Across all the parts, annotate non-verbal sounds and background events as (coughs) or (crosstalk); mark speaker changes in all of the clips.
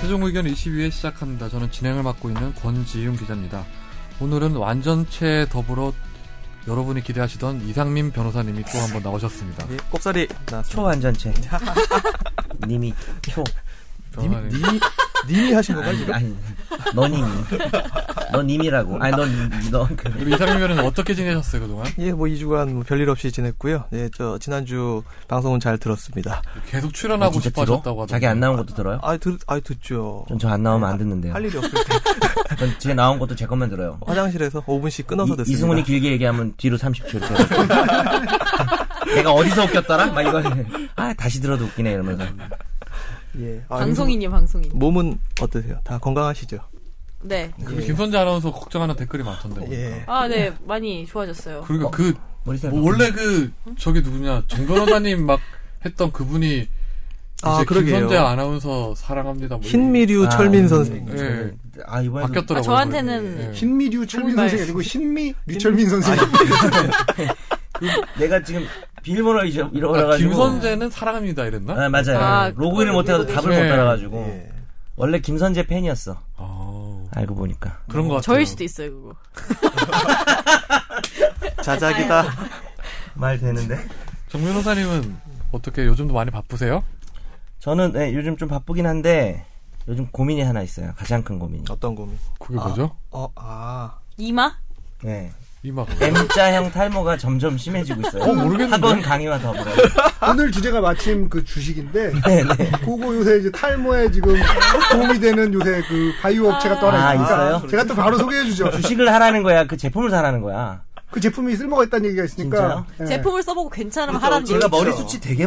Speaker 1: 최종 의견 22회 시작합니다. 저는 진행을 맡고 있는 권지윤 기자입니다. 오늘은 완전체 더불어 여러분이 기대하시던 이상민 변호사님이 또 한번 나오셨습니다.
Speaker 2: 예, 꼽사리 나왔습니다.
Speaker 3: 초완전체 (laughs) 님이 초
Speaker 1: 변호사님.
Speaker 2: 님이 님이 하신 건가요
Speaker 3: 아니
Speaker 2: 지금?
Speaker 3: 아니 너 님이 너 님이라고 아니 너너그
Speaker 1: 우리 이상민 변호사님 어떻게 지내셨어요, 그동안?
Speaker 2: 예, 뭐 2주간 뭐 별일 없이 지냈고요. 예, 저 지난주 방송은 잘 들었습니다.
Speaker 1: 계속 출연하고 싶어 하셨다고 하던데.
Speaker 3: 자기 안 나온 것도 들어요?
Speaker 2: 아, 듣, 아, 듣죠.
Speaker 3: 전 저 안 나오면 안 듣는데요.
Speaker 2: 할 일이 없을
Speaker 3: (laughs)
Speaker 2: 때
Speaker 3: 전 제 나온 것도 제 것만 들어요.
Speaker 2: 화장실에서 5분씩 끊어서
Speaker 3: 이,
Speaker 2: 듣습니다.
Speaker 3: 이승훈이 길게 얘기하면 뒤로 30초 이렇게. (laughs) 내가 어디서 웃겼더라? 막 이거 아 다시 들어도 웃기네 이러면서
Speaker 2: 예. 아,
Speaker 4: 방송인이요, 방송인.
Speaker 2: 요즘 몸은 어떠세요? 다 건강하시죠?
Speaker 4: 네.
Speaker 1: 그 김선재 아나운서 걱정하는 댓글이 많던데. 보니까.
Speaker 2: 예.
Speaker 4: 아, 네. 많이 좋아졌어요.
Speaker 1: 그러니까
Speaker 3: 어.
Speaker 1: 그,
Speaker 3: 머리 색
Speaker 1: 뭐 원래 그, 저기 누구냐, 정 변호사님 막 했던 그분이
Speaker 2: 아,
Speaker 1: 이제
Speaker 2: 그러게요.
Speaker 1: 김선재 아나운서 사랑합니다. 뭐
Speaker 2: 신미류
Speaker 3: 아,
Speaker 2: 철민
Speaker 3: 음,
Speaker 2: 선생.
Speaker 1: 예.
Speaker 3: 저는- 아 이번에 도
Speaker 1: 바뀌었더라고요.
Speaker 4: 아, 저한테는
Speaker 1: 예.
Speaker 5: 신미류 철민
Speaker 4: 정말.
Speaker 5: 선생이
Speaker 3: (laughs)
Speaker 5: 아니고 신미 류철민 선생이
Speaker 3: 그 내가 지금 비밀번호 잊어
Speaker 1: 아,
Speaker 3: 잃어버려가지고
Speaker 1: 김선재는 사랑합니다 이랬나?
Speaker 3: 아 맞아요
Speaker 4: 아,
Speaker 3: 로그인을 네. 못해서 답을 못
Speaker 1: 예.
Speaker 3: 따라가지고
Speaker 2: 예.
Speaker 3: 원래 김선재 팬이었어
Speaker 1: 아,
Speaker 3: 알고 보니까
Speaker 1: 그런 것 같아요.
Speaker 4: 저일 수도 있어요, 그거.
Speaker 2: 자작이다.
Speaker 3: 말 되는데
Speaker 1: 정 변호사님은 어떻게 요즘도 많이 바쁘세요?
Speaker 3: 저는 네, 요즘 좀 바쁘긴 한데 요즘 고민이 하나 있어요. 가장 큰 고민이.
Speaker 2: 어떤 고민?
Speaker 1: 그게
Speaker 2: 아.
Speaker 1: 뭐죠?
Speaker 2: 어, 아.
Speaker 4: 이마?
Speaker 3: 네.
Speaker 1: 이마.
Speaker 3: M자형 탈모가 점점 심해지고 있어요.
Speaker 1: 어, 모르겠는데?
Speaker 3: 학원 강의와 더불어.
Speaker 5: 오늘 주제가 마침 그 주식인데
Speaker 3: 아. (laughs) 네, 네.
Speaker 5: 그거 요새 이제 탈모에 지금 도움이 되는 요새 그 바이오 업체가 떠나
Speaker 3: 아,
Speaker 5: 있으니까
Speaker 3: 있어요?
Speaker 5: 제가 또 바로 소개해 주죠.
Speaker 3: 주식을 하라는 거야. 그 제품을 사라는 거야.
Speaker 5: 그 제품이 쓸모가 있다는 얘기가 있으니까 예.
Speaker 4: 제품을 써보고 괜찮으면 하라는
Speaker 3: 제가 뭐
Speaker 4: 얘기죠.
Speaker 3: 머리숱이 되게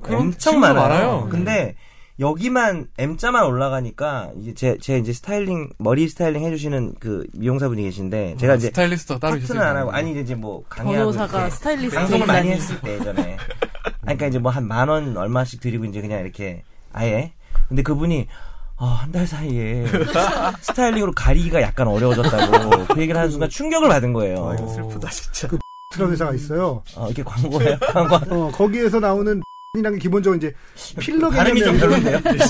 Speaker 1: 그렇죠. 그럼
Speaker 3: 엄청
Speaker 1: 지금도
Speaker 3: 많아요. 네.
Speaker 1: 많아요.
Speaker 3: 근데 여기만 M자만 올라가니까 이제 제, 제 이제 스타일링 머리 스타일링 해주시는 그 미용사분이 계신데 제가 이제
Speaker 1: 아, 스타일리스트가 따로 있으세요?
Speaker 3: 파트는 안 하고 아니 이제 뭐 강의하고
Speaker 4: 변호사가
Speaker 3: 이렇게
Speaker 4: 스타일리스트.
Speaker 3: 방송을 많이 했을 때 예전에. 아니, 그러니까 이제 뭐 한 만 원 얼마씩 드리고 이제 그냥 이렇게 아예. 근데 그분이 어, 한 달 사이에 스타일링으로 가리기가 약간 어려워졌다고 그 얘기를 하는 순간 충격을 받은 거예요.
Speaker 5: 어,
Speaker 2: 아, 이거 슬프다, 진짜.
Speaker 5: 그런 회사가 있어요.
Speaker 3: 어, 이게
Speaker 5: (laughs)
Speaker 3: 광고예요? 광고.
Speaker 5: 어, 거기에서 나오는 이라는 게 기본적으로 이제 필러
Speaker 3: 발음이 좀
Speaker 5: 개념이라는
Speaker 3: 별론데요?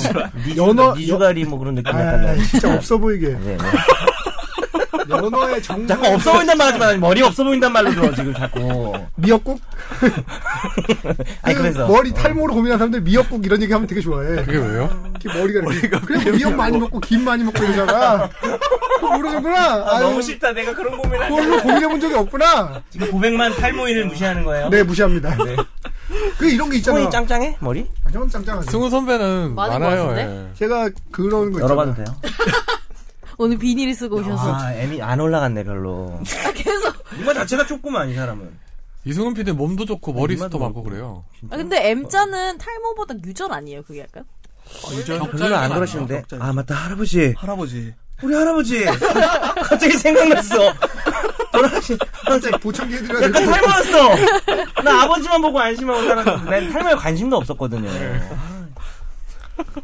Speaker 5: 연어-
Speaker 3: 니주가리 뭐 그런 느낌 약간
Speaker 5: 아,
Speaker 3: 나요.
Speaker 5: 진짜 없어
Speaker 3: (laughs)
Speaker 5: 보이게.
Speaker 3: 네, 네.
Speaker 5: 연어의 정수
Speaker 3: 자꾸 없어 보인단 말 하지 마. 머리 없어 보인단 말로 들어, 지금 자꾸.
Speaker 5: 미역국?
Speaker 3: 아니, 그래서. 어.
Speaker 5: 머리 탈모로 고민하는 사람들 미역국 이런 얘기 하면 되게 좋아해.
Speaker 1: 그게 왜요?
Speaker 5: 이렇게 머리가 이렇게. 그래 미역 많이 먹고 김 많이 먹고 이러잖아. 그거 모르는구나.
Speaker 3: 아,
Speaker 5: 아유,
Speaker 3: 너무 싫다. 내가 그런 고민을 하니까.
Speaker 5: 그걸로 고민해 본 적이 없구나.
Speaker 3: 지금 고백만 탈모인을 무시하는 거예요?
Speaker 5: 네, 무시합니다. 그 이런 게 있잖아. 아,
Speaker 3: 손이 짱짱해? 머리?
Speaker 5: 저건 짱짱하지.
Speaker 1: 승우 선배는
Speaker 4: 많은
Speaker 1: 많아요.
Speaker 4: 것
Speaker 1: 예.
Speaker 5: 제가 그런 거 있잖아.
Speaker 3: 열어봐도 돼요?
Speaker 4: 오늘 비닐을 쓰고 오셔서. 아,
Speaker 3: 아, 애미 안 올라갔네,
Speaker 5: (laughs)
Speaker 3: 별로.
Speaker 4: 계속.
Speaker 3: 이마 자체가 좁구만, 이 사람은.
Speaker 1: 이승훈 PD 는 몸도 좋고 머리
Speaker 3: 이마도
Speaker 1: 숱도 많고
Speaker 3: 많고.
Speaker 1: 그래요.
Speaker 4: 아, 근데 M자는 탈모보다 유전 아니에요, 그게 약간?
Speaker 3: 별로 안 그러시는데. 아, 맞다, 할아버지.
Speaker 2: 할아버지.
Speaker 3: 우리
Speaker 5: (laughs)
Speaker 3: 할아버지. 갑자기 생각났어. 돌아가신 할아버지.
Speaker 5: 보청기 해드려야
Speaker 3: 약간
Speaker 5: 돼.
Speaker 3: 탈모였어. 나 아버지만 보고 안심하고 살았는데, 난 탈모에 관심도 없었거든요.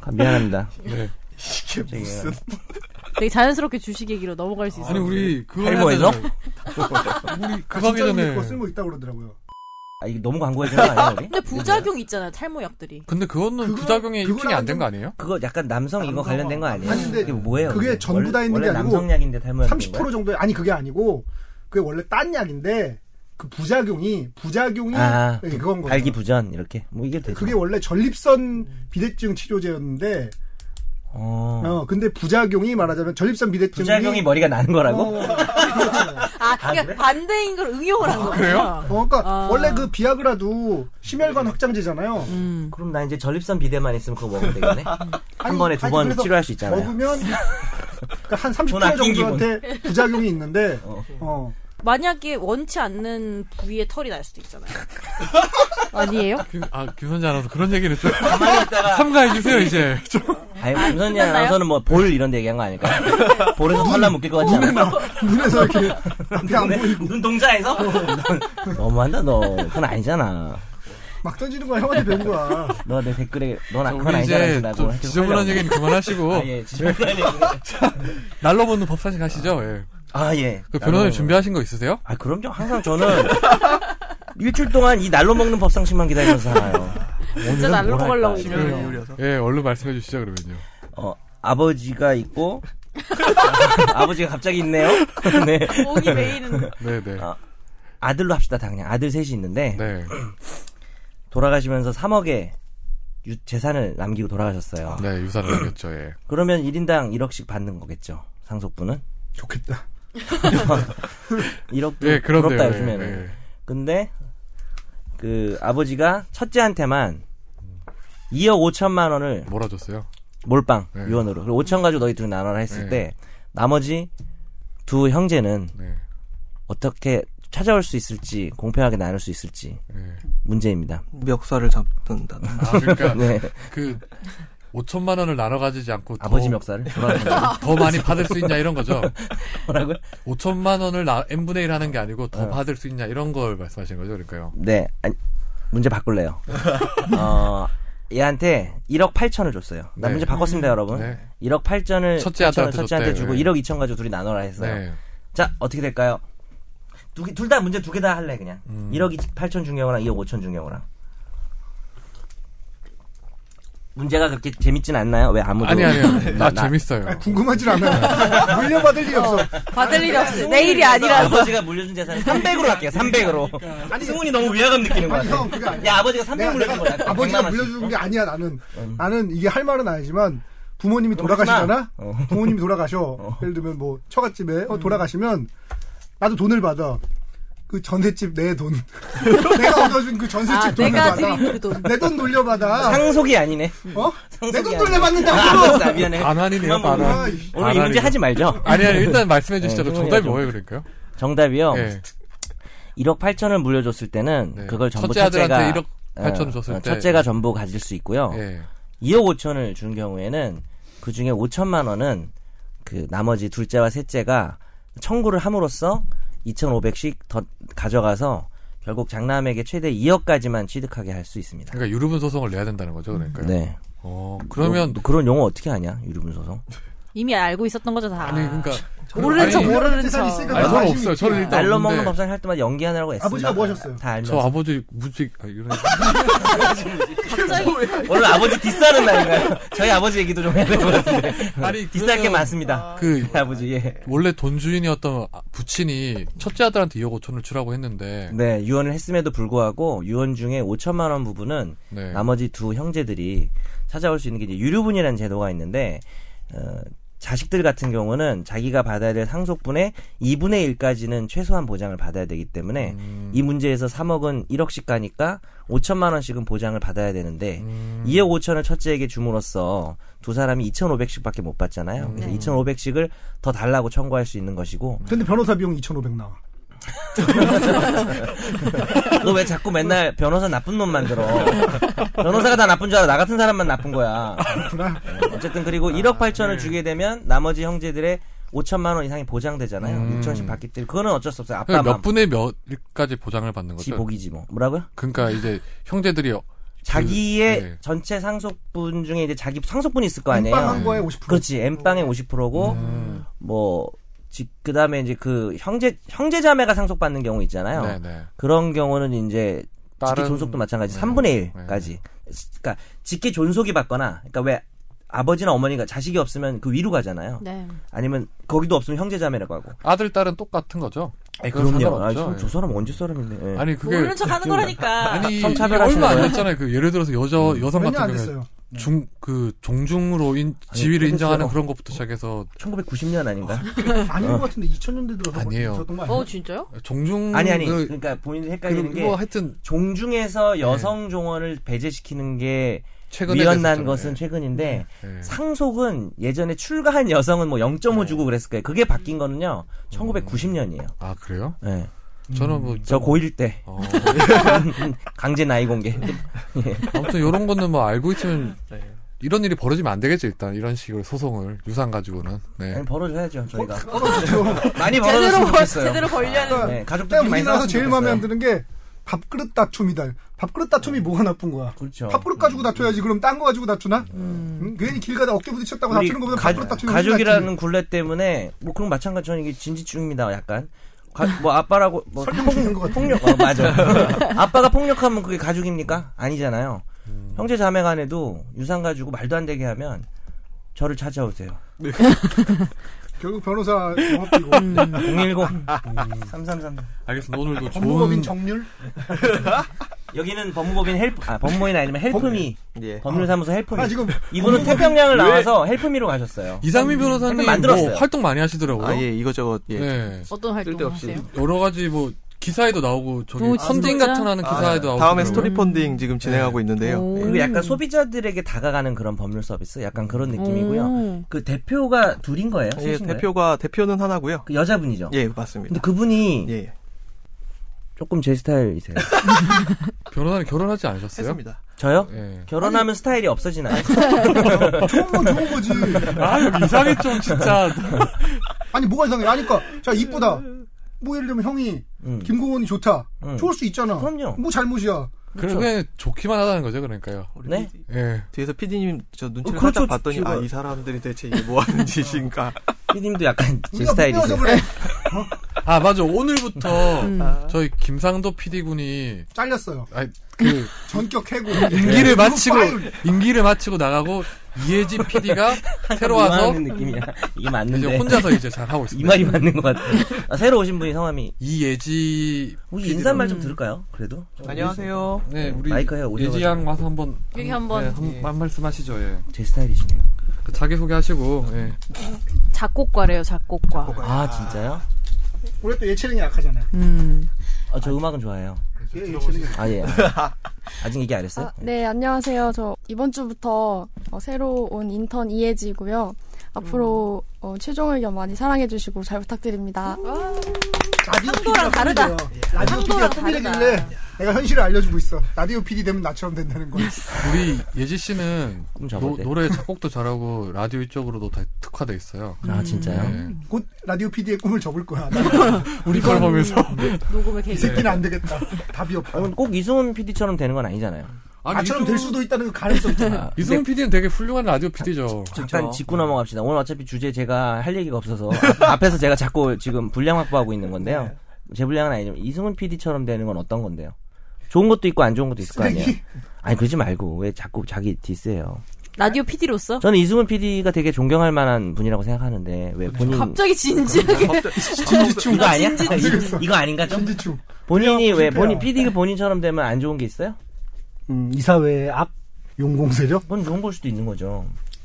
Speaker 3: 아, 미안합니다.
Speaker 1: 네.
Speaker 2: 이게
Speaker 3: 되게.
Speaker 2: 무슨.
Speaker 5: 그
Speaker 4: 되게 자연스럽게 주식 얘기로 넘어갈 수 있어요.
Speaker 1: 아니
Speaker 3: 네.
Speaker 1: 우리 그거
Speaker 3: 탈모에서?
Speaker 1: 해야 되잖아요. 우리 그거 하기 전에
Speaker 5: 그거 쓸모 있다고 그러더라고요.
Speaker 3: 아, 이게 너무 광고해진 거 아니야, 우리?
Speaker 4: 근데 부작용 있잖아요, 탈모약들이.
Speaker 1: 근데 그거는
Speaker 5: 그거-
Speaker 1: 부작용이
Speaker 5: 그거랑
Speaker 1: 입증이 안 된
Speaker 5: 좀-
Speaker 1: 거 아니에요?
Speaker 3: 그거 약간 남성 이거 관련된 거 아니에요?
Speaker 5: 아니, 근데
Speaker 3: 그게 뭐예요?
Speaker 5: 그게
Speaker 3: 근데?
Speaker 5: 전부 다 있는 게
Speaker 3: 원래
Speaker 5: 아니고
Speaker 3: 남성약인데 탈모약
Speaker 5: 30% 정도 아니 그게 아니고 그게 원래 딴 약인데 그 부작용이 부작용이
Speaker 3: 아,
Speaker 5: 네, 그건 거죠.
Speaker 3: 발기부전 이렇게 뭐 이게 되죠.
Speaker 5: 그게 원래 전립선 비대증 치료제였는데
Speaker 3: 어.
Speaker 5: 어 근데 부작용이 말하자면 전립선 비대증이
Speaker 3: 부작용이 머리가 나는 거라고?
Speaker 5: 어,
Speaker 4: 아, 그러니까 반대인 걸 응용을 한 거구나.
Speaker 1: 그래요?
Speaker 5: 어, 그러니까
Speaker 4: 아.
Speaker 5: 원래 그 비아그라도 심혈관 확장제잖아요.
Speaker 4: 음.
Speaker 3: 그럼 나 이제 전립선 비대만 있으면 그거 먹으면 되겠네. 한
Speaker 5: (laughs) 아니,
Speaker 3: 번에
Speaker 5: 아니,
Speaker 3: 두 번
Speaker 5: 그래서
Speaker 3: 치료할 수 있잖아요.
Speaker 5: 먹으면 그러니까 한
Speaker 3: 돈 아낀
Speaker 5: 30% 정도한테 부작용이 있는데
Speaker 3: 어.
Speaker 5: 어.
Speaker 4: 만약에 원치 않는 부위에 털이 날 수도 있잖아요. 아니에요?
Speaker 1: 김, 아 김선재 아나운서 그런 얘기를 좀
Speaker 3: 가만히 있다가
Speaker 1: 삼가해 주세요 이제. 좀
Speaker 3: 아니 김선재
Speaker 4: 끝났나요?
Speaker 3: 아나운서는 뭐 볼 이런 데 얘기한 거 아닐까? 볼에서 털나 묶일 것 같지 않아?
Speaker 5: 눈에서
Speaker 3: (laughs)
Speaker 5: 이렇게 앞에 안 보이고
Speaker 3: 눈동자에서? 너무한다 너. 그건 아니잖아.
Speaker 5: 막 던지는 거야 형한테 배운 거야.
Speaker 3: 너 내 댓글에 넌 아- 그건
Speaker 1: 우리 이제
Speaker 3: 아니잖아.
Speaker 1: 좀 지저분한 얘기는 그만하시고
Speaker 3: 아, 예, 지저분한 얘기.
Speaker 1: (laughs) 날로 먹는 법사식 가시죠. 예.
Speaker 3: 아, 예.
Speaker 1: 그 변호사님
Speaker 3: 나는-
Speaker 1: 준비하신 거 있으세요?
Speaker 3: 아, 그럼요. 항상 저는 일주일 동안 이 날로 먹는 법상식만 기다리면서 살아요.
Speaker 4: 진짜 날로
Speaker 3: 뭘
Speaker 4: 먹으려고
Speaker 3: 할까?
Speaker 4: 그래요.
Speaker 2: 심혈관 이유려서.
Speaker 1: 예, 얼른 말씀해 주시죠 그러면요.
Speaker 3: 어, 아버지가 있고 아버지가 갑자기 있네요. (laughs) 네.
Speaker 4: 목이 메이는
Speaker 1: 네네.
Speaker 3: 아, 아들로 합시다 당장 아들 셋이 있는데
Speaker 1: 네.
Speaker 3: 돌아가시면서 3억의 재산을 남기고 돌아가셨어요.
Speaker 1: 네, 유산을
Speaker 3: 음.
Speaker 1: 남겼죠, 예.
Speaker 3: 그러면 1인당 1억씩 받는 거겠죠. 상속분은
Speaker 5: 좋겠다.
Speaker 3: 1억도
Speaker 1: 예, 그런데요.
Speaker 3: 부럽다
Speaker 1: 예,
Speaker 3: 요즘에는.
Speaker 1: 예.
Speaker 3: 근데 그 아버지가 첫째한테만 2억 5천만 원을
Speaker 1: 몰아줬어요.
Speaker 3: 몰빵
Speaker 1: 네.
Speaker 3: 유언으로 그리고 5천 가지고 너희 둘이 나눠라 했을
Speaker 1: 네.
Speaker 3: 때 나머지 두 형제는
Speaker 1: 네.
Speaker 3: 어떻게 찾아올 수 있을지 공평하게 나눌 수 있을지
Speaker 1: 예.
Speaker 3: 문제입니다.
Speaker 2: 멱살을 잡는다.
Speaker 1: 아, 그러니까 (laughs)
Speaker 3: 네
Speaker 1: 그 5천만 원을 나눠 가지지 않고 더,
Speaker 3: 아버지 멱살을
Speaker 1: (laughs)
Speaker 3: 돌아가는
Speaker 1: 더 많이 받을 수 있냐 이런 거죠.
Speaker 3: 거라고요?
Speaker 1: 5천만 원을 나, n분의 1 하는 게 아니고 더
Speaker 3: 네.
Speaker 1: 받을 수 있냐 이런 걸 말씀하신 거죠, 그러니까요.
Speaker 3: 네 아니, 문제
Speaker 1: (laughs)
Speaker 3: 바꿀래요. 어 얘한테 1억 8천을 줬어요. 나
Speaker 1: 네.
Speaker 3: 문제 바꿨습니다 여러분.
Speaker 1: 네.
Speaker 3: 1억 8천을
Speaker 1: 첫째 아들한테
Speaker 3: 첫째한테
Speaker 1: 줬대.
Speaker 3: 주고
Speaker 1: 네.
Speaker 3: 1억 2천 가지고 둘이 나눠라 했어요.
Speaker 1: 네.
Speaker 3: 자 어떻게 될까요? 둘 다 문제 두 개 다 할래 그냥
Speaker 1: 음.
Speaker 3: 1억 8천 중경호랑 2억 5천 중경호랑 문제가 그렇게 재밌진 않나요? 왜 아무도
Speaker 1: 아니 아니요.
Speaker 3: (laughs) 네, 나-
Speaker 1: 나,
Speaker 3: 나-
Speaker 1: 재밌어요.
Speaker 5: 아니, 궁금하질 않아. (laughs) 물려받을 일이 없어.
Speaker 4: 받을 일이 없어. 내일이 아니라서.
Speaker 3: 아버지가 물려준 재산을 300으로 할게요 300으로 아니 승훈이 너무 위화감 느끼는 거
Speaker 5: 아니
Speaker 3: 같아
Speaker 5: 형 그게 아니야.
Speaker 3: 야 아버지가 300
Speaker 5: 내가,
Speaker 3: 물려준 거야
Speaker 5: 내가 아버지가 물려주는 게 아니야 나는. 나는 이게 할 말은 아니지만 부모님이
Speaker 3: 그럼 하지
Speaker 5: 돌아가시잖아.
Speaker 3: 마. 어.
Speaker 5: 부모님이 돌아가셔. 예를 들면 뭐 처갓집에 어, 돌아가시면 나도 돈을 받아. 그 전셋집 내 돈. 내가 얻어준 그 전셋집
Speaker 4: 아,
Speaker 5: 돈을
Speaker 4: 내가
Speaker 5: 받아.
Speaker 4: 드린 그 돈.
Speaker 5: 내 돈 돌려받아.
Speaker 3: 상속이 아니네
Speaker 5: 어?
Speaker 3: 상속이
Speaker 5: 내 돈
Speaker 3: 아니야.
Speaker 5: 돌려받는다고.
Speaker 3: 아, 미안해
Speaker 1: 반환이네요,
Speaker 3: 그만 먹어.
Speaker 1: 반환.
Speaker 5: 아, 이-
Speaker 3: 오늘 이 문제
Speaker 1: 반환이죠.
Speaker 3: 하지 말죠
Speaker 1: 아니 아니 일단 말씀해 주시죠.
Speaker 3: 네,
Speaker 1: 정답이
Speaker 3: 좀-
Speaker 1: 뭐예요, 그러니까요?
Speaker 3: 정답이요
Speaker 1: 예.
Speaker 3: 1억 8천을 물려줬을 때는
Speaker 1: 네.
Speaker 3: 그걸 전부
Speaker 1: 첫째 아들한테
Speaker 3: 첫째가 어,
Speaker 1: 1억 8천 줬을 때.
Speaker 3: 첫째가 전부 가질 수 있고요.
Speaker 1: 예.
Speaker 3: 2억 5천을 준 경우에는 그 중에 5천만 원은 그 나머지 둘째와 셋째가 청구를 함으로써 2,500씩 더 가져가서 결국 장남에게 최대 2억까지만 취득하게 할 수 있습니다.
Speaker 1: 그러니까 유류분 소송을 내야 된다는 거죠, 그러니까요.
Speaker 3: 네.
Speaker 1: 어, 그러면
Speaker 3: 너 그런 용어 어떻게 하냐? 유류분 소송.
Speaker 4: 이미 알고 있었던 거죠 다.
Speaker 1: 아니 그러니까
Speaker 4: 모르는
Speaker 1: 아니,
Speaker 4: 척,
Speaker 3: 뭐-
Speaker 1: 아니,
Speaker 4: 모르는
Speaker 5: 재산이
Speaker 4: 척.
Speaker 5: 있으니까
Speaker 1: 아니, 저는
Speaker 5: 관심이
Speaker 1: 없어요.
Speaker 5: 있지.
Speaker 1: 저는 일단
Speaker 3: 날로
Speaker 1: 없는데.
Speaker 3: 먹는 법상 할 때마다 연기하느라고 애쓰다.
Speaker 5: 아버지가 뭐 하셨어요?
Speaker 3: 다 알면서.
Speaker 1: 저 아버지 무직 아,
Speaker 3: (laughs)
Speaker 1: 이런
Speaker 4: 갑자기
Speaker 3: 오늘 아버지 디스하는 날인가요?
Speaker 1: (laughs)
Speaker 3: 저희 아버지 얘기도 좀 해야 될 것 같은데.
Speaker 1: 아니,
Speaker 3: 디스할 게
Speaker 1: 그러면-
Speaker 3: 많습니다.
Speaker 1: 그
Speaker 3: 아버지, 예.
Speaker 1: 원래 돈 주인이었던 아- 부친이 첫째 아들한테 2억 5천을 주라고 했는데
Speaker 3: 네, 유언을 했음에도 불구하고 유언 중에 5천만 원 부분은
Speaker 1: 네.
Speaker 3: 나머지 두 형제들이 찾아올 수 있는 게 이제 유류분이라는 제도가 있는데 어, 자식들 같은 경우는 자기가 받아야 될 상속분의 2분의 1까지는 최소한 보장을 받아야 되기 때문에 이 문제에서 3억은 1억씩 가니까 5천만 원씩은 보장을 받아야 되는데 2억 5천을 첫째에게 줌으로써 두 사람이 2,500씩밖에 못 받잖아요. 그래서 2,500씩을 더 달라고 청구할 수 있는 것이고
Speaker 5: 근데 변호사 비용 2,500 나와.
Speaker 3: 너 왜 자꾸 맨날 변호사 나쁜 놈 만들어? 변호사가 다 나쁜 줄 알아. 나 같은 사람만 나쁜 거야.
Speaker 5: 그렇구나.
Speaker 3: 어쨌든 그리고 1억 8천을
Speaker 1: 네.
Speaker 3: 주게 되면 나머지 형제들의 5천만 원 이상이 보장되잖아요.
Speaker 1: 음.
Speaker 3: 6천씩 받기 때문에 그거는 어쩔 수 없어요.
Speaker 1: 그러니까
Speaker 3: 아빠만
Speaker 1: 몇 분의 몇일까지 보장을 받는 거죠.
Speaker 3: 지복이지 뭐. 뭐라고요?
Speaker 1: 그러니까 이제 형제들이 어,
Speaker 3: 자기의
Speaker 1: 네.
Speaker 3: 전체 상속분 중에 이제 자기 상속분이 있을 거
Speaker 5: 빵한
Speaker 3: 아니에요.
Speaker 5: 거에 50%.
Speaker 3: 그렇지. 엠빵의 50%고
Speaker 1: 음.
Speaker 3: 뭐 지- 그다음에 이제 그 형제 형제자매가 상속받는 경우 있잖아요.
Speaker 1: 네네
Speaker 3: 그런 경우는 이제
Speaker 1: 다른-
Speaker 3: 직계 존속도 마찬가지
Speaker 1: 네.
Speaker 3: 3분의 1까지. 그러니까 직계 존속이 받거나 그러니까 왜 아버지나 어머니가 자식이 없으면 그 위로 가잖아요.
Speaker 4: 네.
Speaker 3: 아니면 거기도 없으면 형제자매라고 하고.
Speaker 1: 아들 딸은 똑같은 거죠. 그건
Speaker 3: 아,
Speaker 1: 상관없죠.
Speaker 3: 저, 저
Speaker 1: 예.
Speaker 3: 사람 언제 사람인데. 예.
Speaker 1: 아니 그게
Speaker 4: 모르는 척 하는 거라니까.
Speaker 1: 아니 이게
Speaker 3: 성차별하시는
Speaker 1: 얼마 안
Speaker 3: 거예요? 음.
Speaker 1: 됐잖아요. 그 예를 들어서 여자 여성
Speaker 5: 몇년
Speaker 1: 같은
Speaker 5: 안
Speaker 1: 경우에
Speaker 5: 됐어요.
Speaker 1: 중 그 종중으로 인, 지위를
Speaker 3: 그랬어요.
Speaker 1: 인정하는 그런 것부터 시작해서
Speaker 3: 1990년 아닌가?
Speaker 5: 아닌 것 같은데 2000년대 들어서
Speaker 1: 아니에요.
Speaker 5: 있었던 거 아니에요?
Speaker 4: 어 진짜요?
Speaker 1: 종중
Speaker 3: 아니 아니.
Speaker 1: 그,
Speaker 3: 그러니까 본인이 헷갈리는
Speaker 1: 그거
Speaker 3: 게
Speaker 1: 하여튼
Speaker 3: 종중에서 여성 종원을 배제시키는 게
Speaker 1: 최근에
Speaker 3: 위헌난
Speaker 1: 됐었잖아요.
Speaker 3: 것은 최근인데
Speaker 1: 예.
Speaker 3: 상속은 예전에 출가한 여성은 뭐 0.5 주고 그랬을 거예요. 그게 바뀐 거는요. 1990년이에요.
Speaker 1: 아 그래요?
Speaker 3: 예.
Speaker 1: 저는 뭐
Speaker 3: 저 고1 때
Speaker 1: 어,
Speaker 3: 강제 나이 공개.
Speaker 1: 아무튼 이런 거는 뭐 알고 있으면 이런 일이 벌어지면 안 되겠죠 일단 이런 식으로 소송을 유산 가지고는 네.
Speaker 3: 많이 벌어줘야죠 저희가.
Speaker 5: 그렇죠.
Speaker 3: 많이
Speaker 4: 제대로
Speaker 3: 벌어줬으면
Speaker 4: 벌-
Speaker 3: 좋겠어요.
Speaker 4: 제대로 벌려는.
Speaker 3: 네, 가족들이
Speaker 5: 내가
Speaker 3: 많이
Speaker 5: 우리나라에서
Speaker 3: 나와서
Speaker 5: 제일 마음에 안 드는 게 밥그릇 다툼이다. 밥그릇 다툼이 뭐가 나쁜 거야?
Speaker 3: 네. 그렇죠. 음.
Speaker 5: 밥그릇 가지고 다투야지. 그럼 딴 거 가지고 다투나? 응? 괜히 길 가다 어깨 부딪혔다고
Speaker 3: 우리
Speaker 5: 다투는 것보다
Speaker 3: 가,
Speaker 5: 밥그릇 다툼이 훨씬 낫지.
Speaker 3: 가족이라는 굴레 때문에 뭐 그럼 마찬가지 저는 이게 진지충입니다 약간. 가- 뭐 아빠라고 뭐
Speaker 5: 설명되는 것 같아.
Speaker 3: 폭력 어, 맞아.
Speaker 5: (laughs)
Speaker 3: (laughs) 아빠가 폭력하면 그게 가족입니까? 아니잖아요. 형제 자매 간에도 유산 가지고 말도 안 되게 하면 저를 찾아오세요.
Speaker 5: 결국 변호사 영업이고
Speaker 3: 음.
Speaker 5: 음,
Speaker 3: 010 333
Speaker 1: 알겠습니다. 오늘도 좋은
Speaker 5: 법무법인 정률
Speaker 3: 여기는 법무법인 헬프 아 법무인 아니면 헬프미
Speaker 2: 예.
Speaker 3: 법률사무소 헬프미
Speaker 5: 아 지금
Speaker 3: 이분은 태평양을 나와서 헬프미로 가셨어요.
Speaker 1: 이상민 변호사님
Speaker 3: 만들었어요.
Speaker 1: 뭐 활동 많이 하시더라고요.
Speaker 2: 아, 예, 이것저것, 예.
Speaker 1: 네.
Speaker 4: 어떤 활동
Speaker 2: 쓸데없이.
Speaker 4: 하세요?
Speaker 1: 여러 가지 뭐 기사에도 나오고 저기
Speaker 4: 오,
Speaker 1: 펀딩
Speaker 4: 진짜?
Speaker 1: 같은 하는 기사에도 나오고
Speaker 2: 어, 다음에 네.
Speaker 1: 그러고요.
Speaker 2: 스토리펀딩 지금 진행하고 있는데요.
Speaker 4: 오.
Speaker 2: 예.
Speaker 3: 그리고 약간 소비자들에게 다가가는 그런 법률 서비스 약간 그런 느낌이고요.
Speaker 4: 오.
Speaker 3: 그 대표가 둘인 거예요?
Speaker 2: 예,
Speaker 3: 셋인 거예요?
Speaker 2: 대표가, 대표는 하나고요
Speaker 3: 그 여자분이죠.
Speaker 2: 예, 맞습니다.
Speaker 3: 근데 그분이
Speaker 2: 예,
Speaker 3: 조금 제 스타일이세요.
Speaker 1: 변호사님 결혼하지 않으셨어요?
Speaker 2: 했습니다.
Speaker 3: 저요?
Speaker 1: 예. 그렇죠.
Speaker 3: 결혼하면 스타일이 없어지나요?
Speaker 5: 좋은 건 좋은 거지.
Speaker 1: 아 여기 이상해 좀 진짜.
Speaker 5: 아니 뭐가 이상해? 아니까 그러니까 자 이쁘다. 뭐 예를 들면 형이
Speaker 3: 음.
Speaker 5: 김공원이 좋다.
Speaker 3: 음.
Speaker 5: 좋을 수 있잖아.
Speaker 3: 그럼요.
Speaker 5: 뭐 잘못이야.
Speaker 1: 그래 그냥 좋기만 하다는 거죠 그러니까요.
Speaker 3: 그렇죠. 네?
Speaker 1: 예.
Speaker 2: 뒤에서 피디님 저 눈치를
Speaker 3: 어, 그렇죠,
Speaker 2: 살짝 봤더니
Speaker 3: 제가.
Speaker 2: 아 이 사람들이 대체 이게 뭐 하는 짓인가
Speaker 3: 피디님도 약간 제
Speaker 5: 우리가 못
Speaker 3: 스타일이세요. (laughs)
Speaker 5: 배워서 그래.
Speaker 1: 아 맞아 오늘부터
Speaker 4: 음.
Speaker 1: 저희 김상도 PD 군이
Speaker 5: 잘렸어요.
Speaker 1: 아니 그
Speaker 3: 네.
Speaker 5: 전격
Speaker 3: 음.
Speaker 5: 해고.
Speaker 1: 임기를
Speaker 5: 네.
Speaker 1: 마치고
Speaker 5: 파일.
Speaker 1: 임기를 마치고 나가고 이혜진
Speaker 3: (laughs)
Speaker 1: PD가 새로 와서
Speaker 3: 하는 느낌이야. 이게
Speaker 1: 이제
Speaker 3: 맞는데.
Speaker 1: 혼자서 이제 잘 하고
Speaker 3: (laughs) 이
Speaker 1: 있습니다.
Speaker 3: 말이 맞는 것 같아요. 아, 새로 오신 분이 성함이
Speaker 1: 이예지
Speaker 3: 혹시 인사말
Speaker 1: 음.
Speaker 3: 좀 들을까요? 그래도
Speaker 2: 안녕하세요
Speaker 1: 네 우리
Speaker 3: 마이크에 오셔가지고.
Speaker 1: 예지 양 와서 한번
Speaker 4: 여기
Speaker 1: 한-
Speaker 4: 한번.
Speaker 1: 네, 한, 한 말씀 하시죠. 예. 그
Speaker 3: 제 스타일이시네요.
Speaker 1: 자기 소개하시고 예.
Speaker 4: 작곡과래요, 작곡과.
Speaker 3: 아 진짜요?
Speaker 5: 우리 또 예체능이 약하잖아.
Speaker 4: 음.
Speaker 3: 아, 네, 저 음악은 좋아해요.
Speaker 5: 예, 예체능이.
Speaker 1: (laughs)
Speaker 3: 아 예. 아직 얘기 안 했어요?
Speaker 6: 아, 네, 안녕하세요. 저 이번 주부터 어, 새로 온 인턴 이예지고요. 앞으로 어, 최종 의견 많이 사랑해주시고 잘 부탁드립니다.
Speaker 3: 아,
Speaker 5: 라디오
Speaker 4: 한도랑
Speaker 5: PD랑
Speaker 4: 다르다.
Speaker 5: 예, 라디오 PD가
Speaker 4: 한도랑
Speaker 5: 꿈이라길래 내가 현실을 알려주고 있어. 라디오 PD 되면 나처럼 된다는
Speaker 3: 예.
Speaker 5: 거야.
Speaker 1: 우리 예지 씨는
Speaker 3: 꿈
Speaker 1: 노,
Speaker 3: 잡아대. (laughs)
Speaker 1: 노래 작곡도 잘하고 라디오 쪽으로도 다 특화돼 있어요.
Speaker 3: 아 진짜요?
Speaker 1: 예.
Speaker 5: 곧 라디오 PD의 꿈을 접을
Speaker 3: 예,
Speaker 5: 거야.
Speaker 1: 우리 걸 보면서
Speaker 4: 녹음을
Speaker 5: 이
Speaker 4: 계기.
Speaker 5: 새끼는 안 되겠다. 답이 없다.
Speaker 3: 아, 꼭 이승훈 PD처럼 되는 건 아니잖아요.
Speaker 1: 아니,
Speaker 5: 나처럼 될 수도 있다는 그 가능성 있잖아.
Speaker 3: 아,
Speaker 1: 이승훈 PD는 되게 훌륭한 라디오 PD죠.
Speaker 3: 잠깐 짚고 넘어갑시다. 오늘 어차피 주제 제가 할 얘기가 없어서
Speaker 5: (laughs)
Speaker 3: 앞에서 제가 자꾸 지금 분량 확보하고 있는 건데요.
Speaker 5: 네.
Speaker 3: 제 분량은 아니지만 이승훈 PD처럼 되는 건 어떤 건데요? 좋은 것도 있고 안 좋은 것도 있을 거 아니에요?
Speaker 5: 쓰레기.
Speaker 3: 아니 그러지 말고 왜 자꾸 자기 디스해요?
Speaker 4: 라디오 PD로서
Speaker 5: 어.
Speaker 3: 저는 이승훈 PD가 되게 존경할 만한 분이라고 생각하는데
Speaker 5: 아,
Speaker 3: 왜 본인
Speaker 4: 갑자기
Speaker 2: 예.
Speaker 4: 진지하게
Speaker 2: 어,
Speaker 3: (laughs)
Speaker 5: 진지충.
Speaker 3: 이거 아, 아니야?
Speaker 5: 진지했어.
Speaker 3: 이거 아닌가 좀?
Speaker 5: 진지충.
Speaker 3: 본인이 왜 본인
Speaker 5: 실패야.
Speaker 3: PD가 본인처럼 되면 안 좋은 게 있어요?
Speaker 5: 음, 이사회 앞 용공세죠?
Speaker 3: 그건 좋은 걸 수도 있는 거죠.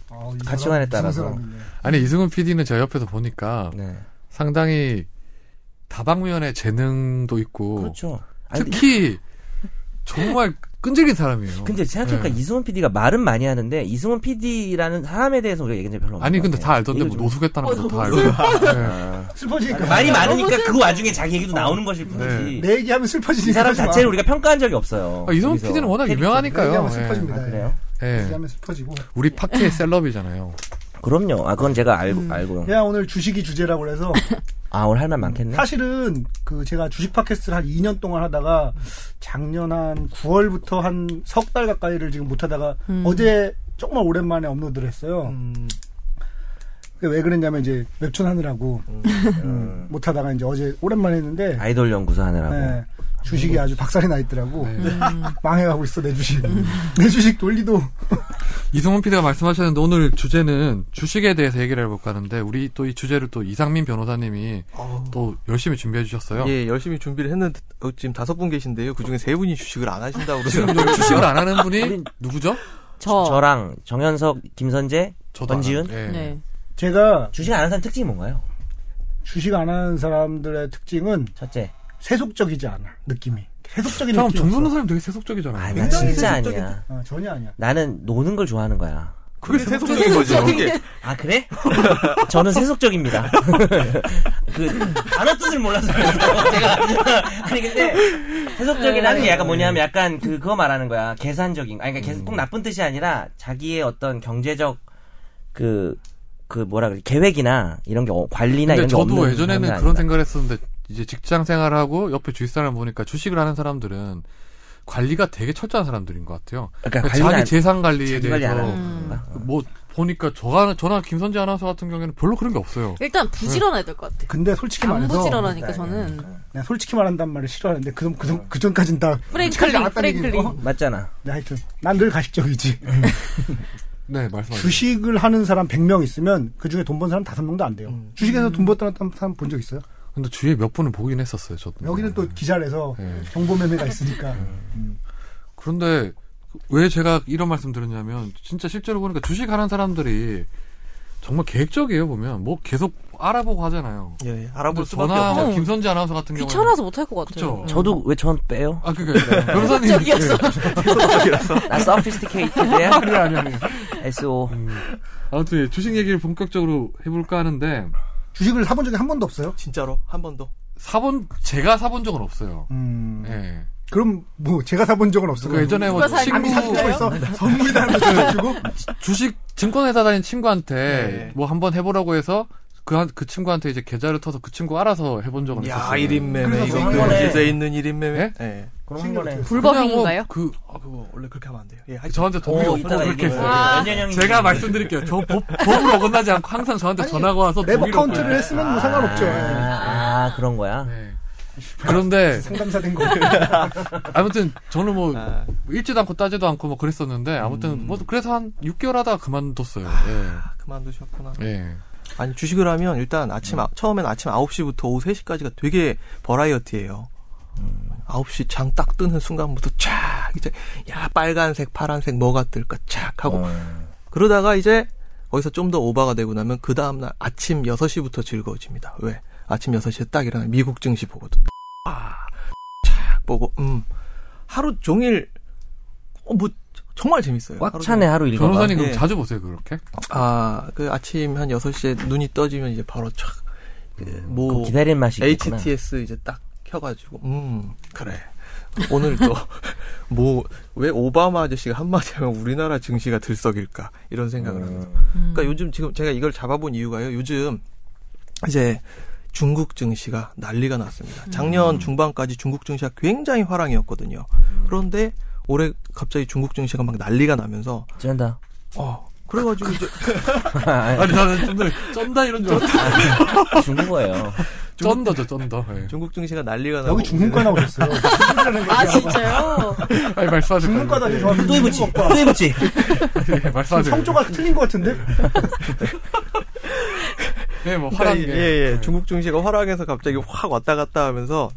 Speaker 5: 아,
Speaker 3: 가치관에 따라서.
Speaker 1: 아니 이승훈 PD는 제가 옆에서 보니까
Speaker 3: 네.
Speaker 1: 상당히 다방면의 재능도
Speaker 5: 어.
Speaker 1: 있고
Speaker 3: 그렇죠. 아니, 근데 (laughs)
Speaker 1: 특히 정말 끈질긴 사람이에요.
Speaker 3: 어. 근데 생각해보니까
Speaker 1: 네.
Speaker 3: 이승훈 PD가 말은 많이 하는데 이승훈 PD라는 사람에 대해서 우리가 얘기한 적 별로 없는
Speaker 1: 아니
Speaker 3: 것
Speaker 1: 근데
Speaker 3: 같아요.
Speaker 1: 다 알던데
Speaker 3: 이거
Speaker 1: 뭐
Speaker 3: 좀- 어,
Speaker 1: 노숙했다는 것도 다 알고. 네.
Speaker 3: 아,
Speaker 5: 슬퍼지니까.
Speaker 3: 말이 많으니까 그 와중에 자기
Speaker 5: 어.
Speaker 3: 얘기도 나오는 것일 뿐이지.
Speaker 5: 내 얘기하면
Speaker 3: 이
Speaker 5: 슬퍼지니까.
Speaker 3: 사람
Speaker 5: 하지 마.
Speaker 3: 자체를 우리가 평가한 적이 없어요.
Speaker 1: 네. 아, 이승훈
Speaker 3: 여기서.
Speaker 1: PD는 워낙
Speaker 5: 내 얘기하면
Speaker 1: 유명하니까요. 예.
Speaker 5: 슬퍼집니다.
Speaker 3: 아, 그래요?
Speaker 1: 예.
Speaker 5: 얘기하면 슬퍼지고.
Speaker 1: 우리 파케의 셀럽이잖아요.
Speaker 3: 그럼요. 아 그건 제가 알고
Speaker 5: 음.
Speaker 3: 알고.
Speaker 5: 야, 오늘 주식이 주제라고 해서
Speaker 3: 아 오늘 할 말 많겠네.
Speaker 5: 사실은 그 제가 주식 팟캐스트를 한 2년 동안 하다가 작년 한 9월부터 한 석 달 가까이를 지금 못 하다가 어제 정말 오랜만에 업로드를 했어요.
Speaker 2: 음,
Speaker 5: 그게 왜 그랬냐면 이제 웹툰 하느라고 (laughs) 음, 못 하다가 이제 어제 오랜만에 했는데
Speaker 3: 아이돌 연구소 하느라고.
Speaker 5: 네, 주식이 아주 박살이 나 있더라고. 음. 망해가고 있어 내 주식. (laughs) 내 주식 돌리도
Speaker 1: 이승훈 PD가 말씀하셨는데 오늘 주제는 주식에 대해서 얘기를 해볼까 하는데 우리 또 이 주제를 또 이상민 변호사님이
Speaker 3: 어.
Speaker 1: 또 열심히 준비해 주셨어요.
Speaker 2: 예, 열심히 준비를 했는데 어, 지금 다섯 분 계신데요. 그 중에 세 분이 주식을 안 하신다고
Speaker 1: 지금
Speaker 2: 그러세요.
Speaker 3: (laughs)
Speaker 1: 요 주식을 안 하는 분이 누구죠?
Speaker 4: 저.
Speaker 3: 저랑 정현석, 김선재,
Speaker 1: 저도 안
Speaker 3: 권지윤.
Speaker 1: 하는- 예.
Speaker 4: 네.
Speaker 5: 제가
Speaker 3: 주식 안 하는 사람 특징이 뭔가요?
Speaker 5: 주식 안 하는 사람들의 특징은
Speaker 3: 첫째.
Speaker 5: 세속적이지 않아 느낌이. 세속적인
Speaker 1: 잠깐
Speaker 5: 느낌.
Speaker 1: 정
Speaker 5: 없어.
Speaker 1: 변호사님 되게 세속적이잖아요.
Speaker 3: 아, 나
Speaker 5: 굉장히
Speaker 3: 진짜
Speaker 5: 세속적인-
Speaker 3: 아니야.
Speaker 5: 어, 전혀 아니야.
Speaker 3: 나는 노는 걸 좋아하는 거야.
Speaker 2: 그게 세속적인 거죠. 예.
Speaker 3: 아 그래? (laughs) 저는 세속적입니다. (laughs) 그 단어 뜻을 몰라서 그래요. 제가 (laughs) 아니 근데 세속적이라는 게 약간 뭐냐면 약간 그 그거 말하는 거야. 계산적인. 아니 그러니까 계산- 꼭 나쁜 뜻이 아니라 자기의 어떤 경제적 그 그 뭐라 그래 계획이나 이런 게 어- 관리나
Speaker 1: 근데
Speaker 3: 이런 게 없는
Speaker 1: 저도
Speaker 3: 사람은
Speaker 1: 예전에는
Speaker 3: 아니다.
Speaker 1: 그런 생각을 했었는데 이제 직장 생활하고 옆에 주위 사람 보니까 주식을 하는 사람들은 관리가 되게 철저한 사람들인 것 같아요.
Speaker 3: 그러니까
Speaker 1: 그러니까 자기
Speaker 3: 관리는
Speaker 1: 재산 관리에
Speaker 3: 자기 관리 안
Speaker 1: 대해서
Speaker 3: 하는 건가?
Speaker 1: 뭐 보니까 저가 저나 김선재 아나운서 같은 경우에는 별로 그런 게 없어요.
Speaker 4: 일단 부지런해야 될 것 같아.
Speaker 5: 근데 솔직히
Speaker 4: 안
Speaker 5: 말해서 네, 그러니까.
Speaker 4: 부지런하니까 저는.
Speaker 5: 내가 솔직히 말한단 말을 싫어하는데 그, 전- 그,
Speaker 1: 네.
Speaker 5: 전- 그 전까진 다 네,
Speaker 4: 프랭클린,
Speaker 5: 잘 나갔다는
Speaker 4: 프랭클린.
Speaker 5: 얘기고.
Speaker 3: 맞잖아.
Speaker 5: 네, 하여튼 난 늘 가식적이지
Speaker 1: 네, 말씀하세요.
Speaker 5: 주식을 하는 사람 100명 있으면 그 중에 돈 번 사람 5명도 안 돼요.
Speaker 2: 음.
Speaker 5: 주식에서 돈 벌던 사람 본 적 있어요?
Speaker 1: 근데 주위에 몇 분을 보긴 했었어요, 저도.
Speaker 5: 여기는 또 기자라서
Speaker 1: 네.
Speaker 5: 정보매매가 있으니까.
Speaker 1: 그런데 왜 제가 이런 말씀 드렸냐면 진짜 실제로 보니까 주식하는 사람들이 정말 계획적이에요 보면 뭐 계속 알아보고 하잖아요.
Speaker 2: 예, 예. 알아볼 수밖에
Speaker 1: 전화
Speaker 2: 없죠.
Speaker 1: 뭐
Speaker 4: 없죠.
Speaker 1: 김선지 아나운서 같은 경우
Speaker 4: 귀찮아서 못할 것 같아요.
Speaker 1: 그쵸.
Speaker 3: 저도 왜 저한테 빼요?
Speaker 1: 아 그러니까 변호사님
Speaker 4: 갑자기였어.
Speaker 3: 나 아,
Speaker 1: (laughs)
Speaker 3: sophisticated에
Speaker 1: 아니 아니 아니.
Speaker 3: SO.
Speaker 1: 아무튼 예, 주식 얘기를 본격적으로 해볼까 하는데
Speaker 5: 주식을 사본 적이 한 번도 없어요?
Speaker 2: 진짜로 한 번도.
Speaker 1: 사본 제가 사본 적은 없어요.
Speaker 5: 음.
Speaker 1: 예.
Speaker 5: 그럼 뭐 제가 사본 적은 없어요.
Speaker 1: 그 예전에 뭐 네.
Speaker 4: 누가 사-
Speaker 1: 친구
Speaker 5: 남이 사주고
Speaker 4: 친구예요?
Speaker 5: 있어. 선물이라는 걸 사주고
Speaker 1: 주식 증권회사 다닌 친구한테
Speaker 2: 네.
Speaker 1: 뭐 한번 해보라고 해서 그, 한- 그 친구한테 이제 계좌를 터서 그 친구 알아서 해본 적은
Speaker 2: 야,
Speaker 1: 있었어요. 뭐
Speaker 2: 1인 매매.
Speaker 5: 그래서
Speaker 2: 이거
Speaker 3: 한 번에-
Speaker 2: 그제 있는 1인
Speaker 1: 예?
Speaker 2: 매매. 예.
Speaker 3: 그럼 한 번에.
Speaker 1: 그냥
Speaker 4: 불법인가요?
Speaker 1: 뭐 그,
Speaker 2: 아, 그거 원래 그렇게 하면 안 돼요. 예, 하여튼.
Speaker 1: 저한테 돈이
Speaker 3: 오,
Speaker 1: 없고
Speaker 3: 이따가
Speaker 1: 그렇게
Speaker 3: 얘기해요.
Speaker 1: 했어요.
Speaker 3: 연연 형이.
Speaker 1: 제가 말씀드릴게요. 저 법, 법을 어긋나지 않고 항상 저한테 전화가 와서 네.
Speaker 5: 랩
Speaker 1: 독일
Speaker 5: 어카운트를
Speaker 1: 없어요.
Speaker 5: 했으면 뭐 상관없죠.
Speaker 3: 아, 아, 그런 거야?
Speaker 1: 네. 그런데 (laughs)
Speaker 5: 상담사 된 거.
Speaker 1: 아무튼 저는 뭐
Speaker 2: 아,
Speaker 1: 읽지도 않고 따지도 않고 뭐 그랬었는데 아무튼 뭐 그래서 한 6개월 하다가 그만뒀어요.
Speaker 2: 아, 그만두셨구나.
Speaker 1: 예. 예.
Speaker 2: 아니 주식을 하면 일단 아침 아- 처음엔 아침 9시부터 오후 3시까지가 되게 버라이어티예요. 9시 장 딱 뜨는 순간부터 쫙 이제 야 빨간색 파란색 뭐가 뜰까 쫙 하고 그러다가 이제 거기서 좀 더 오바가 되고 나면 그 다음 날 아침 6시부터 즐거워집니다. 왜? 아침 6시에 딱 일어나 미국 증시 보거든. 아, 쫙 보고 음 하루 종일 어 뭐 정말 재밌어요.
Speaker 3: 꽉
Speaker 2: 하루
Speaker 3: 차네, 하루 읽어봐.
Speaker 1: 변호사님 그럼
Speaker 2: 예.
Speaker 1: 자주 보세요 그렇게?
Speaker 2: 아, 그 아침 한 6시에 눈이 떠지면 이제 바로 촥. 그
Speaker 3: 음, 그거
Speaker 2: 뭐,
Speaker 3: 기다리는 맛이 있구나.
Speaker 2: HTS 이제 딱 켜가지고, 음, 그래. 오늘 또, (laughs) 뭐, 왜 오바마 아저씨가 한마디 하면 우리나라 증시가 들썩일까? 이런 생각을
Speaker 3: 음.
Speaker 2: 합니다.
Speaker 4: 음.
Speaker 2: 그러니까 요즘 지금 제가 이걸 잡아본 이유가요. 요즘 이제 중국 증시가 난리가 났습니다.
Speaker 3: 음.
Speaker 2: 작년 중반까지 중국 증시가 굉장히 화랑이었거든요. 그런데 올해 갑자기 중국 증시가 막 난리가 나면서,
Speaker 3: 짠다.
Speaker 2: 어, 그래가지고 이제
Speaker 1: 아니 나는 좀 더 쩐다 이런 줄 알았어.
Speaker 3: 중국어예요.
Speaker 1: (laughs) 쩐다죠 쩐다. 예.
Speaker 2: 중국 증시가 난리가 나고
Speaker 5: 여기 중문과
Speaker 1: (laughs)
Speaker 5: 나오셨어요.
Speaker 4: 아 진짜요?
Speaker 1: 아니 말씀하세요.
Speaker 5: 중문과 다니 좋아하는
Speaker 3: 또 입었지?
Speaker 5: 중국과.
Speaker 3: 또 입었지?
Speaker 1: 예, 말씀하세요.
Speaker 5: 성조가 틀린 것 같은데?
Speaker 1: 예, 뭐
Speaker 2: 그러니까
Speaker 1: 화난
Speaker 2: 이-
Speaker 1: 게.
Speaker 2: (laughs) 예, 예. 중국 증시가 화락해서 갑자기 확 왔다 갔다 하면서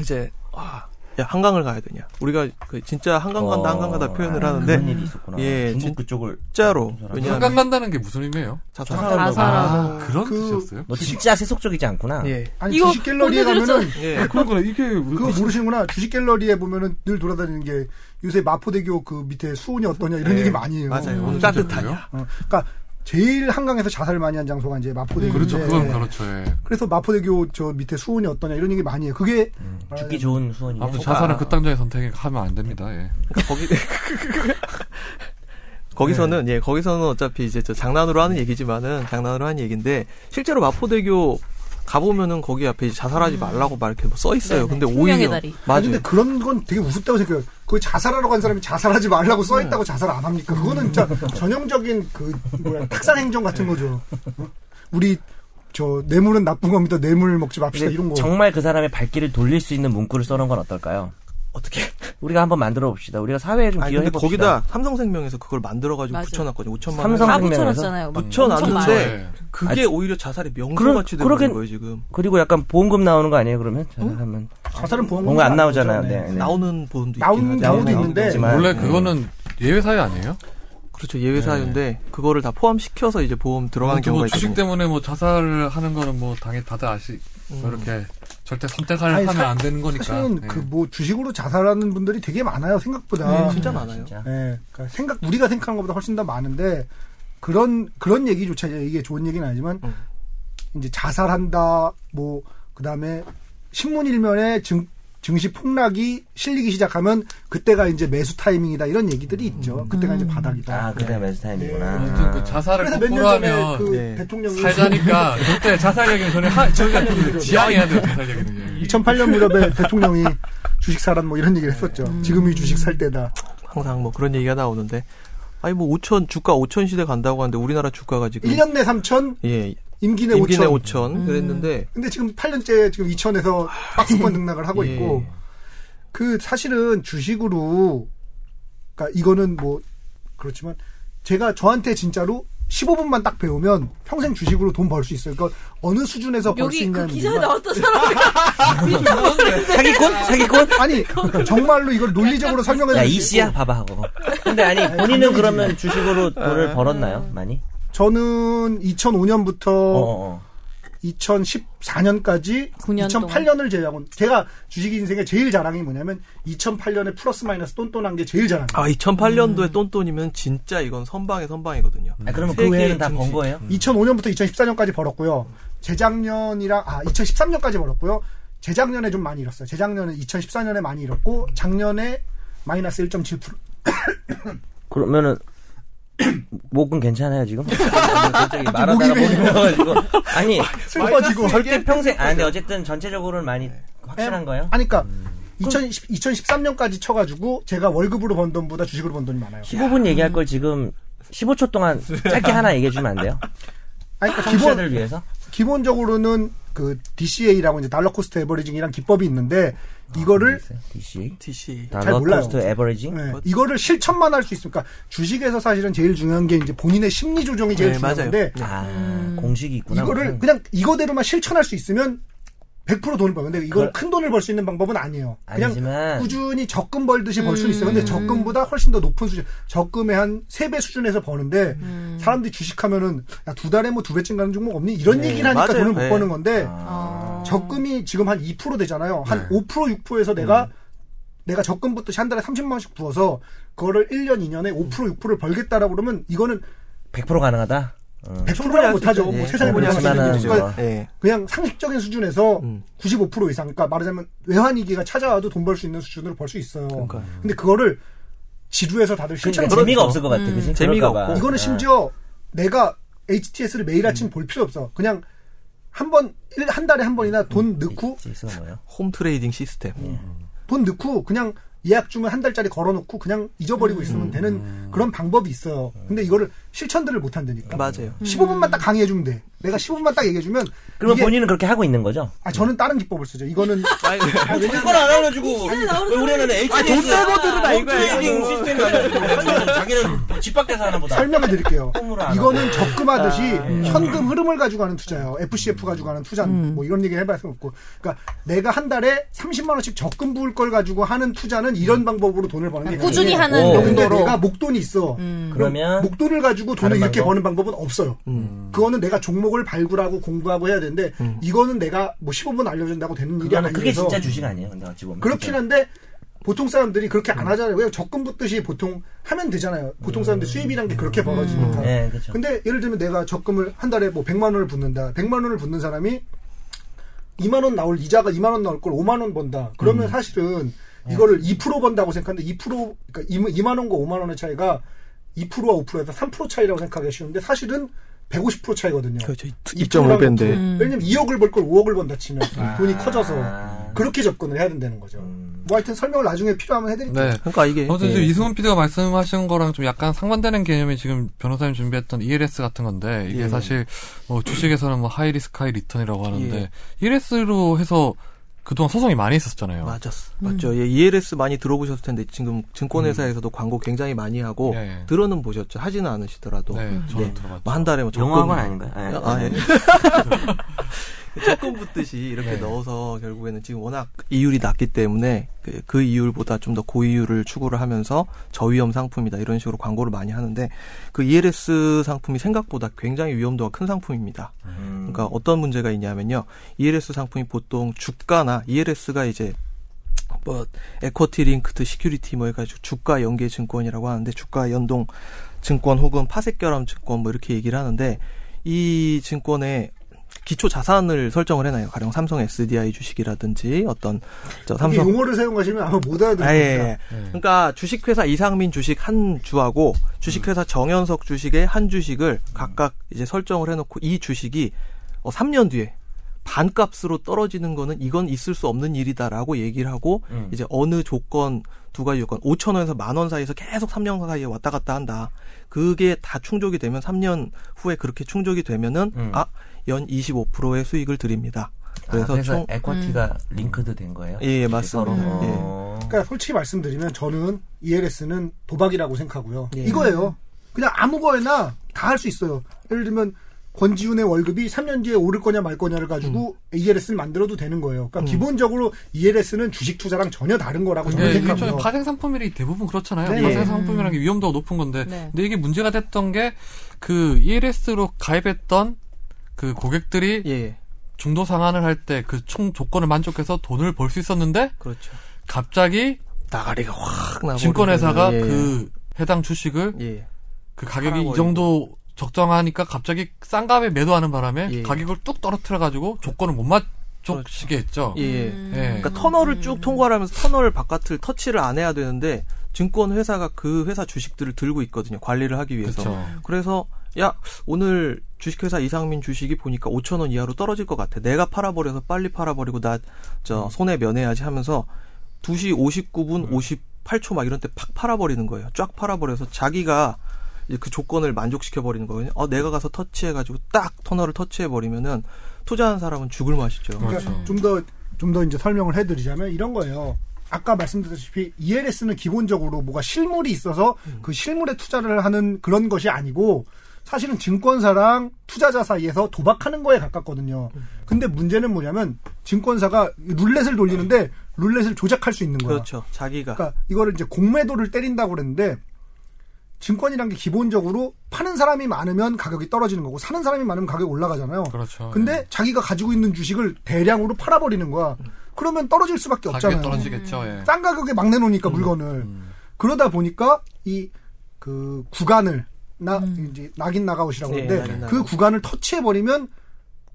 Speaker 2: 이제 아, 야 한강을 가야 되냐? 우리가 그 진짜 한강 간다 한강 간다 표현을
Speaker 3: 아, 어. 그런
Speaker 2: 하는데
Speaker 3: 일이 있었구나.
Speaker 2: 예,
Speaker 3: 중국
Speaker 2: 진-
Speaker 3: 그쪽을
Speaker 2: 진짜로 왜냐하면
Speaker 1: 한강 간다는 게 무슨 의미예요?
Speaker 2: 자살하고
Speaker 4: 자살하고.
Speaker 1: 예. 아, 그런
Speaker 5: 그-
Speaker 1: 뜻이었어요?
Speaker 3: 너 진짜 세속적이지 않구나.
Speaker 2: 예,
Speaker 5: 아니
Speaker 4: 이거
Speaker 5: 주식 갤러리에
Speaker 4: 언제
Speaker 5: 가면은
Speaker 2: 예.
Speaker 1: 그러니까 이게
Speaker 5: 그거 모르시는구나. 주식 갤러리에 보면은 늘 돌아다니는 게 요새 마포대교 그 밑에 수온이 어떠냐 이런
Speaker 2: 예,
Speaker 5: 얘기 많이 해요.
Speaker 2: 맞아요.
Speaker 1: 음,
Speaker 2: 오늘
Speaker 1: 진짜
Speaker 2: 따뜻하냐?
Speaker 5: 어, 그러니까 제일 한강에서 자살 많이 한 장소가 이제 마포대교.
Speaker 1: 그렇죠. 그건 그렇죠. 예.
Speaker 5: 그래서 마포대교 저 밑에 수온이 어떠냐 이런 얘기 많이 해요. 그게
Speaker 3: 죽기 좋은 수원이네.
Speaker 1: 아무튼
Speaker 2: 자-
Speaker 1: 자살은
Speaker 2: 아.
Speaker 1: 그 당장의 선택하면 안 됩니다. 예.
Speaker 2: 그러니까 거기 (laughs) 거기서는 예 거기서는 어차피 이제 저 장난으로 하는 얘기지만은 장난으로 하는 얘기인데 실제로 마포대교 가보면은 거기 앞에 이제 자살하지 말라고 막 이렇게 뭐써 있어요.
Speaker 4: 네네.
Speaker 2: 근데
Speaker 4: 생명의
Speaker 2: 오히려
Speaker 4: 다리.
Speaker 2: 맞아요.
Speaker 5: 근데 그런 건 되게 우습다고 생각해요. 그 자살하러 간 사람이 자살하지 말라고
Speaker 3: 네.
Speaker 5: 써 있다고 자살 안 합니까? 그거는
Speaker 3: (laughs)
Speaker 5: 진짜 전형적인 그 뭐야 탁상 행정
Speaker 3: 네.
Speaker 5: 같은 거죠. 어? 우리 저 뇌물은 나쁜 겁니다. 뇌물 먹지 맙시다
Speaker 3: 근데
Speaker 5: 이런 거.
Speaker 3: 정말 그 사람의 발길을 돌릴 수 있는 문구를 써놓은 건 어떨까요? 어떻게? 우리가 한번 만들어 봅시다. 우리가 사회에 좀
Speaker 2: 아니 근데
Speaker 3: 기여해 봅시다.
Speaker 2: 거기다 삼성생명에서 그걸 만들어가지고
Speaker 4: 맞아.
Speaker 2: 붙여놨거든요. 5천만 원.
Speaker 3: 삼성-
Speaker 4: 다
Speaker 3: 생명에서?
Speaker 4: 붙여놨잖아요. 막
Speaker 2: 붙여놨는데
Speaker 4: 엄청 많아요.
Speaker 1: 예.
Speaker 2: 그게 오히려 자살의 명분같이 되는
Speaker 3: 그러- 그러긴-
Speaker 2: 거예요 지금.
Speaker 3: 그리고 약간 보험금 나오는 거 아니에요? 그러면 자, 한번
Speaker 5: 자살은 보험
Speaker 3: 뭔가 안 나오잖아요. 네, 네.
Speaker 2: 나오는 보험도
Speaker 5: 나온
Speaker 2: 있긴 하죠.
Speaker 5: 경우도
Speaker 3: 나오는
Speaker 5: 있는데
Speaker 3: 거지만.
Speaker 1: 원래
Speaker 3: 네.
Speaker 1: 그거는 예외 사유 아니에요?
Speaker 2: 그렇죠 예외 사유인데
Speaker 3: 네.
Speaker 2: 그거를 다 포함시켜서 이제 보험 들어가는
Speaker 1: 뭐
Speaker 2: 경우가
Speaker 1: 주식
Speaker 2: 있죠.
Speaker 1: 때문에 뭐 자살을 하는 거는 뭐 당연히 다들 아시 뭐 이렇게 절대 선택을
Speaker 5: 음. 아니,
Speaker 1: 하면
Speaker 5: 사-
Speaker 1: 안 되는 거니까.
Speaker 5: 사실은
Speaker 3: 네.
Speaker 1: 예.
Speaker 5: 그 뭐 주식으로 자살하는 분들이 되게 많아요 생각보다.
Speaker 2: 네, 진짜 많아요.
Speaker 3: 진짜.
Speaker 5: 예, 그러니까 생각 우리가 생각하는 것보다 훨씬 더 많은데 그런 그런 얘기조차 이게 좋은 얘기는 아니지만
Speaker 2: 음.
Speaker 5: 이제 자살한다 뭐 그다음에 신문 일면에 증 증시 폭락이 실리기 시작하면 그때가 이제 매수 타이밍이다 이런 얘기들이 있죠. 그때가 이제 바닥이다. 네.
Speaker 3: 아, 그래 매스 타임이구나.
Speaker 1: 아무튼 그 자살을
Speaker 5: 그래서 몇 년
Speaker 1: 거꾸로
Speaker 5: 전에
Speaker 1: 하면
Speaker 5: 그
Speaker 2: 네.
Speaker 5: 대통령이 (laughs)
Speaker 1: 살자니까 그때 자살 얘기는 전에 하, 저희가 좀 지양해야 돼요 자살 얘기는. 예.
Speaker 5: 2008년 무렵에 대통령이 주식 사란 뭐 이런 얘기를 했었죠. 지금이 주식 살 때다.
Speaker 2: 항상 뭐 그런 얘기가 나오는데 아니 뭐 5천 주가 5천 시대 간다고 하는데 우리나라 주가가 지금
Speaker 5: 1년 내 3천,
Speaker 2: 예
Speaker 5: 임기 내
Speaker 2: 음. 임기 내
Speaker 5: 5천.
Speaker 2: 5천
Speaker 4: 음.
Speaker 2: 그랬는데
Speaker 5: 근데 지금 8년째 지금 2천에서
Speaker 3: (laughs)
Speaker 5: 박스권 등락을 하고
Speaker 2: 예.
Speaker 5: 있고 그 사실은 주식으로 그러니까 이거는 뭐 그렇지만 제가 저한테 진짜로 15분만 딱 배우면 평생 주식으로 돈 벌 수 있어요. 그러니까 어느 수준에서 벌
Speaker 4: 여기
Speaker 5: 수
Speaker 4: 그
Speaker 5: 있냐는
Speaker 4: 기사에
Speaker 5: 얘기가-
Speaker 4: 나왔던 사람이 (laughs) 그렇죠.
Speaker 3: 사기꾼? 사기꾼?
Speaker 5: (laughs) 아니 정말로 이걸 논리적으로 설명해
Speaker 3: 야,
Speaker 5: 주시
Speaker 3: 이 씨야, 봐봐, 하고. 근데 아니, 본인은 그러면 주식으로 돈을 벌었나요? 많이?
Speaker 5: 저는 2005년부터
Speaker 3: 어, 어.
Speaker 5: 2014년까지
Speaker 4: 구년
Speaker 5: 2008년을 제외하고 제가 주식 인생의 제일 자랑이 뭐냐면 2008년에 플러스 마이너스 똔똔한 게 제일 자랑이에요.
Speaker 2: 아, 2008년도에 똔똔이면 진짜 이건 선방의 선방이거든요.
Speaker 3: 음. 아, 그러면
Speaker 2: 세계
Speaker 3: 그 외에는 다 번
Speaker 2: 증시.
Speaker 3: 거예요?
Speaker 5: 2005년부터 2014년까지 벌었고요. 재작년이랑 아 2013년까지 벌었고요. 재작년에 좀 많이 잃었어요. 재작년에 2014년에 많이 잃었고 작년에 마이너스 1.7%
Speaker 3: 그러면은, (clears throat) 목은 (laughs) 괜찮아요, 지금? 갑자기
Speaker 5: 목이
Speaker 3: 말하다가
Speaker 5: 왜
Speaker 3: 목이 메어가지고. 아니,
Speaker 5: 슬퍼지고 네.
Speaker 3: 절대 평생, 아, 근데 어쨌든 전체적으로는 많이 확실한 거예요? 음.
Speaker 5: 아니 그러니까 2010, 2013년까지 쳐가지고 제가 월급으로 번 돈보다 주식으로 번 돈이 많아요.
Speaker 3: 15분 얘기할 걸 지금 15초 동안 짧게 하나 얘기해주면 안 돼요?
Speaker 5: 아니 그러니까 기본
Speaker 3: 청취자들 위해서?
Speaker 5: 기본적으로는 그 DCA라고 이제 달러 코스트 에버리징이란 기법이 있는데
Speaker 3: 아,
Speaker 5: 이거를
Speaker 3: DC.
Speaker 2: DC.
Speaker 3: 달러
Speaker 5: 몰라요.
Speaker 3: 코스트 에버리징?
Speaker 5: 네, 이거를 실천만 할 수 있습니까? 주식에서 사실은 제일 중요한 게 이제 본인의 심리 조정이 제일
Speaker 2: 네, 맞아요.
Speaker 5: 중요한데
Speaker 2: 네.
Speaker 3: 아, 공식이 있구나. 음.
Speaker 5: 이거를
Speaker 3: 무슨.
Speaker 5: 그냥 이거대로만 실천할 수 있으면 100% 돈을 벌는데 이걸
Speaker 3: 그걸-
Speaker 5: 큰 돈을 벌 수 있는 방법은 아니에요. 그냥
Speaker 3: 아니지만
Speaker 5: 꾸준히 적금 벌듯이 벌 수는 있어요. 근데 적금보다 훨씬 더 높은 수준, 적금의 한 3배 수준에서 버는데 사람들이 주식하면은 야, 두 달에 뭐 두 배쯤 가는 종목 없니? 이런
Speaker 2: 네,
Speaker 5: 얘기를 하니까
Speaker 2: 맞아요.
Speaker 5: 돈을 못
Speaker 2: 네.
Speaker 5: 버는 건데
Speaker 3: 아.
Speaker 4: 어.
Speaker 5: 적금이 지금 한 2% 되잖아요.
Speaker 3: 네.
Speaker 5: 한 5% 6%에서
Speaker 3: 음.
Speaker 5: 내가 내가 적금부터 한 달에 30만 원씩 부어서 그거를 1년 2년에 5% 6%를 벌겠다라고 그러면 이거는
Speaker 3: 100% 가능하다. 어.
Speaker 5: 100%는 못하죠. 뭐
Speaker 2: 네.
Speaker 5: 세상에
Speaker 3: 충분히
Speaker 5: 그러니까 별로
Speaker 3: 할
Speaker 5: 없는
Speaker 3: 만한
Speaker 5: 일이니까
Speaker 3: 거죠.
Speaker 2: 예.
Speaker 5: 그냥 상식적인 수준에서
Speaker 2: 음.
Speaker 5: 95% 이상, 그러니까 말하자면 외환위기가 찾아와도 돈 벌 수 있는 수준으로 벌 수 있어요.
Speaker 2: 그러니까요.
Speaker 5: 근데 그거를 지루해서 다들 실천
Speaker 3: 그러니까
Speaker 5: 을
Speaker 3: 재미가 네. 없을 것 같아. 그지?
Speaker 2: 재미가
Speaker 3: 그럴까 봐.
Speaker 2: 없고.
Speaker 5: 이거는 심지어 내가 HTS를 매일
Speaker 3: 음.
Speaker 5: 아침 볼 필요 없어. 그냥 한 번, 일- 한 달에 한
Speaker 3: 음.
Speaker 5: 번이나 돈 넣고
Speaker 3: 제이스가 뭐예요?
Speaker 2: 홈 트레이딩 시스템.
Speaker 1: 음.
Speaker 5: 돈 넣고 그냥 예약 주문 한 달짜리 걸어놓고 그냥 잊어버리고
Speaker 3: 음.
Speaker 5: 있으면 되는 그런 방법이 있어요. 근데 이거를 실천들을 못 한다니까.
Speaker 2: 맞아요.
Speaker 5: 15분만 딱 강의해주면 돼. 내가 15분만 딱 얘기해주면
Speaker 3: 그러면
Speaker 5: 이게-
Speaker 3: 본인은 그렇게 하고 있는 거죠?
Speaker 5: 아 저는 다른 기법을
Speaker 3: (laughs)
Speaker 5: 쓰죠. 이거는
Speaker 3: 그걸 안 알려주고
Speaker 4: 나오는
Speaker 3: 우리는
Speaker 2: 돈 빼고 들으라 이거야. 이거는.
Speaker 3: 시스템 알려주고 자기는 집 밖에서 하나 보다.
Speaker 5: 설명해
Speaker 3: (laughs)
Speaker 5: 드릴게요.
Speaker 3: 홈으로 안 아, 예.
Speaker 5: 이거는 적금하듯이 현금 흐름을 가지고 가는 투자예요. FCF 가지고 가는 투자
Speaker 4: 음.
Speaker 5: 뭐 이런 얘기 해봐야 소용없고. 그러니까 내가 한 달에 30만 원씩 적금 부을 걸 가지고 하는 투자는 이런
Speaker 3: 음.
Speaker 5: 방법으로 돈을 버는 게
Speaker 4: 아, 꾸준히
Speaker 5: 가능해요.
Speaker 4: 하는
Speaker 3: 오.
Speaker 5: 근데
Speaker 4: 용도로. 음.
Speaker 5: 내가 목돈이 있어. 그럼
Speaker 3: 그러면
Speaker 5: 목돈을 가지고 돈을
Speaker 3: 다른
Speaker 5: 이렇게
Speaker 3: 방법? 음.
Speaker 5: 버는 방법은 없어요. 그거는 내가 종목을 발굴하고 공부하고 해야 되는데 이거는 내가 뭐 15분 알려준다고 되는 일이
Speaker 3: 그거는
Speaker 5: 아니라서
Speaker 3: 그게 진짜 주식 아니에요. 근데 어찌 보면
Speaker 2: 네.
Speaker 5: 그렇긴 한데 보통 사람들이 그렇게
Speaker 2: 음.
Speaker 5: 안 하잖아요. 그냥 적금 붙듯이 보통 하면 되잖아요. 보통 사람들 수입이란 게
Speaker 2: 음.
Speaker 5: 그렇게 벌어지니까.
Speaker 3: 네, 그렇죠.
Speaker 5: 근데 예를 들면 내가 적금을 한 달에 뭐 100만 원을 붓는다. 100만 원을 붓는 사람이 2만 원 나올 이자가 2만 원 나올 걸 5만 원 번다.
Speaker 2: 음.
Speaker 5: 그러면 사실은
Speaker 2: 네.
Speaker 5: 이거를 2% 번다고 생각하는데 2% 그러니까 2, 만 원과 5만 원의 차이가 2%와 5%에서 3% 차이라고 생각하기 쉬운데 사실은 150% 차이거든요.
Speaker 2: 그렇죠.
Speaker 5: 2.5
Speaker 2: 2.5배인데.
Speaker 5: 왜냐면 2억을 벌 걸 5억을 번다 치면 돈이 커져서
Speaker 3: 아.
Speaker 5: 그렇게 접근을 해야 된다는 거죠. 뭐 하여튼 설명을 나중에 필요하면 해드릴게요.
Speaker 1: 네.
Speaker 2: 그러니까 이게
Speaker 1: 아무튼
Speaker 2: 예.
Speaker 1: 지금 이승훈 PD가 말씀하신 거랑 좀 약간 상반되는 개념이 지금 변호사님 준비했던 ELS 같은 건데 이게
Speaker 2: 예.
Speaker 1: 사실 뭐 주식에서는 뭐 하이 리스크 하이 리턴이라고 하는데
Speaker 2: 예.
Speaker 1: ELS로 해서 그동안 소송이 많이 있었잖아요.
Speaker 2: 맞았어.
Speaker 1: 음.
Speaker 2: 맞죠. 예, ELS 많이 들어보셨을 텐데 지금 증권회사에서도 광고 굉장히 많이 하고
Speaker 1: 예, 예.
Speaker 2: 들어는 보셨죠. 하지는 않으시더라도
Speaker 1: 네, 저는
Speaker 2: 예.
Speaker 1: 들어봤죠.
Speaker 2: 뭐한 달에 뭐 적금-
Speaker 3: 영어학원 아닌가요? 예.
Speaker 2: 아, (laughs) 예. 적금 붙듯이 이렇게 넣어서 결국에는 지금 워낙 이율이 낮기 때문에 그, 그 이율보다 좀 더 고이율을 추구를 하면서 저위험 상품이다 이런 식으로 광고를 많이 하는데 그 ELS 상품이 생각보다 굉장히 위험도가 큰 상품입니다.
Speaker 3: 음.
Speaker 2: 그러니까 어떤 문제가 있냐면요. ELS 상품이 보통 주가나 ELS가 이제 뭐 에쿼티 링크드 시큐리티 뭐 해가지고 주가 연계 증권이라고 하는데 주가 연동 증권 혹은 파생 결함 증권 뭐 이렇게 얘기를 하는데 이 증권의 기초 자산을 설정을 해놔요. 가령 삼성 SDI 주식이라든지 어떤 저
Speaker 5: 이게
Speaker 2: 삼성
Speaker 5: 용어를 사용하시면 아마 못 알아들을
Speaker 2: 아, 예,
Speaker 5: 거예요.
Speaker 2: 예. 그러니까 주식회사 이상민 주식 한 주하고
Speaker 3: 음.
Speaker 2: 주식회사 정현석 주식의 한 주식을 각각 이제 설정을 해놓고 이 주식이 어, 3년 뒤에 반값으로 떨어지는 거는 이건 있을 수 없는 일이다라고 얘기를 하고
Speaker 3: 음.
Speaker 2: 이제 어느 조건 두 가지 조건 5천 원에서 만 원 사이에서 계속 3년 사이에 왔다 갔다 한다. 그게 다 충족이 되면 3년 후에 그렇게 충족이 되면은
Speaker 3: 음. 아,
Speaker 2: 아 연 25%의 수익을 드립니다.
Speaker 3: 그래서,
Speaker 2: 그래서 총
Speaker 3: 에쿼티가 링크드 된 거예요?
Speaker 2: 예, 예, 맞습니다.
Speaker 3: 서로.
Speaker 2: 예.
Speaker 3: 어.
Speaker 5: E 그러니까 솔직히 말씀드리면 저는 ELS는 도박이라고 생각하고요.
Speaker 2: 예.
Speaker 5: 이거예요. 그냥 아무 거나 다 할 수 있어요. 예를 들면 권지훈의 월급이 3년 뒤에 오를 거냐 말 거냐를 가지고 ELS를 만들어도 되는 거예요. 그러니까 기본적으로 ELS는 주식 투자랑 전혀 다른 거라고 저는
Speaker 1: 네, 일종의
Speaker 5: 생각합니다.
Speaker 1: 파생 상품이 대부분 그렇잖아요.
Speaker 5: 네.
Speaker 1: 파생 상품이라는 게 위험도가 높은 건데,
Speaker 4: 네.
Speaker 1: 근데 이게 문제가 됐던 게 그 ELS로 가입했던 그 고객들이
Speaker 2: 예,
Speaker 1: 중도 상환을 할 때 그 총 조건을 만족해서 돈을 벌 수 있었는데
Speaker 2: 그렇죠.
Speaker 1: 갑자기
Speaker 2: 나가리가 확 나.
Speaker 1: 증권회사가 그 해당 주식을
Speaker 2: 예.
Speaker 1: 그 가격이 이
Speaker 2: 팔아버리고.
Speaker 1: 정도 적정하니까 갑자기 싼 값에 매도하는 바람에
Speaker 2: 예.
Speaker 1: 가격을 뚝 떨어뜨려 가지고 조건을 못 맞추게 했죠.
Speaker 2: 예. 예.
Speaker 1: 예.
Speaker 2: 그러니까 터널을 쭉 통과하면서 터널 바깥을 터치를 안 해야 되는데 증권 회사가 그 회사 주식들을 들고 있거든요. 관리를 하기 위해서.
Speaker 1: 그렇죠.
Speaker 2: 그래서 야 오늘 주식회사 이상민 주식이 보니까 5천 원 이하로 떨어질 것 같아. 내가 팔아버려서 빨리 팔아버리고 나
Speaker 1: 음.
Speaker 2: 저 손해 면해야지 하면서 2시 59분
Speaker 1: 네.
Speaker 2: 58초 막 이런 때 팍 팔아버리는 거예요. 쫙 팔아버려서 자기가 이제 그 조건을 만족시켜 버리는 거거든요. 어 내가 가서 터치해가지고 딱 터널을 터치해 버리면은 투자한 사람은 죽을 맛이죠.
Speaker 1: 그렇죠.
Speaker 5: 그러니까 좀 더 좀 더 이제 설명을 해드리자면 이런 거예요. 아까 말씀드렸다시피 ELS는 기본적으로 뭐가 실물이 있어서
Speaker 1: 음.
Speaker 5: 그 실물에 투자를 하는 그런 것이 아니고 사실은 증권사랑 투자자 사이에서 도박하는 거에 가깝거든요.
Speaker 1: 음.
Speaker 5: 근데 문제는 뭐냐면 증권사가 룰렛을 돌리는데 룰렛을 조작할 수 있는 거야.
Speaker 2: 그렇죠. 자기가
Speaker 5: 그러니까 이거를 이제 공매도를 때린다고 그랬는데 증권이란 게 기본적으로 파는 사람이 많으면 가격이 떨어지는 거고 사는 사람이 많으면 가격이 올라가잖아요.
Speaker 1: 그렇죠.
Speaker 5: 근데 자기가 가지고 있는 주식을 대량으로 팔아버리는 거야. 그러면 떨어질 수밖에
Speaker 1: 가격이
Speaker 5: 없잖아요.
Speaker 1: 떨어지겠죠. 예.
Speaker 5: 싼 가격에 막 내놓으니까 물건을
Speaker 1: 음.
Speaker 5: 그러다 보니까 이 그 구간을 나 이제 낙인 나가웃이라고
Speaker 2: 네,
Speaker 5: 하는데
Speaker 2: 낙인
Speaker 5: 그
Speaker 2: 나가웃.
Speaker 5: 구간을 터치해 버리면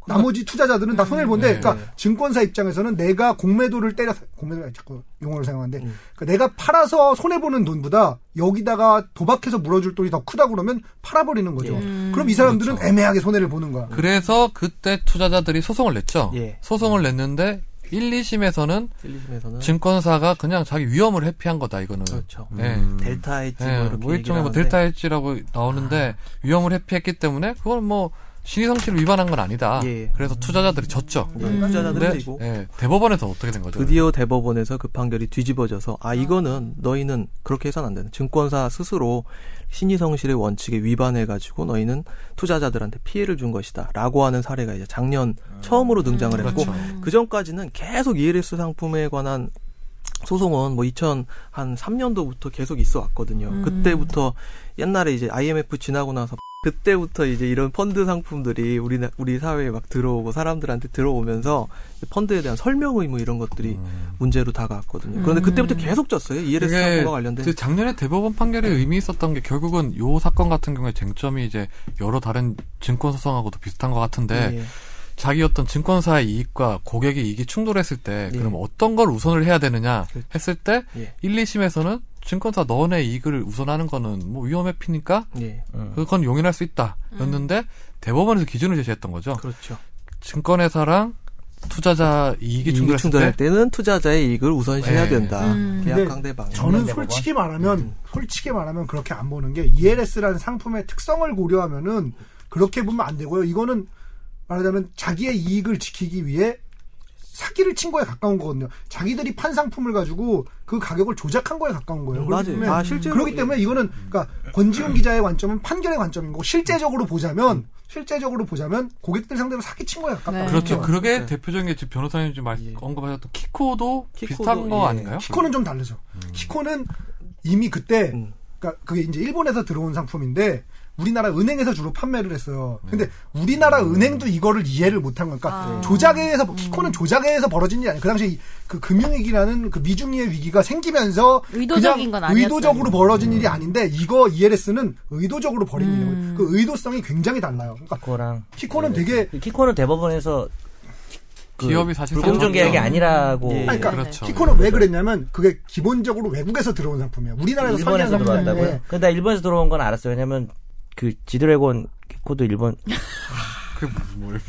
Speaker 5: 나머지 투자자들은 다 손해를 본데,
Speaker 1: 네.
Speaker 5: 그러니까 증권사 입장에서는 내가 공매도를 때려 공매도 자꾸 용어를 사용하는데,
Speaker 2: 음.
Speaker 5: 그러니까 내가 팔아서 손해 보는 돈보다 여기다가 도박해서 물어줄 돈이 더 크다 그러면 팔아버리는 거죠. 그럼 이 사람들은
Speaker 1: 그렇죠.
Speaker 5: 애매하게 손해를 보는 거야.
Speaker 1: 그래서 그때 투자자들이 소송을 냈죠.
Speaker 2: 예.
Speaker 1: 소송을 냈는데 1, 2심에서는
Speaker 2: 찔리심에서는
Speaker 1: 증권사가 그냥 자기 위험을 회피한 거다 이거는.
Speaker 2: 그렇죠.
Speaker 1: 네.
Speaker 2: 델타 엣지
Speaker 1: 네,
Speaker 2: 뭐 이렇게
Speaker 1: 뭐 일종의
Speaker 2: 얘기를
Speaker 1: 뭐
Speaker 2: 하는데 아.
Speaker 1: 델타 엣지라고 나오는데 위험을 회피했기 때문에 그건 뭐 신의 성취를 위반한 건 아니다.
Speaker 2: 예.
Speaker 1: 그래서 투자자들이 졌죠.
Speaker 2: 네,
Speaker 4: 음.
Speaker 2: 투자자들은
Speaker 1: 근데
Speaker 2: 이고
Speaker 1: 예, 대법원에서 어떻게 된 거죠?
Speaker 2: 드디어 대법원에서 그 판결이 뒤집어져서 아 이거는 너희는 그렇게 해선 안 되는 증권사 스스로 신의성실의 원칙에 위반해 가지고 너희는 투자자들한테 피해를 준 것이다라고 하는 사례가 이제 작년
Speaker 1: 아.
Speaker 2: 처음으로 등장을
Speaker 4: 그러니까
Speaker 2: 했고
Speaker 1: 그렇죠.
Speaker 2: 그 전까지는 계속 ELS 상품에 관한 소송은 뭐 2003년도부터 계속 있어 왔거든요.
Speaker 4: 음.
Speaker 2: 그때부터 옛날에 이제 IMF 지나고 나서 그때부터 이제 이런 펀드 상품들이 우리 우리 사회에 막 들어오고 사람들한테 들어오면서 펀드에 대한 설명 의무 뭐 이런 것들이
Speaker 5: 음.
Speaker 2: 문제로 다가왔거든요. 그런데 그때부터 계속 졌어요. ELS
Speaker 1: 그게
Speaker 2: 상품과 관련된
Speaker 1: 그 작년에 대법원 판결에
Speaker 2: 네.
Speaker 1: 의미 있었던 게 결국은 요 사건 같은 경우에 쟁점이 이제 여러 다른 증권 소송하고도 비슷한 것 같은데
Speaker 5: 네.
Speaker 2: 예.
Speaker 1: 자기 어떤 증권사의 이익과 고객의 이익이 충돌했을 때
Speaker 2: 예.
Speaker 1: 그럼 어떤 걸 우선을 해야 되느냐 했을 때
Speaker 2: 예.
Speaker 1: 1, 2심에서는 증권사 너네 이익을 우선하는 거는 뭐 위험해 피니까
Speaker 2: 예.
Speaker 5: 어.
Speaker 1: 그건 용인할 수 있다 였는데 대법원에서 기준을 제시했던 거죠.
Speaker 2: 그렇죠.
Speaker 1: 증권회사랑 투자자 이익이
Speaker 2: 이익이
Speaker 1: 충돌했을 때
Speaker 2: 충돌할 때는 투자자의 이익을 우선시해야
Speaker 1: 예.
Speaker 2: 된다.
Speaker 4: 음.
Speaker 2: 계약
Speaker 5: 네. 근데
Speaker 2: 강대 방해.
Speaker 5: 저는
Speaker 3: 네,
Speaker 5: 솔직히 말하면 솔직히 말하면 그렇게 안 보는 게 ELS라는 상품의 특성을 고려하면은 그렇게 보면 안 되고요. 이거는 말하자면 자기의 이익을 지키기 위해 사기를 친 거에 가까운 거거든요. 자기들이 판 상품을 가지고 그 가격을 조작한 거에 가까운 거예요.
Speaker 2: 음,
Speaker 5: 그렇기
Speaker 2: 맞아요.
Speaker 5: 때문에
Speaker 2: 아, 실제로-
Speaker 5: 그렇기 때문에 이거는 그러니까 권지훈 기자의 관점은 판결의 관점인 거고 실제적으로 보자면 실제적으로 보자면 고객들 상대로 사기 친 거에 가깝다.
Speaker 4: 네.
Speaker 1: 그렇죠. 그게
Speaker 2: 네.
Speaker 1: 대표적인 게 지금 변호사님 지금 말,
Speaker 2: 예.
Speaker 1: 언급하셨던 키코도,
Speaker 2: 키코도,
Speaker 1: 비슷한 거
Speaker 2: 예.
Speaker 1: 아닌가요?
Speaker 5: 키코는 좀 다르죠.
Speaker 3: 음.
Speaker 5: 키코는 이미 그때
Speaker 2: 음.
Speaker 5: 그러니까 그게 이제 일본에서 들어온 상품인데 우리나라 은행에서 주로 판매를 했어요. 근데
Speaker 3: 음.
Speaker 5: 우리나라 은행도 이거를 이해를 못한 거니까
Speaker 4: 아.
Speaker 5: 조작에 의해서 뭐 키코는 조작에 의해서 벌어진 일이 아니에요. 그 당시 이- 그 금융위기라는 그 미중위의 위기가 생기면서
Speaker 4: 의도적인
Speaker 5: 그냥
Speaker 4: 건 아니었죠.
Speaker 5: 의도적으로 벌어진
Speaker 3: 음.
Speaker 5: 일이 아닌데 이거 ELS는 의도적으로 벌인
Speaker 4: 음.
Speaker 5: 일이에요. 그 의도성이 굉장히 달라요. 그러니까
Speaker 3: 키코랑
Speaker 5: 키코는
Speaker 3: 네.
Speaker 5: 되게
Speaker 3: 키코는 대법원에서 그
Speaker 1: 기업이 사실상
Speaker 3: 불공정 계약이 아니라고
Speaker 2: 예.
Speaker 5: 아니, 그러니까
Speaker 1: 그렇죠.
Speaker 5: 키코는
Speaker 3: 네.
Speaker 5: 왜 그랬냐면 그게 기본적으로 외국에서 들어온 상품이에요. 우리나라에서
Speaker 3: 일본에서
Speaker 5: 상이한
Speaker 3: 들어왔다고요?
Speaker 5: 상품인데
Speaker 3: 근데 나 일본에서 들어온 건 알았어요. 왜냐면 그 지드래곤 키코도 일본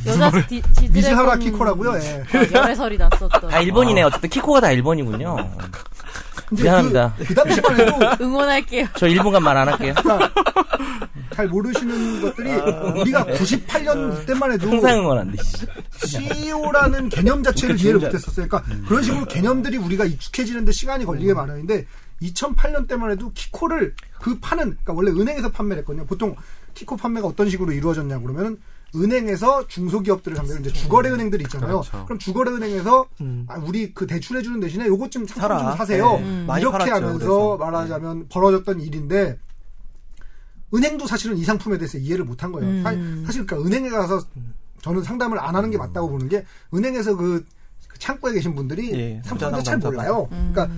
Speaker 4: 여자 디- 지드래곤
Speaker 5: 미즈하라 키코라고요. 예.
Speaker 4: 막 열애설이 났었던.
Speaker 3: 다 일본이네. 어쨌든 키코가 다 일본이군요.
Speaker 5: 근데
Speaker 3: 미안합니다.
Speaker 5: 그, 그 당시만 해도
Speaker 4: 응원할게요.
Speaker 3: 저 일본간 말 안 할게요.
Speaker 5: 잘 모르시는 것들이 우리가 98년 그때만 해도
Speaker 3: 아. 항상 응원한대.
Speaker 5: E CEO라는
Speaker 2: 그렇죠. 음.
Speaker 5: 개념 자체를 이해를 못했었어요. 그러니까 그런 식으로 개념들이 우리가 익숙해지는데 시간이 걸리게 마련인데 2008년 때만 해도 키코를 그 파는 그러니까 원래 은행에서 판매를 했거든요. 보통 키코 판매가 어떤 식으로 이루어졌냐 그러면은 은행에서 중소기업들을 상대로 이제 주거래 은행들이 있잖아요.
Speaker 1: 그렇죠.
Speaker 5: 그럼 주거래 은행에서
Speaker 2: 그렇죠. 음.
Speaker 5: 아, 우리 그 대출해 주는 대신에 요것 좀 상품
Speaker 2: 사라.
Speaker 5: 좀 사세요.
Speaker 2: 네.
Speaker 4: 음.
Speaker 2: 많이
Speaker 5: 이렇게
Speaker 2: 팔았죠,
Speaker 5: 하면서
Speaker 2: 그래서. 네.
Speaker 5: 말하자면 벌어졌던 일인데 은행도 사실은 이 상품에 대해서 이해를 못한 거예요.
Speaker 4: 음.
Speaker 5: 사, 실 그러니까 은행에 가서 저는 상담을 안 하는 게
Speaker 2: 음.
Speaker 5: 맞다고 보는 게 은행에서 그, 그 창구에 계신 분들이
Speaker 2: 예,
Speaker 5: 상품을
Speaker 2: 부자
Speaker 5: 잘
Speaker 2: 상담사.
Speaker 5: 몰라요. 그러니까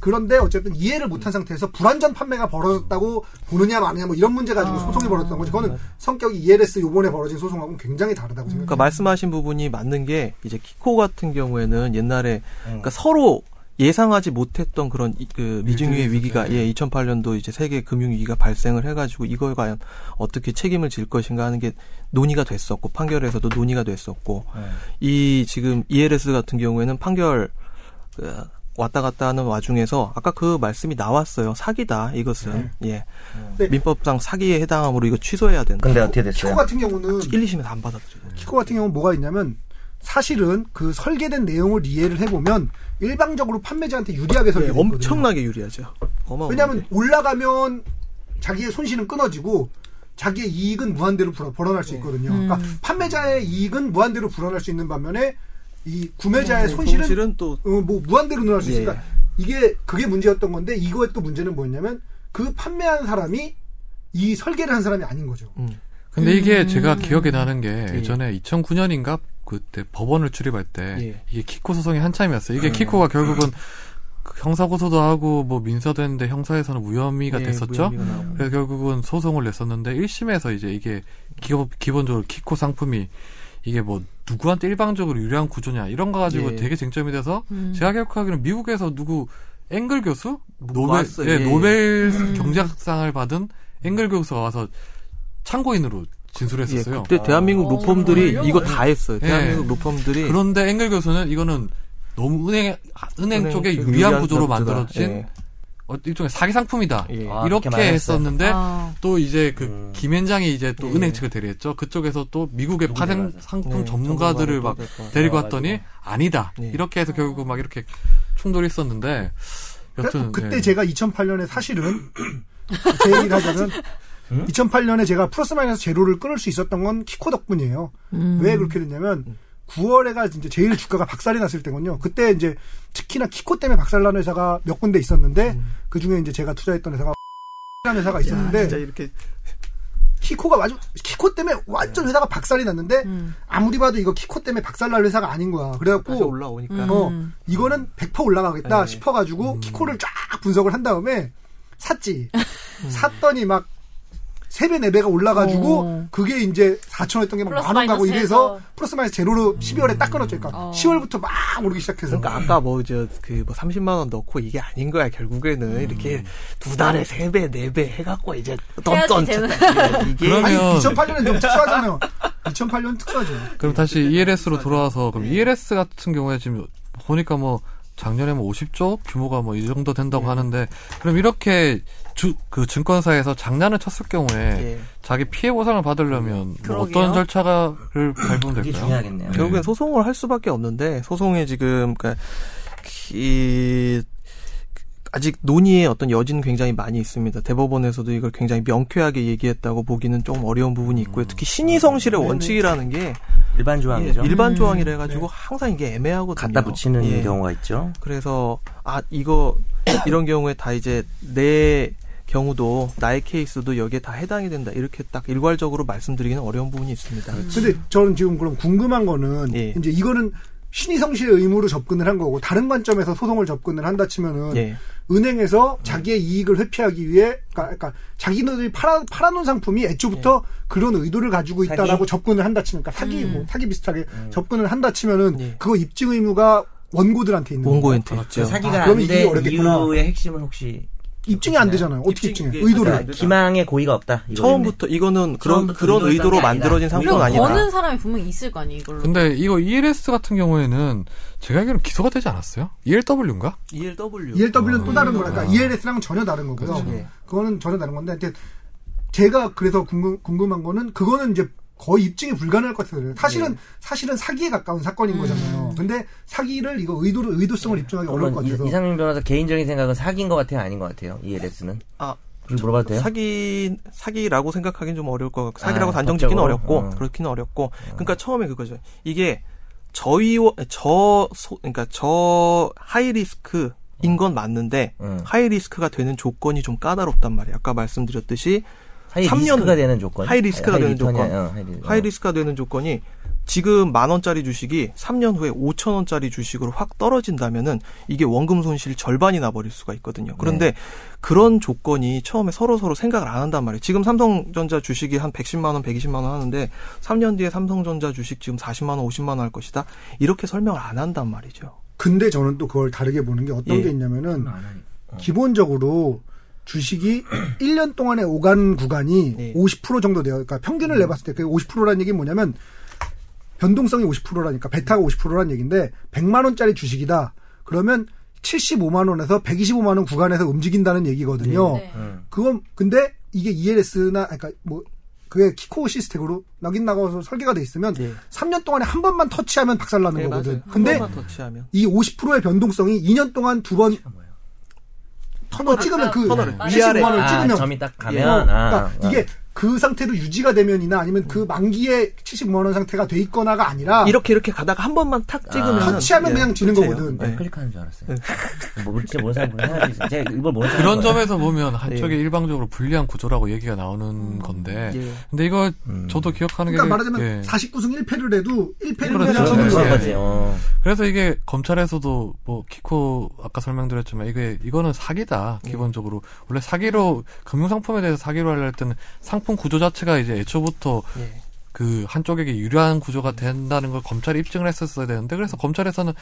Speaker 5: 그런데 어쨌든 이해를 못한 상태에서 불완전 판매가 벌어졌다고 보느냐 마느냐 뭐 이런 문제 가지고 소송이 벌어졌던 거지. 그거는 성격이 ELS 요번에 벌어진 소송하고는 굉장히 다르다고
Speaker 2: 그러니까
Speaker 5: 생각해요.
Speaker 2: 말씀하신 부분이 맞는 게 이제 키코 같은 경우에는 옛날에
Speaker 3: 음.
Speaker 2: 그러니까 서로 예상하지 못했던 그런 이- 그 미증유의
Speaker 1: 일들이
Speaker 2: 위기가
Speaker 1: 있었죠.
Speaker 2: 예 2008년도 이제 세계 금융 위기가 발생을 해가지고 이걸 과연 어떻게 책임을 질 것인가 하는 게 논의가 됐었고 판결에서도 논의가 됐었고 이 지금 ELS 같은 경우에는 판결 그, 왔다 갔다 하는 와중에서 아까 그 말씀이 나왔어요 사기다 이것은 예
Speaker 5: 네.
Speaker 2: 민법상 사기에 해당함으로 이거 취소해야 된다
Speaker 3: 근데 어떻게 됐어요?
Speaker 5: 키코 같은 경우는
Speaker 2: 1, 2심에 안 받았죠
Speaker 5: 키코 같은 경우는 뭐가 있냐면 사실은 그 설계된 내용을 이해를 해보면 일방적으로 판매자한테 유리하게
Speaker 2: 예,
Speaker 5: 설계돼 있거든요.
Speaker 2: 엄청나게 유리하죠 어마어마
Speaker 5: 네, 왜냐하면 올라가면 자기의 손실은 끊어지고 자기의 이익은 무한대로 불어- 벌어날 수 있거든요. 그러니까 판매자의 이익은 무한대로 불어날 수 있는 반면에 이 구매자의 손실은,
Speaker 2: 네, 손실은 또
Speaker 5: 어, 뭐 무한대로 늘어날 수
Speaker 2: 예.
Speaker 5: 있으니까 이게 그게 문제였던 건데 이거의 또 문제는 뭐였냐면 그 판매한 사람이 이 설계를 한 사람이 아닌 거죠.
Speaker 1: 근데 이게 제가 기억에 나는 게
Speaker 2: 음. 예.
Speaker 1: 예전에 2009년인가 그때 법원을 출입할 때
Speaker 2: 예. 아.
Speaker 1: 이게 키코 소송이 한참이었어요. 이게 키코가 결국은 그 형사 고소도 하고 뭐 민사도 했는데 형사에서는 무혐의가
Speaker 2: 예,
Speaker 1: 됐었죠.
Speaker 2: 무혐의가 나오고.
Speaker 1: 그래서 결국은 소송을 냈었는데 1심에서 이제 이게 기업 기본적으로 키코 상품이 이게 뭐 누구한테 일방적으로 유리한 구조냐 이런 거 가지고
Speaker 2: 예.
Speaker 1: 되게 쟁점이 돼서 제가 기억하기로는 미국에서 누구 engel 교수
Speaker 2: 뭐
Speaker 1: 노벨
Speaker 2: 왔어요.
Speaker 1: 예,
Speaker 2: 예, 예.
Speaker 1: 노벨 경제학상을 받은 engel 교수가 와서 참고인으로 진술했었어요.
Speaker 2: 예, 그때 대한민국
Speaker 5: 아,
Speaker 4: 어,
Speaker 2: 로펌들이
Speaker 4: 정말요?
Speaker 2: 이거 다
Speaker 5: 네.
Speaker 2: 했어요.
Speaker 1: 예.
Speaker 2: 대한민국 로펌들이
Speaker 1: 그런데 앵글 교수는 이거는 너무 은행 은행 쪽에
Speaker 2: 쪽에
Speaker 1: 유리한 구조로
Speaker 2: 구조다.
Speaker 1: 만들어진
Speaker 2: 그 예.
Speaker 1: 어, 일종의 사기 상품이다
Speaker 2: 예.
Speaker 3: 아,
Speaker 1: 이렇게
Speaker 3: 그렇게
Speaker 1: 했었는데
Speaker 4: 아.
Speaker 1: 또 이제 그
Speaker 3: 음.
Speaker 1: 김현장이 이제 또
Speaker 2: 예.
Speaker 1: 은행 측을 대리했죠 그쪽에서 또 미국의
Speaker 3: 미국에
Speaker 1: 파생
Speaker 3: 가서.
Speaker 1: 상품
Speaker 2: 예,
Speaker 1: 전문가들을 막
Speaker 2: 전문가들도 될것
Speaker 1: 데리고
Speaker 3: 와가지고.
Speaker 1: 왔더니 아니다
Speaker 2: 예.
Speaker 1: 이렇게 해서 결국 막 이렇게 충돌이 있었는데 여튼
Speaker 5: 그러니까 그때
Speaker 1: 예.
Speaker 5: 제가 2008년에 사실은 제 얘기를 하자면 2008년에 제가 플러스 마이너스 제로를 끊을 수 있었던 건 키코 덕분이에요.
Speaker 4: 음.
Speaker 5: 왜 그렇게 됐냐면 9월에가 이제 제일 주가가 박살이 났을 때군요. 그때 이제 특히나 키코 때문에 박살난 회사가 몇 군데 있었는데 그 중에 이제 제가 투자했던 회사가 (laughs) 라는 회사가 있었는데
Speaker 2: 진짜 이렇게
Speaker 5: 키코가 완전 키코 때문에 완전 회사가 박살이 났는데
Speaker 4: 음.
Speaker 5: 아무리 봐도 이거 키코 때문에 박살날 회사가 아닌 거야.
Speaker 2: 다시
Speaker 5: 그래갖고
Speaker 2: 올라오니까
Speaker 4: 음.
Speaker 5: 어, 이거는 100% 올라가겠다
Speaker 2: 네.
Speaker 5: 싶어가지고 키코를 쫙 분석을 한 다음에 샀지.
Speaker 4: 음.
Speaker 5: 샀더니 막 3배, 4배가 올라가지고
Speaker 4: 어.
Speaker 5: 그게 이제 4천 원 했던 게 막
Speaker 4: 플러스
Speaker 5: 만 원 가고
Speaker 4: 마이너스
Speaker 5: 이래서
Speaker 4: 해서. 음.
Speaker 5: 플러스 마이너스 제로로 12월에 딱 끊었죠. 그러니까
Speaker 4: 어.
Speaker 5: 10월부터 막 오르기 시작해서.
Speaker 2: 그러니까 아까 뭐저그뭐 30만 원 넣고 이게 아닌 거야 결국에는
Speaker 5: 음.
Speaker 2: 이렇게 두 달에 세 배 네 배 해갖고 이제 떤떤
Speaker 4: 되는.
Speaker 2: 쳤다. 이게
Speaker 1: 그러면-
Speaker 5: 아니 2008년은 좀
Speaker 4: (laughs)
Speaker 5: 특수하잖아요. 2008년 특수하죠.
Speaker 1: 그럼 다시 ELS로 돌아와서 그럼
Speaker 5: 예.
Speaker 1: ELS 같은 경우에 지금 보니까 뭐 작년에 뭐 50조 규모가 뭐 이 정도
Speaker 2: 예.
Speaker 1: 된다고 하는데 그럼 이렇게 주, 그 증권사에서 장난을 쳤을 경우에
Speaker 2: 예.
Speaker 1: 자기 피해 보상을 받으려면 뭐
Speaker 4: 그러게요.
Speaker 1: 어떤 절차를 밟으면
Speaker 3: 이게
Speaker 1: 될까요?
Speaker 3: 중요하겠네요.
Speaker 1: 네.
Speaker 2: 결국엔 소송을 할 수밖에 없는데 소송에 지금 그니까 이 아직 논의의 어떤 여지는 굉장히 많이 있습니다. 대법원에서도 이걸 굉장히 명쾌하게 얘기했다고 보기는 좀 어려운 부분이 있고요.
Speaker 3: 음.
Speaker 2: 특히 신의성실의
Speaker 3: 네,
Speaker 2: 원칙이라는 게
Speaker 3: 일반
Speaker 2: 예,
Speaker 3: 조항이죠. 음, 네.
Speaker 2: 일반 조항이라 해가지고 항상 이게 애매하거든요.
Speaker 3: 갖다 붙이는
Speaker 2: 예.
Speaker 3: 경우가 있죠.
Speaker 2: 그래서 아 이거 (coughs) 이런 경우에 다 이제 내 경우도 나의 케이스도 여기에 다 해당이 된다 이렇게 딱 일괄적으로 말씀드리기는 어려운 부분이 있습니다.
Speaker 3: 그렇죠.
Speaker 5: 근데 저는 지금 그럼 궁금한 거는
Speaker 2: 예.
Speaker 5: 이제 이거는 신의성실의 의무로 접근을 한 거고 다른 관점에서 소송을 접근을 한다 치면은
Speaker 2: 예.
Speaker 3: 음,
Speaker 5: 은행에서 자기의 이익을 회피하기 위해 그러니까, 그러니까 자기네들이 팔아 팔아놓은 상품이 애초부터 그런 의도를 가지고 있다라고
Speaker 3: 사기?
Speaker 5: 접근을 한다 치니까 사기 뭐 사기 비슷하게 접근을 한다 치면은
Speaker 2: 예.
Speaker 5: 그거 입증 의무가 원고들한테 있는 거예요.
Speaker 2: 원고한테
Speaker 3: 그렇죠.
Speaker 2: 있죠.
Speaker 5: 아,
Speaker 3: 사기가
Speaker 5: 그럼
Speaker 3: 안
Speaker 5: 이게
Speaker 3: 된
Speaker 5: 어렵겠구나.
Speaker 3: 이유의 핵심은 혹시
Speaker 5: 입증이 안 되잖아요. 어떻게
Speaker 2: 입증이
Speaker 5: 입증해?
Speaker 2: 이게
Speaker 5: 의도를
Speaker 2: 사기
Speaker 3: 그러니까 기망의 고의가 없다. 이거겠네.
Speaker 2: 처음부터 이거는 그런
Speaker 3: 처음부터
Speaker 2: 그런
Speaker 3: 의도를
Speaker 2: 의도로
Speaker 3: 딴게 아니다.
Speaker 2: 만들어진
Speaker 4: 그럼
Speaker 2: 상품은
Speaker 3: 그건
Speaker 2: 아니다.
Speaker 4: 버는 사람이 분명히 있을 거 아니에요, 이걸로.
Speaker 1: 근데 이거 ELS 같은 경우에는 제가 알기로는 기소가 되지 않았어요? E ELW인가?
Speaker 2: ELW.
Speaker 5: ELW는 또 다른
Speaker 1: 음.
Speaker 5: 거니까
Speaker 1: 아.
Speaker 5: ELS랑 은 전혀 다른 거고요.
Speaker 2: 그렇죠.
Speaker 5: 그거는 전혀 다른 건데, 근데 제가 그래서 궁금, 한 거는 그거는 이제 거의 입증이 불가능할 것 같아요. 사실은 사실은 사기에 가까운 사건인 거잖아요. 근데 사기를 이거 의도를 의도성을 입증하기 어려울 것
Speaker 3: 물론 이,
Speaker 5: 같아서
Speaker 3: 이상민 변호사 개인적인 생각은 사기인 것 같아요, 아닌 것 같아요. 이 LS는
Speaker 2: 아,
Speaker 3: 그렇게 물어봐도 돼요?
Speaker 2: 사기 사기라고 생각하기는 좀 어려울 것 같고 사기라고
Speaker 3: 아,
Speaker 2: 단정짓기는
Speaker 3: 법적으로?
Speaker 2: 어렵고
Speaker 3: 어.
Speaker 2: 그렇기는 어렵고 그러니까 처음에 그거죠 이게 저의원 저 소, 그러니까 저 하이 리스크인 건 맞는데
Speaker 3: 음.
Speaker 2: 하이 리스크가 되는 조건이 좀 까다롭단 말이에요 아까 말씀드렸듯이
Speaker 3: 하이
Speaker 2: 삼
Speaker 3: 리스크가
Speaker 2: 년-
Speaker 3: 되는 조건.
Speaker 2: 하이 리스크가 되는
Speaker 3: 리턴이
Speaker 2: 조건.
Speaker 3: 아니라, 어, 하이, 리,
Speaker 2: 하이 리스크가 되는 조건이 지금 만 원짜리 주식이 3년 후에 5천 원짜리 주식으로 확 떨어진다면은 이게 원금 손실 절반이 나버릴 수가 있거든요. 그런데
Speaker 5: 네.
Speaker 2: 그런 조건이 처음에 서로 서로 생각을 안 한단 말이에요. 지금 삼성전자 주식이 한 110만 원, 120만 원 하는데 3년 뒤에 삼성전자 주식 지금 40만 원, 50만 원 할 것이다. 이렇게 설명을 안 한단 말이죠.
Speaker 5: 근데 저는 또 그걸 다르게 보는 게 어떤
Speaker 2: 예.
Speaker 5: 게 있냐면은
Speaker 3: 안 하니.
Speaker 2: 어.
Speaker 5: 기본적으로
Speaker 2: (clears throat)
Speaker 5: 주식이 1년 동안에 오간 구간이
Speaker 2: 네. 음.
Speaker 5: 50% 정도 돼요. 그러니까 평균을 내봤을 때 그 50%라는 얘기는 뭐냐면 변동성이 50%라니까 베타가 50%라는 얘기인데 100만 원짜리 주식이다. 그러면 75만 원에서 125만 원 구간에서 움직인다는 얘기거든요.
Speaker 4: 네.
Speaker 3: 음.
Speaker 5: 그건 근데 이게 ELS나 그러니까 뭐 그게 키코어 시스템으로 낙인 나가서 설계가 돼 있으면
Speaker 2: 네.
Speaker 5: 3년 동안에 한 번만 터치하면 박살 나는 거거든. 네, 근데
Speaker 2: 한번만 터치하면
Speaker 5: 이 50%의 변동성이 2년 동안 두 번 터널 찍으면 그
Speaker 2: 터널을. 위아래.
Speaker 5: 75만 원
Speaker 3: 아,
Speaker 5: 찍으면
Speaker 3: 점이 딱 가면
Speaker 5: 어,
Speaker 3: 아,
Speaker 5: 그러니까 이게 그 상태로 유지가 되면이나 아니면 그 만기에 75만 원 상태가 돼 있거나가 아니라
Speaker 2: 이렇게 이렇게 가다가 한 번만 탁 그렇죠. 찍으면
Speaker 5: 터치하면 그냥 지는 거거든.
Speaker 2: 네.
Speaker 3: 아, 클릭하는 줄 알았어요. 뭐 진짜 뭔 사람 그런 생각이 있어요. 예. 제가 일본 뭔 사람
Speaker 1: 그런 점에서 보면 한쪽이 일방적으로 불리한 구조라고 얘기가
Speaker 3: 음,
Speaker 1: 나오는 건데
Speaker 2: 예.
Speaker 1: 근데 이거 저도 기억하는
Speaker 5: 그러니까
Speaker 1: 게
Speaker 5: 말하자면
Speaker 1: 예.
Speaker 5: 49승 1패를 해도 1패를
Speaker 1: 그렇죠.
Speaker 2: 네.
Speaker 5: 그냥
Speaker 3: 그런
Speaker 5: 쳐는 거야.
Speaker 1: 예.
Speaker 3: 거지. 어.
Speaker 1: 그래서 이게 검찰에서도 뭐 키코 아까 설명드렸지만 이게 이거는 사기다
Speaker 3: 예.
Speaker 1: 기본적으로 원래 사기로 금융상품에 대해서 사기로 하려 할 때는 상품 구조 자체가 이제 애초부터
Speaker 5: 네.
Speaker 2: 예.
Speaker 1: 그 한쪽에게 유리한 구조가 된다는 걸 검찰이 입증을 했었어야 되는데 그래서 검찰에서는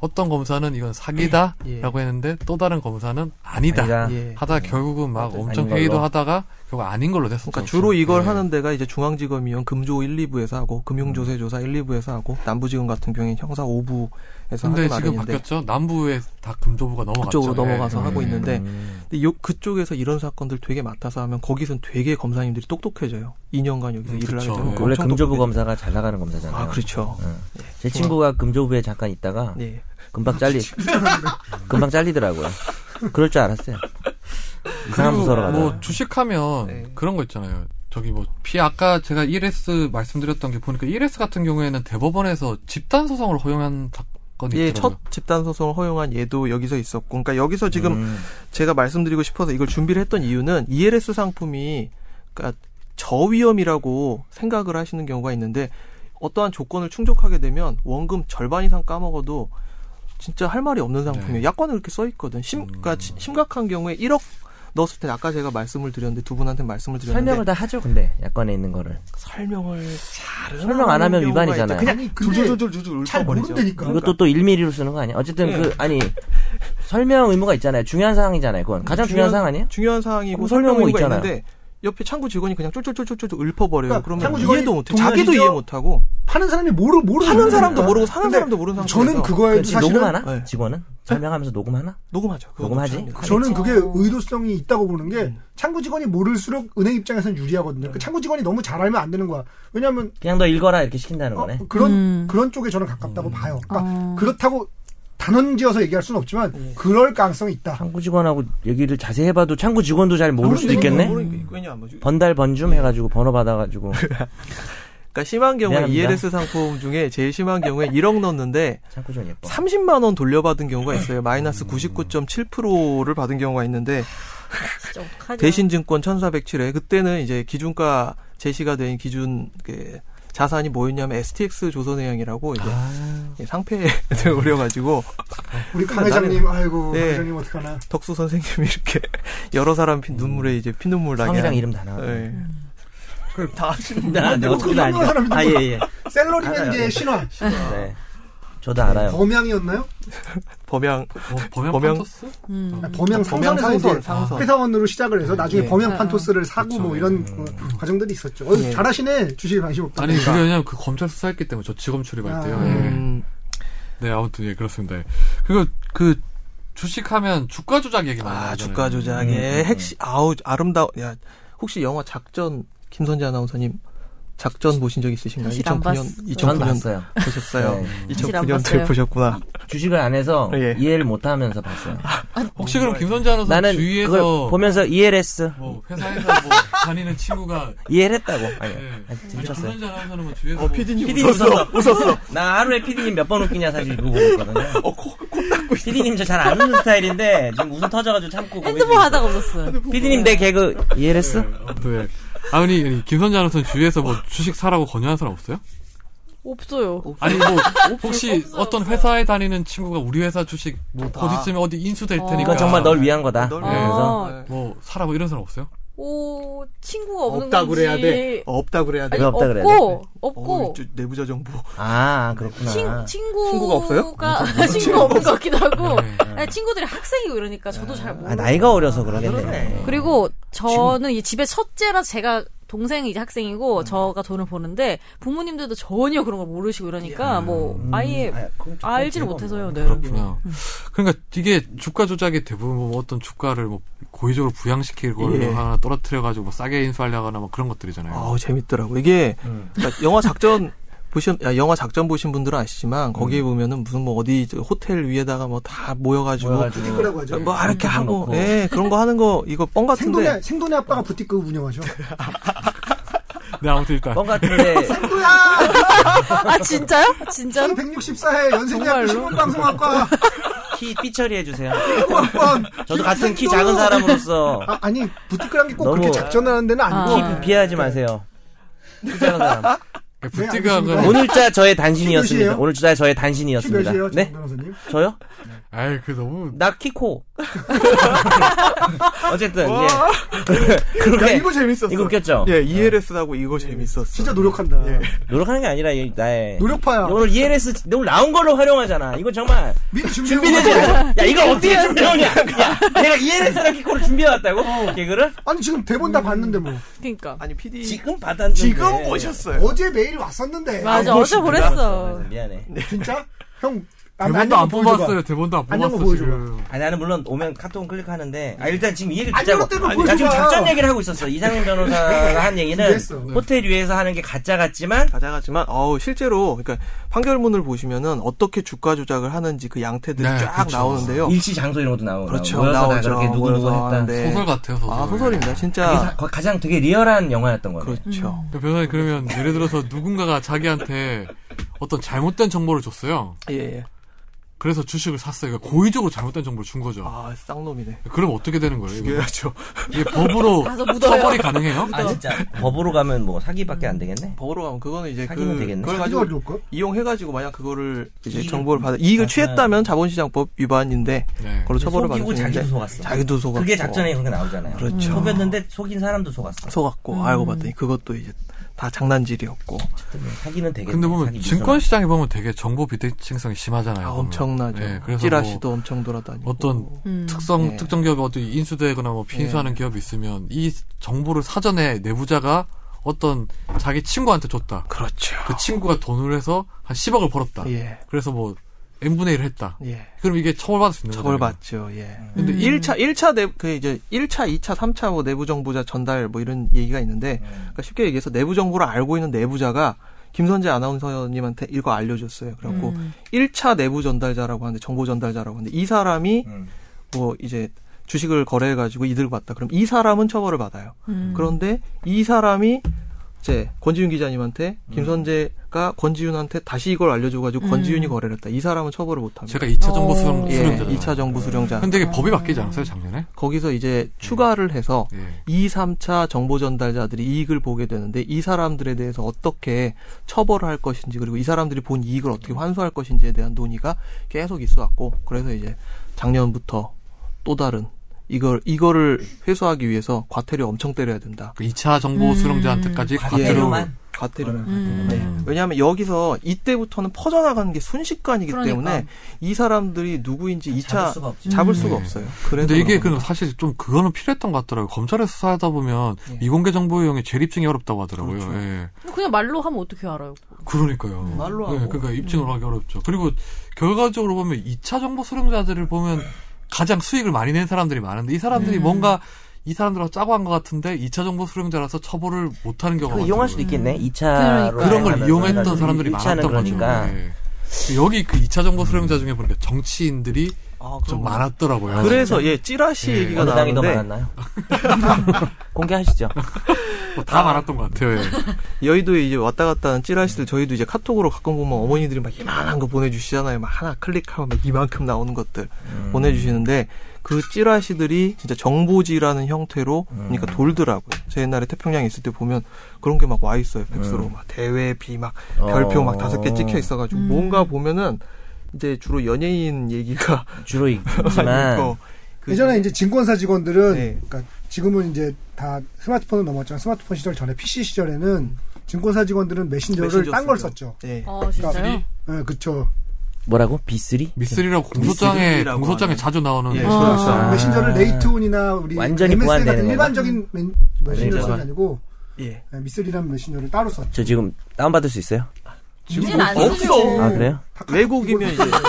Speaker 1: 어떤 검사는 이건
Speaker 2: 음. 예.
Speaker 1: 사기다라고 했는데 또 다른 검사는 아니다,
Speaker 3: 아니다.
Speaker 2: 예.
Speaker 1: 하다 결국은 막
Speaker 3: 아닌
Speaker 1: 엄청
Speaker 3: 걸로.
Speaker 1: 회의도 하다가 결국 아닌 걸로 됐었죠.
Speaker 2: 그러니까 주로 이걸
Speaker 1: 예.
Speaker 2: 하는 데가 이제 중앙지검이형 금조 1, 2부에서 하고 금융조세조사 1, 2부에서 하고 남부지검 같은 경우에는 형사 5부에서 하는
Speaker 1: 근데 지금
Speaker 2: 마련인데
Speaker 1: 바뀌었죠. 남부에 다 금조부가 넘어갔죠.
Speaker 2: 그쪽으로
Speaker 1: 예.
Speaker 2: 넘어가서 하고
Speaker 1: 음.
Speaker 2: 있는데
Speaker 3: 음.
Speaker 2: 근데 요 그쪽에서 이런 사건들 되게 맡아서 하면 거기선 되게 검사님들이 똑똑해져요. 2년간 여기서
Speaker 1: 음,
Speaker 2: 일을 하게
Speaker 1: 그쵸.
Speaker 2: 되면
Speaker 1: 예.
Speaker 3: 원래
Speaker 2: 엄청
Speaker 3: 금조부
Speaker 2: 똑똑해져요.
Speaker 3: 검사가 잘 나가는 검사잖아요.
Speaker 2: 아 그렇죠.
Speaker 3: 응. 제 친구가 금조부에 잠깐 있다가
Speaker 2: 네.
Speaker 3: 금방 잘리 (laughs) 금방 잘리더라고요. 그럴 줄 알았어요. 이상한 부서로
Speaker 1: 그리고
Speaker 3: 가다.
Speaker 1: 뭐 주식하면
Speaker 2: 네.
Speaker 1: 그런 거 있잖아요. 저기 뭐 피 아까 제가 ELS 말씀드렸던 게 보니까 ELS 같은 경우에는 대법원에서 집단 소송을 허용한 사건이
Speaker 2: 예, 첫
Speaker 1: 있더라고요.
Speaker 2: 집단 소송을 허용한 예도 여기서 있었고, 그러니까 여기서
Speaker 1: 음.
Speaker 2: 지금
Speaker 3: 음,
Speaker 2: 제가 말씀드리고 싶어서 이걸 준비를 했던 이유는 ELS 상품이 그러니까 저위험이라고 생각을 하시는 경우가 있는데 어떠한 조건을 충족하게 되면 원금 절반 이상 까먹어도 진짜 할 말이 없는 상품이에요.
Speaker 5: 네.
Speaker 2: 약관에 그렇게 써 있거든.
Speaker 5: 음.
Speaker 2: 심, 그러니까 시- 심각한 경우에 1억 넣었을 때 아까 제가 말씀을 드렸는데 두 분한테 말씀을 드렸는데
Speaker 3: 설명을 다 하죠, 근데 약관에 있는 거를.
Speaker 2: 설명을 잘
Speaker 3: 설명 안 하면 위반이잖아요.
Speaker 2: 그냥
Speaker 5: 아니, 근데
Speaker 2: 줄줄줄줄
Speaker 5: 잘
Speaker 2: 읊어버리죠.
Speaker 5: 모른다니까. 그러니까
Speaker 3: 이것도 또 1mm로 쓰는 거 아니야? 어쨌든
Speaker 2: 네.
Speaker 3: 그 아니 설명 의무가 있잖아요. 중요한 사항이잖아요. 그건 가장 중요한, 사항 아니에요?
Speaker 2: 네, 중요한 사항이고
Speaker 3: 그럼
Speaker 2: 설명
Speaker 3: 설명
Speaker 2: 의무가
Speaker 3: 있잖아요.
Speaker 2: 있는데 옆에 창구 직원이 그냥 쫄쫄쫄쫄쫄 읊어버려요.
Speaker 5: 그러니까
Speaker 2: 그러면
Speaker 5: 창구 직원이
Speaker 2: 이해도 못해.
Speaker 5: 동료시죠?
Speaker 2: 자기도 이해 못하고
Speaker 5: 파는 사람이 모르 모르는
Speaker 2: 파는
Speaker 5: 거니까.
Speaker 2: 사람도 모르고 사는
Speaker 5: 근데
Speaker 2: 사람도 모르는 상태에서
Speaker 5: 저는 그거에
Speaker 3: 그렇지,
Speaker 5: 사실은
Speaker 3: 녹음하나?
Speaker 2: 네.
Speaker 3: 직원은 설명하면서 녹음하나?
Speaker 2: 녹음하죠. 그거
Speaker 3: 녹음하지?
Speaker 2: 녹음합니다.
Speaker 5: 저는 그게
Speaker 4: 그렇죠.
Speaker 5: 의도성이 있다고 보는 게
Speaker 2: 음.
Speaker 5: 창구 직원이 모를수록 은행 입장에서는 유리하거든요. 그 창구 직원이 너무 잘 알면 안 되는 거야. 왜냐하면
Speaker 3: 그냥 너 읽어라 이렇게 시킨다는
Speaker 5: 어,
Speaker 3: 거네.
Speaker 5: 그런
Speaker 4: 음. 어.
Speaker 5: 그런 쪽에 저는 가깝다고 봐요. 그러니까 그렇다고 단언지어서 얘기할 수는 없지만 그럴 가능성이 있다.
Speaker 3: 창구 직원하고 얘기를 자세히 해봐도 창구 직원도 잘 모를 수도 있겠네.
Speaker 2: 모르니까 왜냐 뭐지?
Speaker 3: 번달 번줌 해가지고 번호 받아가지고
Speaker 2: 그러니까 심한 경우에
Speaker 3: 미안합니다.
Speaker 2: ELS 상품 중에 제일 심한 경우에 1억 넣었는데
Speaker 3: 창구 직원 예뻐.
Speaker 2: 30만 원 돌려받은 경우가 있어요. 마이너스 99.7%를 받은 경우가 있는데
Speaker 4: 진짜 어떡하냐.
Speaker 2: 대신증권 1407에 그때는 이제 기준가 제시가 된 기준 그 자산이 뭐였냐면 STX 조선해양이라고 이제
Speaker 3: 아.
Speaker 2: 예, 상패에 (laughs) 우려가지고
Speaker 5: 우리 강 회장님, 아이고
Speaker 2: 네.
Speaker 5: 강 회장님 어떡하나.
Speaker 2: 덕수 선생님이 이렇게 (laughs) 여러 사람 피
Speaker 4: 음.
Speaker 2: 눈물에 이제 피눈물 나게
Speaker 3: 성이랑
Speaker 2: 한-
Speaker 3: 이름 다 나와. (laughs)
Speaker 2: 예.
Speaker 3: 다 아시는데 내가
Speaker 5: 어떻게
Speaker 3: 그건 아니죠.
Speaker 5: 유명한 사람인데
Speaker 3: 아 예예.
Speaker 5: 셀러리맨계의 신화
Speaker 3: 네. 저도 알아요.
Speaker 5: 범양이었나요?
Speaker 2: 범양
Speaker 1: 뭐 범양
Speaker 2: 범양-
Speaker 1: 판토스?
Speaker 4: 음.
Speaker 5: 아,
Speaker 2: 범양
Speaker 5: 범양 상선에서 이제
Speaker 2: 상선 상선
Speaker 5: 회사원으로 시작을 해서 나중에
Speaker 2: 예.
Speaker 5: 범양
Speaker 4: 아,
Speaker 5: 판토스를 사고 뭐 이런 어, 과정들이 있었죠. 어,
Speaker 2: 예.
Speaker 5: 잘하시네 주식에 관심 없다.
Speaker 1: 아니 그게 왜냐면 그 검찰 수사했기 때문에 저 직업 출입할
Speaker 5: 그러니까. 아.
Speaker 1: 때요. 예.
Speaker 2: 음,
Speaker 1: 네 아무튼 예 그렇습니다. 예. 그리고 그 주식하면 주가 조작 얘기 많이
Speaker 2: 아,
Speaker 1: 하잖아요.
Speaker 2: 주가
Speaker 4: 음,
Speaker 2: 조작의 핵심, 아우, 아름다운, 야, 혹시 영화 작전, 김선재 아나운서님 작전 보신 적 있으신가요?
Speaker 4: 사실 안
Speaker 2: 2009년,
Speaker 3: 전
Speaker 2: 2009년
Speaker 3: 봤어요.
Speaker 2: 보셨어요.
Speaker 3: 네.
Speaker 4: 사실 안
Speaker 2: 2009년 때
Speaker 4: 봤어요. (laughs)
Speaker 2: 보셨구나.
Speaker 3: 주식을 안 해서
Speaker 2: 예.
Speaker 3: 이해를 못 하면서 봤어요.
Speaker 1: 혹시 그럼 김선재 아나운서
Speaker 3: 나는
Speaker 1: 주위에서
Speaker 3: 그걸 보면서 ELS
Speaker 1: 뭐 회사에서 뭐 다니는 친구가
Speaker 3: 이해를 했다고. 아니,
Speaker 1: 예.
Speaker 3: 아니,
Speaker 1: 아니,
Speaker 3: 쳤어요
Speaker 1: 김선재 아나운서는 뭐 주위에서
Speaker 2: 어,
Speaker 1: 뭐
Speaker 2: 피디님
Speaker 3: 피디님
Speaker 2: 웃었어. 웃었어.
Speaker 3: 나 하루에 피디님 몇 번 웃기냐 사실 그거 보거든요. 어, 코, 코 피디님 저 잘 안 웃는 스타일인데 지금 웃음 터져가지고 참고. 고개
Speaker 4: 핸드폰 하다가 웃었어요.
Speaker 3: 숙이고. 피디님 내 개그 이해했어?
Speaker 1: 네. 아니, 아니 김선재 아나운서는 주위에서 뭐 주식 사라고 권유한 사람 없어요?
Speaker 4: 없어요.
Speaker 1: 아니 뭐 혹시 어떤 회사에 다니는 친구가 우리 회사 주식 뭐
Speaker 2: 다.
Speaker 1: 어디 있으면 어디 인수될
Speaker 4: 어.
Speaker 1: 테니까
Speaker 3: 이건 정말 널 위한 거다. 네,
Speaker 2: 널 네.
Speaker 4: 아.
Speaker 3: 그래서
Speaker 2: 위해서.
Speaker 1: 뭐 사라고 이런 사람 없어요?
Speaker 4: 오 친구가 없는
Speaker 2: 없다
Speaker 4: 건지.
Speaker 2: 그래야 돼. 없다 그래야 돼.
Speaker 4: 아니,
Speaker 3: 왜 없다 그래야
Speaker 4: 없고
Speaker 2: 어,
Speaker 4: 없고
Speaker 2: 저 내부자 정보.
Speaker 3: 아
Speaker 4: 친,
Speaker 3: 그렇구나.
Speaker 4: (laughs) 친구
Speaker 2: 친구가 없어요?
Speaker 4: 친구 없는 것 같기도 하고
Speaker 1: 네.
Speaker 4: 아니, 친구들이 학생이고 이러니까 저도 잘 모르고
Speaker 3: 아, 나이가 어려서 그러겠네.
Speaker 2: 그러네.
Speaker 4: 그리고 저는 이 집에 첫째라서 제가 동생이 이제 학생이고 저가 돈을 버는데 부모님들도 전혀 그런 걸 모르시고 이러니까 뭐 아예 알지를 못해서요. 네.
Speaker 1: 그렇구나. 그러니까 이게 주가 조작이 대부분 뭐 어떤 주가를 뭐 고의적으로 부양시키고
Speaker 2: 예.
Speaker 1: 하나 떨어뜨려 가지고 뭐 싸게 인수하려거나 뭐 그런 것들이잖아요.
Speaker 2: 아우 재밌더라고. 이게
Speaker 3: 음.
Speaker 2: 그러니까 영화 작전 보신 야, 영화 작전 보신 분들은 아시지만 거기에 보면은 무슨 뭐 어디 저 호텔 위에다가 뭐 다 모여가지고
Speaker 5: 부티크라고 하죠.
Speaker 2: 뭐 이렇게
Speaker 3: 음,
Speaker 2: 하고
Speaker 3: 넣고.
Speaker 2: 예 그런 거 하는 거 이거 뻥 같은데
Speaker 5: 생돈의 생돈의 아빠가 부티크 운영하죠.
Speaker 1: 네, 아무튼 일단
Speaker 3: 뻥 같은데
Speaker 4: 아 진짜요? 진짜로?
Speaker 5: 164회 연세대학교
Speaker 4: 정말로?
Speaker 5: 신문방송학과
Speaker 3: 키 삐 처리해 주세요.
Speaker 5: 학번
Speaker 3: 저도 같은 키 작은 사람으로서
Speaker 5: 아, 아니 부티크란 게 꼭
Speaker 3: 너무-
Speaker 5: 그렇게 작전하는 데는 아니고
Speaker 4: 아.
Speaker 3: 비, 하하지 마세요. 키 작은 사람.
Speaker 1: 부티가
Speaker 5: 네,
Speaker 1: 네,
Speaker 3: 오늘자 저의
Speaker 5: 몇이에요?
Speaker 3: 단신이었습니다. 오늘자 저의
Speaker 5: 키 몇이에요,
Speaker 3: 단신이었습니다.
Speaker 5: 정
Speaker 3: 네?
Speaker 5: 변호사님?
Speaker 3: 저요?
Speaker 1: 아이 그 너무
Speaker 3: 나
Speaker 5: (laughs)
Speaker 3: 키코. 어쨌든 예.
Speaker 2: 야,
Speaker 3: 그렇게
Speaker 2: 이거 재밌었어.
Speaker 3: 이거 웃겼죠?
Speaker 2: 예 ELS라고 이거 재밌었어.
Speaker 5: 진짜 노력한다.
Speaker 2: 예.
Speaker 3: 노력하는 게 아니라 이 나의
Speaker 5: 노력파야.
Speaker 3: 오늘 E ELS 오늘 나온 걸로 활용하잖아. 이거 정말
Speaker 5: 미리 준비해.
Speaker 3: 준비되지 않아. 야 이거 어떻게 준비하냐? 야 내가 E ELS랑 키코를 준비해왔다고
Speaker 5: 어.
Speaker 3: 개그를
Speaker 5: 아니 지금 대본
Speaker 2: 음.
Speaker 5: 다 봤는데 뭐
Speaker 2: 네.
Speaker 4: 그러니까
Speaker 2: 아니 뭐 PD
Speaker 3: 지금 받았는데
Speaker 2: 지금 오셨어요.
Speaker 5: 어제 메일 왔었는데
Speaker 4: 맞아
Speaker 5: 아,
Speaker 4: 어제 보냈어.
Speaker 3: 알았어, 아, 미안해.
Speaker 5: 진짜 형
Speaker 1: 대본도 안 뽑았어요. 대본도 안
Speaker 5: 안녕
Speaker 1: 뽑았어
Speaker 5: 보여줘봐.
Speaker 1: 지금.
Speaker 3: 아니 나는 물론 오면 카톡은 클릭하는데 아 일단 지금 이 얘기를
Speaker 5: 아니,
Speaker 3: 듣자고
Speaker 5: 이럴 때는
Speaker 3: 나
Speaker 5: 보여줘봐.
Speaker 3: 지금 작전 얘기를 하고 있었어 이상민 변호사가 한 얘기는
Speaker 5: 준비했어. 네.
Speaker 3: 호텔 위에서 하는 게 가짜 같지만
Speaker 2: 가자가지만 어우 실제로 그러니까 판결문을 보시면은 어떻게 주가 조작을 하는지 그 양태들이
Speaker 1: 네,
Speaker 2: 쫙
Speaker 1: 그쵸.
Speaker 2: 나오는데요.
Speaker 3: 일시 장소 이런 것도 나오고
Speaker 2: 그렇죠.
Speaker 3: 모여서 다
Speaker 2: 나오죠.
Speaker 3: 그렇게 누구 누구
Speaker 2: 모여서
Speaker 3: 했다
Speaker 2: 하는데.
Speaker 1: 소설 같아요, 소설.
Speaker 2: 아 소설입니다.
Speaker 3: 이게
Speaker 2: 진짜
Speaker 3: 사- 거- 가장 되게 리얼한 영화였던 거예요
Speaker 2: 그렇죠.
Speaker 1: 변호사님 그러면 예를 들어서 누군가가 자기한테 어떤 잘못된 정보를 줬어요.
Speaker 2: 예, 예.
Speaker 1: 그래서 주식을 샀어요. 그러니까 고의적으로 잘못된 정보를 준 거죠.
Speaker 2: 아 쌍놈이네.
Speaker 1: 그럼 어떻게 되는 거예요? 이거?
Speaker 2: 죽여야죠.
Speaker 1: 이게 법으로
Speaker 4: 가서 묻어요.
Speaker 1: 처벌이 가능해요?
Speaker 2: 그렇죠.
Speaker 3: 아 진짜 법으로 가면 뭐 사기밖에 안 되겠네
Speaker 2: 법으로 가면 그거는 이제 그
Speaker 3: 사기면 되겠네.
Speaker 2: 그걸
Speaker 5: 가지고
Speaker 2: 가지고
Speaker 5: 올까?
Speaker 2: 이용해가지고 만약 그거를 이제
Speaker 3: 이익을-
Speaker 2: 정보를 받아 이익을
Speaker 3: 아,
Speaker 2: 취했다면 자본시장법 위반인데
Speaker 1: 네.
Speaker 2: 그걸로 처벌을 받는
Speaker 3: 속이고 자기도
Speaker 2: 건데
Speaker 3: 속았어
Speaker 2: 자기도 속았고
Speaker 3: 그게 작전에 그렇게 나오잖아요
Speaker 2: 그렇죠.
Speaker 3: 속였는데 속인 사람도 속았어
Speaker 2: 속았고 알고 봤더니 그것도 이제 다 장난질이었고
Speaker 3: 어쨌든 뭐 사기는
Speaker 2: 예,
Speaker 3: 되겠네
Speaker 1: 근데 보면
Speaker 3: 사기
Speaker 1: 증권
Speaker 3: 미소나.
Speaker 1: 시장에 보면 되게 정보 비대칭성이 심하잖아요.
Speaker 2: 아,
Speaker 1: 보면.
Speaker 2: 엄청나죠.
Speaker 1: 네, 그래서
Speaker 2: 찌라시도 엄청 돌아다니고
Speaker 1: 어떤
Speaker 4: 음.
Speaker 1: 특성
Speaker 2: 네.
Speaker 1: 특정 기업이 어떤 인수되거나 뭐 비인수하는
Speaker 2: 예.
Speaker 1: 기업이 있으면 이 정보를 사전에 내부자가 어떤 자기 친구한테 줬다.
Speaker 2: 그렇죠.
Speaker 1: 그 친구가 돈을 해서 한 10억을 벌었다.
Speaker 2: 예,
Speaker 1: 그래서 뭐 n분의 1을 했다.
Speaker 2: 예.
Speaker 1: 그럼 이게 처벌받을 수 있는 거죠.
Speaker 2: 처벌받죠. 예.
Speaker 1: 근데
Speaker 4: 음.
Speaker 2: 1차, 1차 내, 그 이제 1차, 2차, 3차 뭐 내부 정보자 전달 뭐 이런 얘기가 있는데,
Speaker 3: 음.
Speaker 2: 그러니까 쉽게 얘기해서 내부 정보를 알고 있는 내부자가 김선재 아나운서님한테 이거 알려줬어요. 그래갖고
Speaker 4: 음.
Speaker 2: 1차 내부 전달자라고 하는데 정보 전달자라고 하는데 이 사람이
Speaker 3: 음.
Speaker 2: 뭐 이제 주식을 거래해가지고 이득을 봤다. 그럼 이 사람은 처벌을 받아요.
Speaker 4: 음.
Speaker 2: 그런데 이 사람이 이제 권지윤 기자님한테
Speaker 1: 음.
Speaker 2: 김선재가 권지윤한테 다시 이걸 알려줘가지고
Speaker 4: 음.
Speaker 2: 권지윤이 거래를 했다. 이 사람은 처벌을 못합니다.
Speaker 1: 제가 2차 정보
Speaker 4: 어.
Speaker 1: 수령
Speaker 2: 예,
Speaker 1: 수령자.
Speaker 2: 2차 정부 수령자.
Speaker 1: 근데 이게 법이 바뀌지 않았어요 작년에?
Speaker 2: 거기서 이제 추가를 해서
Speaker 1: 예.
Speaker 2: 2, 3차 정보 전달자들이 이익을 보게 되는데 이 사람들에 대해서 어떻게 처벌을 할 것인지 그리고 이 사람들이 본 이익을 어떻게 환수할 것인지에 대한 논의가 계속 있어 왔고 그래서 이제 작년부터 또 다른 이걸 이거를 회수하기 위해서 과태료 엄청 때려야 된다.
Speaker 1: 그 2차 정보
Speaker 4: 음.
Speaker 2: 예.
Speaker 1: 수령자한테까지 예, 과태료.
Speaker 3: 과태료만? 아,
Speaker 2: 과태료.
Speaker 4: 음.
Speaker 2: 네. 왜냐하면 여기서 이때부터는 퍼져나가는 게 순식간이기 때문에
Speaker 4: 그러니까.
Speaker 2: 이 사람들이 누구인지 2차
Speaker 3: 잡을 수가 없지.
Speaker 2: 잡을
Speaker 4: 음.
Speaker 2: 수가
Speaker 1: 네.
Speaker 2: 없어요.
Speaker 1: 근데 이게 그
Speaker 2: 그런 겁니다.
Speaker 1: 사실 좀 그거는 필요했던 것 같더라고요. 검찰에서 수사하다 보면
Speaker 2: 예.
Speaker 1: 미공개 정보 이용이 재입증이 어렵다고 하더라고요.
Speaker 2: 그렇죠.
Speaker 1: 예.
Speaker 4: 그냥 말로 하면 어떻게 알아요?
Speaker 1: 그러니까요.
Speaker 2: 말로
Speaker 1: 예,
Speaker 2: 하고.
Speaker 1: 그러니까 입증을 하기 어렵죠. 그리고 결과적으로 보면 2차 정보 수령자들을 보면 가장 수익을 많이 낸 사람들이 많은데 이 사람들이 뭔가 이 사람들하고 짜고 한 것 같은데 2차 정보 수령자라서 처벌을 못하는 경우가
Speaker 3: 그
Speaker 1: 많더라고요.
Speaker 3: 이용할
Speaker 2: 음.
Speaker 3: 수도 네, 있겠네. 2차로
Speaker 1: 그런 걸 이용했던 사람들이 많았던
Speaker 3: 그러니까.
Speaker 2: 음.
Speaker 1: 거죠. 예. 그 여기 그 2차 정보 수령자 중에 보니까 정치인들이
Speaker 2: 아,
Speaker 1: 좀
Speaker 2: 그럼-
Speaker 1: 많았더라고요.
Speaker 2: 그래서 예 찌라시
Speaker 1: 예.
Speaker 2: 얘기가
Speaker 3: 어느 당이 더
Speaker 2: 나왔는데
Speaker 3: 많았나요? (laughs)
Speaker 2: (laughs)
Speaker 3: 공개하시죠.
Speaker 1: 뭐다 많았던 것 같아요. 예.
Speaker 2: 여의도에 이제 왔다 갔다 하는 찌라시들 저희도 이제 카톡으로 가끔 보면 어머니들이 막 이만한 거 보내주시잖아요. 막 하나 클릭하면 막 이만큼 나오는 것들 보내주시는데 그 찌라시들이 진짜 정보지라는 형태로 그러니까 돌더라고요. 제 옛날에 태평양에 있을 때 보면 그런 게 막 와 있어요. 팩스로 막 대외비 막 별표 막
Speaker 3: 어.
Speaker 2: 다섯 개 찍혀 있어가지고
Speaker 4: 음.
Speaker 2: 뭔가 보면은 이제 주로 연예인 얘기가
Speaker 3: 주로 있지만
Speaker 2: 이거 그-
Speaker 5: 예전에 이제 증권사 직원들은
Speaker 2: 네.
Speaker 5: 그러니까 지금은 이제 다 스마트폰을 넘었지만 스마트폰 시절 전에 PC 시절에는 증권사 직원들은 메신저를
Speaker 2: 메신저
Speaker 5: 딴 걸
Speaker 2: 쓰죠.
Speaker 5: 썼죠.
Speaker 2: 예.
Speaker 4: 어, 진짜요?
Speaker 5: 예, 그쵸.
Speaker 3: 뭐라고? B3?
Speaker 1: 미쓰리라고 공소장에
Speaker 2: 그렇죠. 미쓰리라고
Speaker 1: 공소장에
Speaker 2: 하는.
Speaker 1: 자주 나오는
Speaker 2: 예,
Speaker 1: 아.
Speaker 2: 그렇죠.
Speaker 3: 아.
Speaker 5: 메신저를 레이트온이나 우리
Speaker 3: 완전히
Speaker 5: MSN 같은
Speaker 3: 보완되는
Speaker 5: 일반적인 맨- 메신저
Speaker 3: 메신저.
Speaker 5: 쓰는 게 아니고
Speaker 2: 예.
Speaker 5: 예, 미쓰리라는 메신저를 따로 썼죠.
Speaker 3: 저 지금 다운받을 수 있어요?
Speaker 4: 이젠 안
Speaker 2: 없어.
Speaker 4: 쓰죠.
Speaker 3: 아, 그래요?
Speaker 2: 외국이면
Speaker 5: 아, (laughs)
Speaker 2: 이제
Speaker 5: 뭐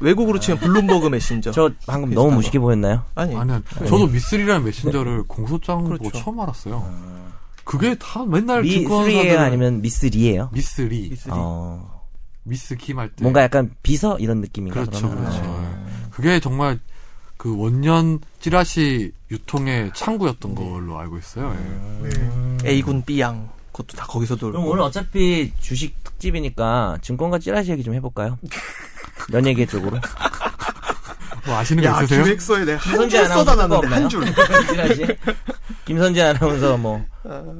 Speaker 2: 외국으로 치면 블룸버그 메신저.
Speaker 3: 저 방금 너무
Speaker 2: 비슷한
Speaker 3: 무식해 보였나요?
Speaker 2: 아니
Speaker 1: 아니, 아니 저도 미쓰리라는
Speaker 2: 네.
Speaker 1: 메신저를 공소장
Speaker 2: 그렇죠.
Speaker 1: 보고 처음 알았어요.
Speaker 2: 아.
Speaker 1: 그게 다 맨날
Speaker 3: 미쓰리예요
Speaker 1: 증권사들
Speaker 3: 아니면 미쓰리예요?
Speaker 1: 아, 미쓰리
Speaker 2: 미쓰리.
Speaker 3: 어,
Speaker 1: 미스 김할 때
Speaker 3: 뭔가 약간 비서 이런 느낌인가?
Speaker 1: 그렇죠,
Speaker 3: 그러면?
Speaker 1: 그렇죠.
Speaker 3: 아.
Speaker 1: 그게 정말 그 원년 찌라시 유통의 창구였던 걸로 알고 있어요. 예.
Speaker 2: A군 B양 그것도 다 거기서 돌고.
Speaker 3: 그럼 오늘 어차피 주식 특집이니까 증권가 찌라시 얘기 좀 해볼까요? 연예계 쪽으로.
Speaker 1: 뭐 아시는 거
Speaker 2: 야
Speaker 1: 있으세요?
Speaker 2: 기획서에 내가 한
Speaker 3: 김선재
Speaker 2: 줄
Speaker 3: 아나운서
Speaker 2: 써다 놨는데
Speaker 3: 없나요?
Speaker 2: 한 줄.
Speaker 3: (laughs) 찌라시. 김선재 아나운서 뭐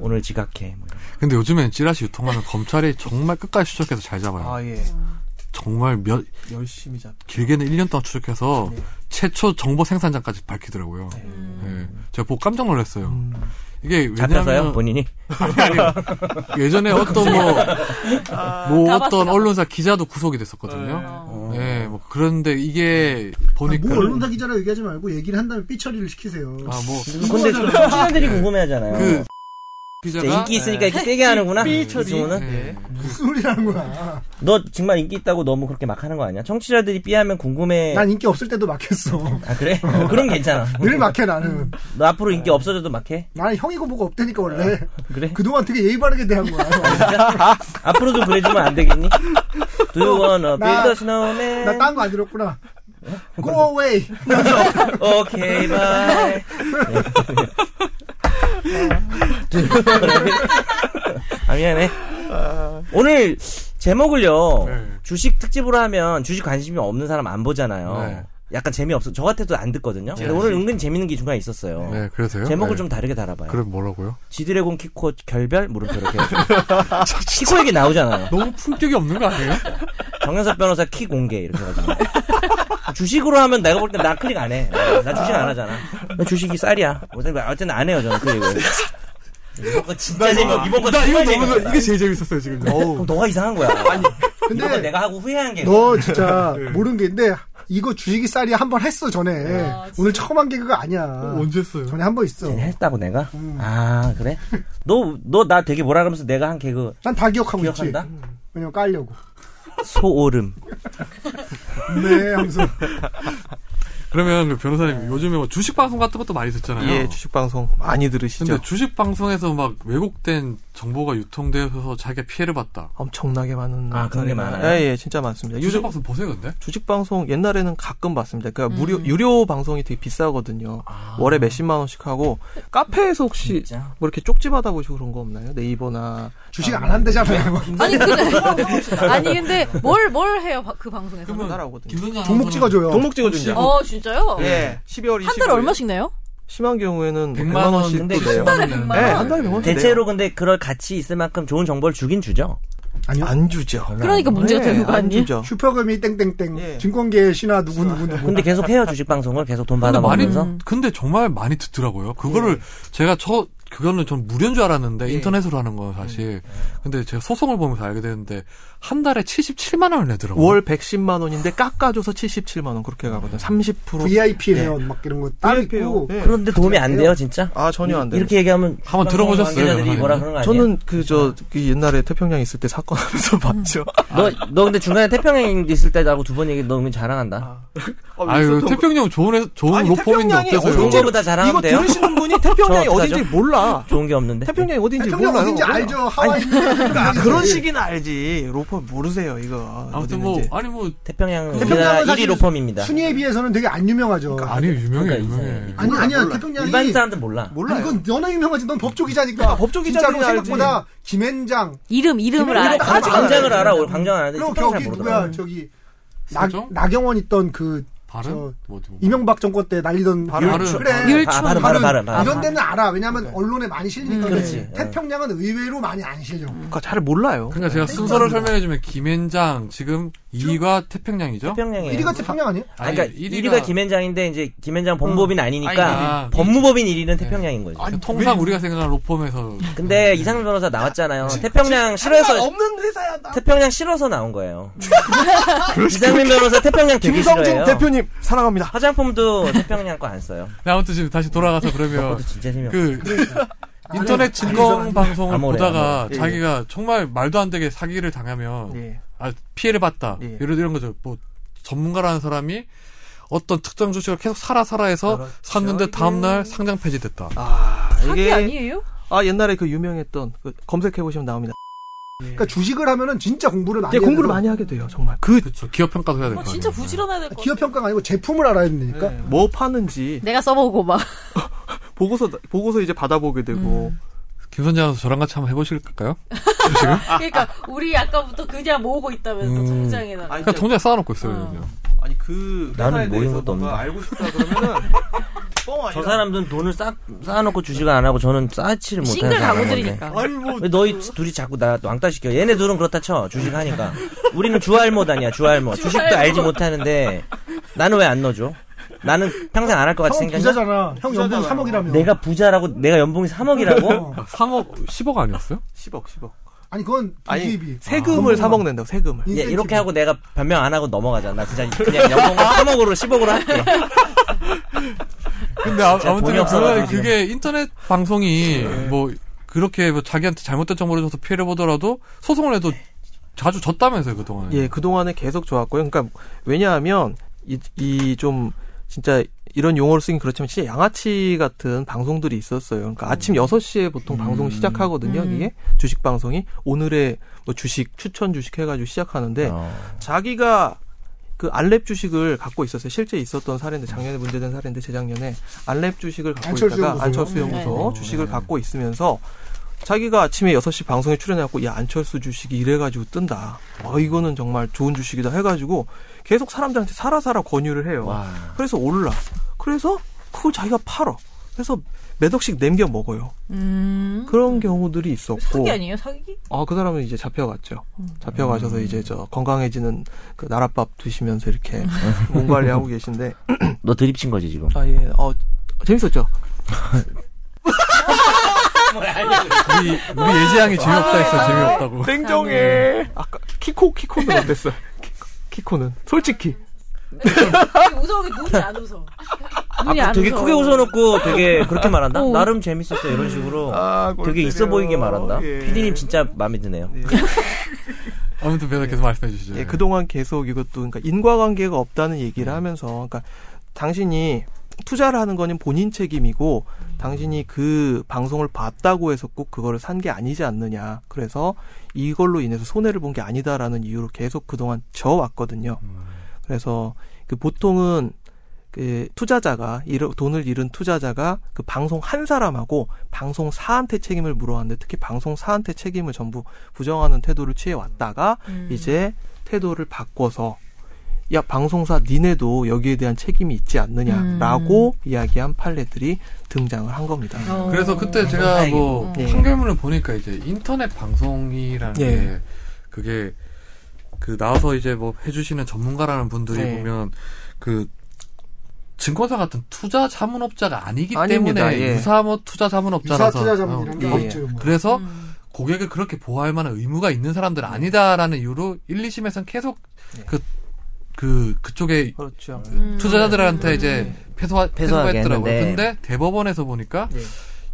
Speaker 3: 오늘 지각해. 뭐 이런.
Speaker 1: 근데 요즘엔 찌라시 유통하면 검찰이 정말 끝까지 추적해서 잘 잡아요.
Speaker 2: 아 예.
Speaker 1: 정말 몇
Speaker 2: 열심히 잡.
Speaker 1: 길게는 1년 동안 추적해서
Speaker 2: 네.
Speaker 1: 최초 정보 생산자까지 밝히더라고요.
Speaker 4: 음.
Speaker 1: 예. 제가 보고 깜짝 놀랐어요.
Speaker 2: 음.
Speaker 1: 이게
Speaker 3: 잡혀서요
Speaker 1: 왜냐면
Speaker 3: 본인이.
Speaker 1: 예전에 어떤 뭐,
Speaker 4: 아,
Speaker 1: 뭐
Speaker 4: 가봤어,
Speaker 1: 어떤
Speaker 4: 가봤어.
Speaker 1: 언론사 기자도 구속이 됐었거든요.
Speaker 4: 어.
Speaker 1: 예, 뭐 그런데 이게 보니까
Speaker 5: 뭐 언론사 기자라 얘기하지 말고 얘기를 한 다음에 삐처리를 시키세요.
Speaker 1: 아, 뭐
Speaker 3: 근데 좀 청취자들이 궁금해하잖아요.
Speaker 1: 그
Speaker 3: 진짜
Speaker 1: 기자가
Speaker 3: 인기 있으니까 이렇게 세게 하는구나. 이승우는
Speaker 1: 예.
Speaker 5: 무슨 소리라는 거야.
Speaker 3: 너 정말 인기 있다고 너무 그렇게 막 하는 거 아니야? 청취자들이 삐하면 궁금해.
Speaker 5: 난 인기 없을 때도 막혔어.
Speaker 3: 아 그래? (laughs) 그럼 괜찮아.
Speaker 5: 늘 막혀 나는.
Speaker 3: 너 앞으로 인기 없어져도 막 해.
Speaker 5: 나는 형이고 뭐고 없다니까 원래.
Speaker 3: 그래?
Speaker 5: 그동안 되게 예의 바르게 대한 거야.
Speaker 3: 앞으로도 그래주면 안 되겠니? Do you wanna build a snowman?
Speaker 5: 나 딴 거 안 들었구나. Go away.
Speaker 3: 오케이
Speaker 5: (laughs)
Speaker 3: 바이. 아 미안해. 오늘 제목을요
Speaker 1: 네.
Speaker 3: 주식 특집으로 하면 주식 관심이 없는 사람 안 보잖아요.
Speaker 1: 네.
Speaker 3: 약간 재미없어. 저 같아도 안 듣거든요.
Speaker 5: 네.
Speaker 3: 근데 오늘 은근 재밌는 게 중간에 있었어요.
Speaker 1: 네, 그러세요?
Speaker 3: 제목을
Speaker 1: 네.
Speaker 3: 좀 다르게 달아봐요.
Speaker 1: 그럼 뭐라고요?
Speaker 3: 지드래곤 키코 결별 물음표 이렇게.
Speaker 1: (laughs)
Speaker 3: 해가지고. 키코 얘기 나오잖아요.
Speaker 1: 너무 품격이 없는 거 아니에요?
Speaker 3: 정현석 변호사 키 공개 이렇게 해가지고 주식으로 하면 내가 볼 때 나 클릭 안 해. 나 주식 안 하잖아. 나 주식이 쌀이야. 어쨌든 어쨌든 안 해요 저는 클릭을. 이번 거 진짜 재미. 이번 거
Speaker 1: 나
Speaker 3: 정말
Speaker 1: 이거
Speaker 3: 재미.
Speaker 1: 너무 이게 제일 재밌었어요 지금.
Speaker 3: 그럼 너가 이상한 거야. 이번 거
Speaker 5: 근데
Speaker 3: 내가 하고 후회한 게.
Speaker 5: 너 진짜 모르는 게 있는데 이거 주식이 쌀이 한 번 했어 전에.
Speaker 4: 아,
Speaker 5: 오늘 처음 한 개그가 아니야.
Speaker 1: 언제 했어요?
Speaker 5: 전에 한 번 있어.
Speaker 3: 쟤네 했다고 내가?
Speaker 1: 음.
Speaker 3: 아 그래? 너 너 나 되게 뭐라 그러면서 내가 한 개그
Speaker 5: 난 다 기억하고
Speaker 3: 기억한다?
Speaker 5: 있지. 왜냐면 깔려고.
Speaker 3: 소오름.
Speaker 5: 네, 하면서.
Speaker 1: 그러면 그 변호사님 요즘에 뭐 주식 방송 같은 것도 많이 듣잖아요.
Speaker 2: 예 주식 방송 많이 들으시죠.
Speaker 1: 근데 주식 방송에서 막 왜곡된 정보가 유통되어서 자기가 피해를 봤다.
Speaker 2: 엄청나게 많은.
Speaker 3: 아, 그런 게 많아요?
Speaker 2: 예예 진짜 많습니다.
Speaker 1: 주식
Speaker 2: 요즘
Speaker 1: 방송 보세요 근데?
Speaker 2: 주식 방송 옛날에는 가끔 봤습니다. 그러니까 무료 유료 방송이 되게 비싸거든요. 월에 몇십만 원씩 하고 카페에서 혹시
Speaker 3: 진짜?
Speaker 2: 뭐 이렇게 쪽지 받아보시고 그런 거 없나요? 네이버나
Speaker 5: 주식 안 한대잖아요.
Speaker 4: 아니 근데 (laughs) 아니 근데 뭘 뭘 해요 바- 그 방송에서?
Speaker 1: 그러면
Speaker 2: 따라오거든요.
Speaker 1: 김선재
Speaker 5: 종목 찍어줘요.
Speaker 2: 종목 찍어준다.
Speaker 4: 어 진짜요?
Speaker 2: 예. 12월 25일.
Speaker 4: 한 달에 얼마씩 내요?
Speaker 2: 심한 경우에는 뭐
Speaker 1: 100만 원씩
Speaker 3: 근데
Speaker 2: 내요.
Speaker 4: 원.
Speaker 2: 네, 한 달에 100만 원.
Speaker 3: 대체로 근데 그럴 가치 있을 만큼 좋은 정보를 주긴 주죠.
Speaker 5: 아니요.
Speaker 2: 안 주죠.
Speaker 4: 그러니까 문제가
Speaker 2: 네,
Speaker 4: 되는 거
Speaker 2: 안
Speaker 4: 아니에요?
Speaker 2: 주죠.
Speaker 5: 슈퍼금이 땡땡땡.
Speaker 2: 예.
Speaker 5: 증권계의 신화 누구누구누구.
Speaker 3: 근데 계속 해요 주식 방송을 계속 돈
Speaker 1: 근데
Speaker 3: 받아
Speaker 1: 많이 음,
Speaker 3: 먹으면서.
Speaker 1: 근데 정말 많이 듣더라고요. 그거를 제가 저 그거는 전 무료인 줄 알았는데
Speaker 2: 예.
Speaker 1: 인터넷으로 하는 거예요 사실. 근데 제가 소송을 보면서 알게 되는데 한 달에 77만 원을 내더라고요.
Speaker 2: 월 110만 원인데 깎아줘서 77만 원 그렇게 가거든요.
Speaker 5: 뭐
Speaker 2: 30%
Speaker 5: VIP
Speaker 2: 예.
Speaker 5: 회원 막 이런 거 따로
Speaker 2: VIP 회원.
Speaker 5: 있고
Speaker 2: 예.
Speaker 3: 그런데 도움이 안 돼요, 진짜?
Speaker 2: 아 전혀 안 돼요.
Speaker 3: 이렇게 얘기하면
Speaker 1: 한번
Speaker 3: 방송
Speaker 1: 들어보셨어요,
Speaker 3: 관계자들이
Speaker 1: 그러면?
Speaker 3: 뭐라 그런 거 아니에요? 음.
Speaker 2: 저는 그저 그 옛날에 태평양 있을 때 사건 하면서 봤죠.
Speaker 3: 너, 너 근데 중간에 태평양 있을 때 나하고 두 번 얘기 너 은근 자랑한다.
Speaker 1: 아유 태평양 좋은 회- 좋은
Speaker 2: 어, 뭐 아니,
Speaker 1: 로펌인데
Speaker 2: 태평양이
Speaker 1: 어때서요?
Speaker 2: 어딘지
Speaker 3: 좋은 거보다 잘하면
Speaker 2: 이거
Speaker 3: 돼요?
Speaker 2: 들으시는 분이 태평양이
Speaker 3: 저 어떡하죠? 네.
Speaker 2: 어딘지 몰라.
Speaker 3: 좋은 게 없는데.
Speaker 2: 태평양이 어딘지
Speaker 5: 태평양
Speaker 2: 몰라요.
Speaker 5: 어딘지 알죠? 하와이
Speaker 2: 아, 그런
Speaker 3: 네.
Speaker 5: 예.
Speaker 2: 식이나 알지. 로펌 모르세요 이거.
Speaker 1: 아무튼 뭐
Speaker 2: 어디는지.
Speaker 1: 아니 뭐
Speaker 3: 태평양은 우리나라
Speaker 5: 태평양은
Speaker 3: 1위
Speaker 5: 사실
Speaker 3: 로펌입니다.
Speaker 5: 순위에 비해서는 되게 안 유명하죠.
Speaker 1: 아니 유명해
Speaker 3: 그러니까
Speaker 1: 유명해.
Speaker 5: 아니
Speaker 2: 몰라,
Speaker 5: 아니야
Speaker 2: 몰라.
Speaker 5: 태평양이
Speaker 3: 일반 사람들 몰라.
Speaker 2: 몰라요.
Speaker 5: 이건 너나 유명하지. 넌 법조기자니까.
Speaker 2: 아, 법조기자들이나
Speaker 5: 진짜로 생각보다 김앤장
Speaker 4: 이름 이름을
Speaker 5: 이름을
Speaker 4: 알.
Speaker 5: 다
Speaker 3: 광-
Speaker 5: 하지
Speaker 3: 광장을
Speaker 5: 말아요.
Speaker 3: 알아. 우리 광장 안 하는데
Speaker 5: 그리고
Speaker 3: 태평양 잘
Speaker 5: 거기 누구야
Speaker 2: 음.
Speaker 3: 모르더라.
Speaker 5: 저기 나,
Speaker 1: 서정?
Speaker 5: 나경원 있던 그
Speaker 1: 바른?
Speaker 5: 저
Speaker 1: 뭐 어디 뭐.
Speaker 5: 이명박 정권 때 날리던
Speaker 2: 바른.
Speaker 5: 그-
Speaker 1: 바른.
Speaker 5: 그래.
Speaker 4: 율-
Speaker 3: 아, 바로, 바로, 바로, 바로.
Speaker 5: 이런 데는 알아. 왜냐하면
Speaker 2: 네.
Speaker 5: 언론에 많이 실리니까.
Speaker 3: 음, 그렇지.
Speaker 5: 태평양은 의외로 많이 안 실려.
Speaker 2: 그러니까 잘 몰라요.
Speaker 1: 그러니까 제가 순서를 설명해주면 김앤장 지금 2위가 태평양이죠.
Speaker 3: 태평양에.
Speaker 5: 1위가 태평양 아니에요?
Speaker 1: 아니,
Speaker 3: 그러니까 1위가 김현장인데 이제 김현장 법무법인 아니니까
Speaker 1: 아,
Speaker 3: 법무법인 1위는 태평양인 거죠.
Speaker 4: 그러니까
Speaker 1: 그 통상 우리가 생각하는 로펌에서
Speaker 3: 근데 이상민 변호사 나왔잖아요. 태평양 싫어서
Speaker 2: 없는 회사야. 나.
Speaker 3: 태평양 싫어서 나온
Speaker 5: (laughs)
Speaker 3: 거예요. 이상민 변호사 태평양 되게
Speaker 2: 김성진
Speaker 3: 싫어해요.
Speaker 2: 대표님 사랑합니다.
Speaker 3: 화장품도 태평양 거 안 써요.
Speaker 1: 네, 아무튼 지금 다시 돌아가서 그러면
Speaker 3: 그것도 진짜 재미없어.
Speaker 1: 그 인터넷 증권 방송을
Speaker 3: 암호래,
Speaker 1: 보다가
Speaker 2: 암호래.
Speaker 1: 자기가 정말 말도 안 되게 사기를 당하면
Speaker 2: 예.
Speaker 1: 아, 피해를 봤다.
Speaker 2: 예.
Speaker 1: 예를 들어 이런 거죠. 뭐 전문가라는 사람이 어떤 특정 주식을 계속 사라 사라 해서
Speaker 2: 그렇죠. 예.
Speaker 1: 샀는데 다음 날 상장 폐지됐다.
Speaker 2: 아
Speaker 4: 사기
Speaker 2: 이게
Speaker 4: 아니에요?
Speaker 2: 아 옛날에 그 유명했던 그 검색해 보시면 나옵니다.
Speaker 5: 그러니까 주식을 하면은 진짜 공부를 많이.
Speaker 2: 예. 이제 예, 공부를
Speaker 5: 해서
Speaker 2: 많이 하게 돼요 정말. 그
Speaker 1: 그렇죠. 기업 평가도 해야 될
Speaker 4: 어,
Speaker 1: 거예요.
Speaker 4: 진짜 부지런해야 될 것 같아.
Speaker 5: 기업 평가가 아니고 제품을 알아야 되니까.
Speaker 2: 네, 뭐 파는지
Speaker 4: 내가 써보고 막.
Speaker 2: 보고서 보고서 이제 받아보게 되고
Speaker 1: 김선재 아나운서 저랑 같이 한번 해보실까요?
Speaker 4: 아, 그러니까 우리 아까부터 그냥 모으고 있다면서
Speaker 1: 음.
Speaker 4: 통장에다가.
Speaker 2: 아니,
Speaker 1: 그냥 통장에 쌓아놓고 있어요.
Speaker 4: 어.
Speaker 1: 그냥.
Speaker 2: 아니 그 회사에
Speaker 3: 나는 모르는
Speaker 2: 대해서
Speaker 3: 것도
Speaker 2: 뭔가
Speaker 3: 없는데.
Speaker 2: 알고 싶다 그러면은 뻥 아니라
Speaker 3: (laughs) 저 사람들은 돈을 쌓, 쌓아놓고 주식을 안 하고 저는 쌓지를 못하는
Speaker 4: 싱글
Speaker 3: 사람인 뭐 건데.
Speaker 4: 가구들이니까.
Speaker 2: 아니 뭐 (laughs)
Speaker 3: 왜 너희 둘이 자꾸 나 왕따 시켜? 얘네 둘은 그렇다 쳐 주식 하니까 우리는 주알못 아니야 주알못 주식도 알지 못하는데 나는 왜 안 넣어줘? 나는 평생 안 할 것 같이
Speaker 5: 형은
Speaker 3: 생겼냐?
Speaker 5: 부자잖아. 형 연봉
Speaker 2: 부자잖아.
Speaker 5: 3억이라며.
Speaker 3: 내가 부자라고 내가 연봉이 3억이라고?
Speaker 5: 어.
Speaker 1: 3억, 10억 아니었어요?
Speaker 2: 10억 10억
Speaker 5: 아니 그건 BGB.
Speaker 2: 세금을 3억 낸다고 세금을
Speaker 5: 인센티브.
Speaker 3: 예, 이렇게 하고 내가 변명 안 하고 넘어가자. 나 그냥 그냥 연봉 3억으로 10억으로 할게.
Speaker 5: 어.
Speaker 1: 근데 아,
Speaker 3: 진짜
Speaker 1: 아무튼
Speaker 3: 돈이 없어가지고
Speaker 1: 그건 그게 인터넷 방송이 뭐 그렇게 뭐 자기한테 잘못된 정보를 줘서 피해를 보더라도 소송을 해도 자주 졌다면서요 그동안에
Speaker 2: 예 그동안에 계속 좋았고요 그러니까 왜냐하면 이 좀 진짜 이런 용어를 쓰긴 그렇지만 진짜 양아치 같은 방송들이 있었어요 그러니까
Speaker 1: 음.
Speaker 2: 아침 6시에 보통 방송 시작하거든요
Speaker 4: 음.
Speaker 2: 이게 주식 방송이 오늘의 뭐 주식 추천 주식 해가지고 시작하는데
Speaker 3: 어.
Speaker 2: 자기가 그 안랩 주식을 갖고 있었어요. 실제 있었던 사례인데 작년에 문제된 사례인데 재작년에 안랩 주식을 갖고
Speaker 5: 안철수
Speaker 2: 있다가
Speaker 5: 연구소요?
Speaker 2: 안철수 연구소
Speaker 3: 네.
Speaker 2: 주식을 갖고 있으면서 자기가 아침에 6시 방송에 출연해갖고 야 안철수 주식이 이래가지고 뜬다. 아 이거는 정말 좋은 주식이다 해가지고 계속 사람들한테 사라 사라 권유를 해요. 그래서 올라. 그래서 그걸 자기가 팔어. 그래서 몇 억씩 남겨 먹어요.
Speaker 4: 음.
Speaker 2: 그런 경우들이 있었고.
Speaker 4: 사기 아니에요? 사기?
Speaker 2: 아, 그 사람은 이제 잡혀갔죠.
Speaker 3: 음.
Speaker 2: 잡혀가셔서 이제 저 건강해지는 그 나랏밥 드시면서
Speaker 3: 음.
Speaker 2: 이렇게 (laughs) 몸 관리하고 계신데.
Speaker 3: 너 드립 친 거지 지금?
Speaker 2: 아, 예. 어, 재밌었죠?
Speaker 1: 우리 우리 예지양이 재미없다 했어 재미없다고
Speaker 2: 땡정해. 아까 키코, 키코는 어땠어? 키코, 키코는. 솔직히.
Speaker 4: 우성이 눈이 안 웃어. 눈이
Speaker 3: 아,
Speaker 4: 안
Speaker 3: 되게
Speaker 4: 웃어.
Speaker 3: 크게 웃어놓고 되게
Speaker 4: (laughs)
Speaker 3: 그렇게 말한다.
Speaker 4: 어.
Speaker 3: 나름 재밌었어 이런 식으로
Speaker 2: 아, 골
Speaker 3: 되게 있어
Speaker 2: 때려.
Speaker 3: 보이게 말한다.
Speaker 2: 예.
Speaker 3: 피디님 진짜 마음에 드네요.
Speaker 1: 아무튼 배달 계속 말씀해 주시죠
Speaker 2: 예, 그동안 계속 이것도 그러니까 인과관계가 없다는 얘기를 하면서 그러니까 당신이 투자를 하는 거는 본인 책임이고 당신이 그 방송을 봤다고 해서 꼭 그거를 산 게 아니지 않느냐. 그래서 이걸로 인해서 손해를 본 게 아니다라는 이유로 계속 그동안 져왔거든요. 그래서 그 보통은 그 투자자가 잃어- 돈을 잃은 투자자가 그 방송 한 사람하고 방송사한테 책임을 물어왔는데 특히 방송사한테 책임을 전부 부정하는 태도를 취해 왔다가
Speaker 4: 음.
Speaker 2: 이제 태도를 바꿔서 야 방송사 니네도 여기에 대한 책임이 있지 않느냐라고 이야기한 판례들이 등장을 한 겁니다.
Speaker 4: 어.
Speaker 1: 그래서
Speaker 2: 음,
Speaker 1: 그때 제가 뭐
Speaker 2: 예.
Speaker 1: 한결문을 보니까 이제 인터넷 방송이라는
Speaker 2: 예.
Speaker 1: 게 그게 그 나와서 이제 뭐 해주시는 전문가라는 분들이
Speaker 2: 네.
Speaker 1: 보면 그 증권사 같은 투자 자문업자가 아니기
Speaker 2: 아닙니다.
Speaker 1: 때문에
Speaker 2: 예.
Speaker 1: 유사모 투자 자문업자라서
Speaker 5: 유사 투자 자문이란 게
Speaker 1: 어,
Speaker 2: 예, 예.
Speaker 5: 없죠. 뭐.
Speaker 1: 그래서
Speaker 4: 음.
Speaker 1: 고객을 그렇게 보호할 만한 의무가 있는 사람들 아니다라는 이유로 1, 2심에서는 계속
Speaker 2: 예.
Speaker 1: 그, 그, 그쪽에
Speaker 2: 그렇죠.
Speaker 4: 음.
Speaker 1: 투자자들한테 이제 패소하,
Speaker 3: 패소하게
Speaker 1: 패소했더라고요.
Speaker 3: 했는데.
Speaker 1: 근데 대법원에서 보니까
Speaker 2: 예.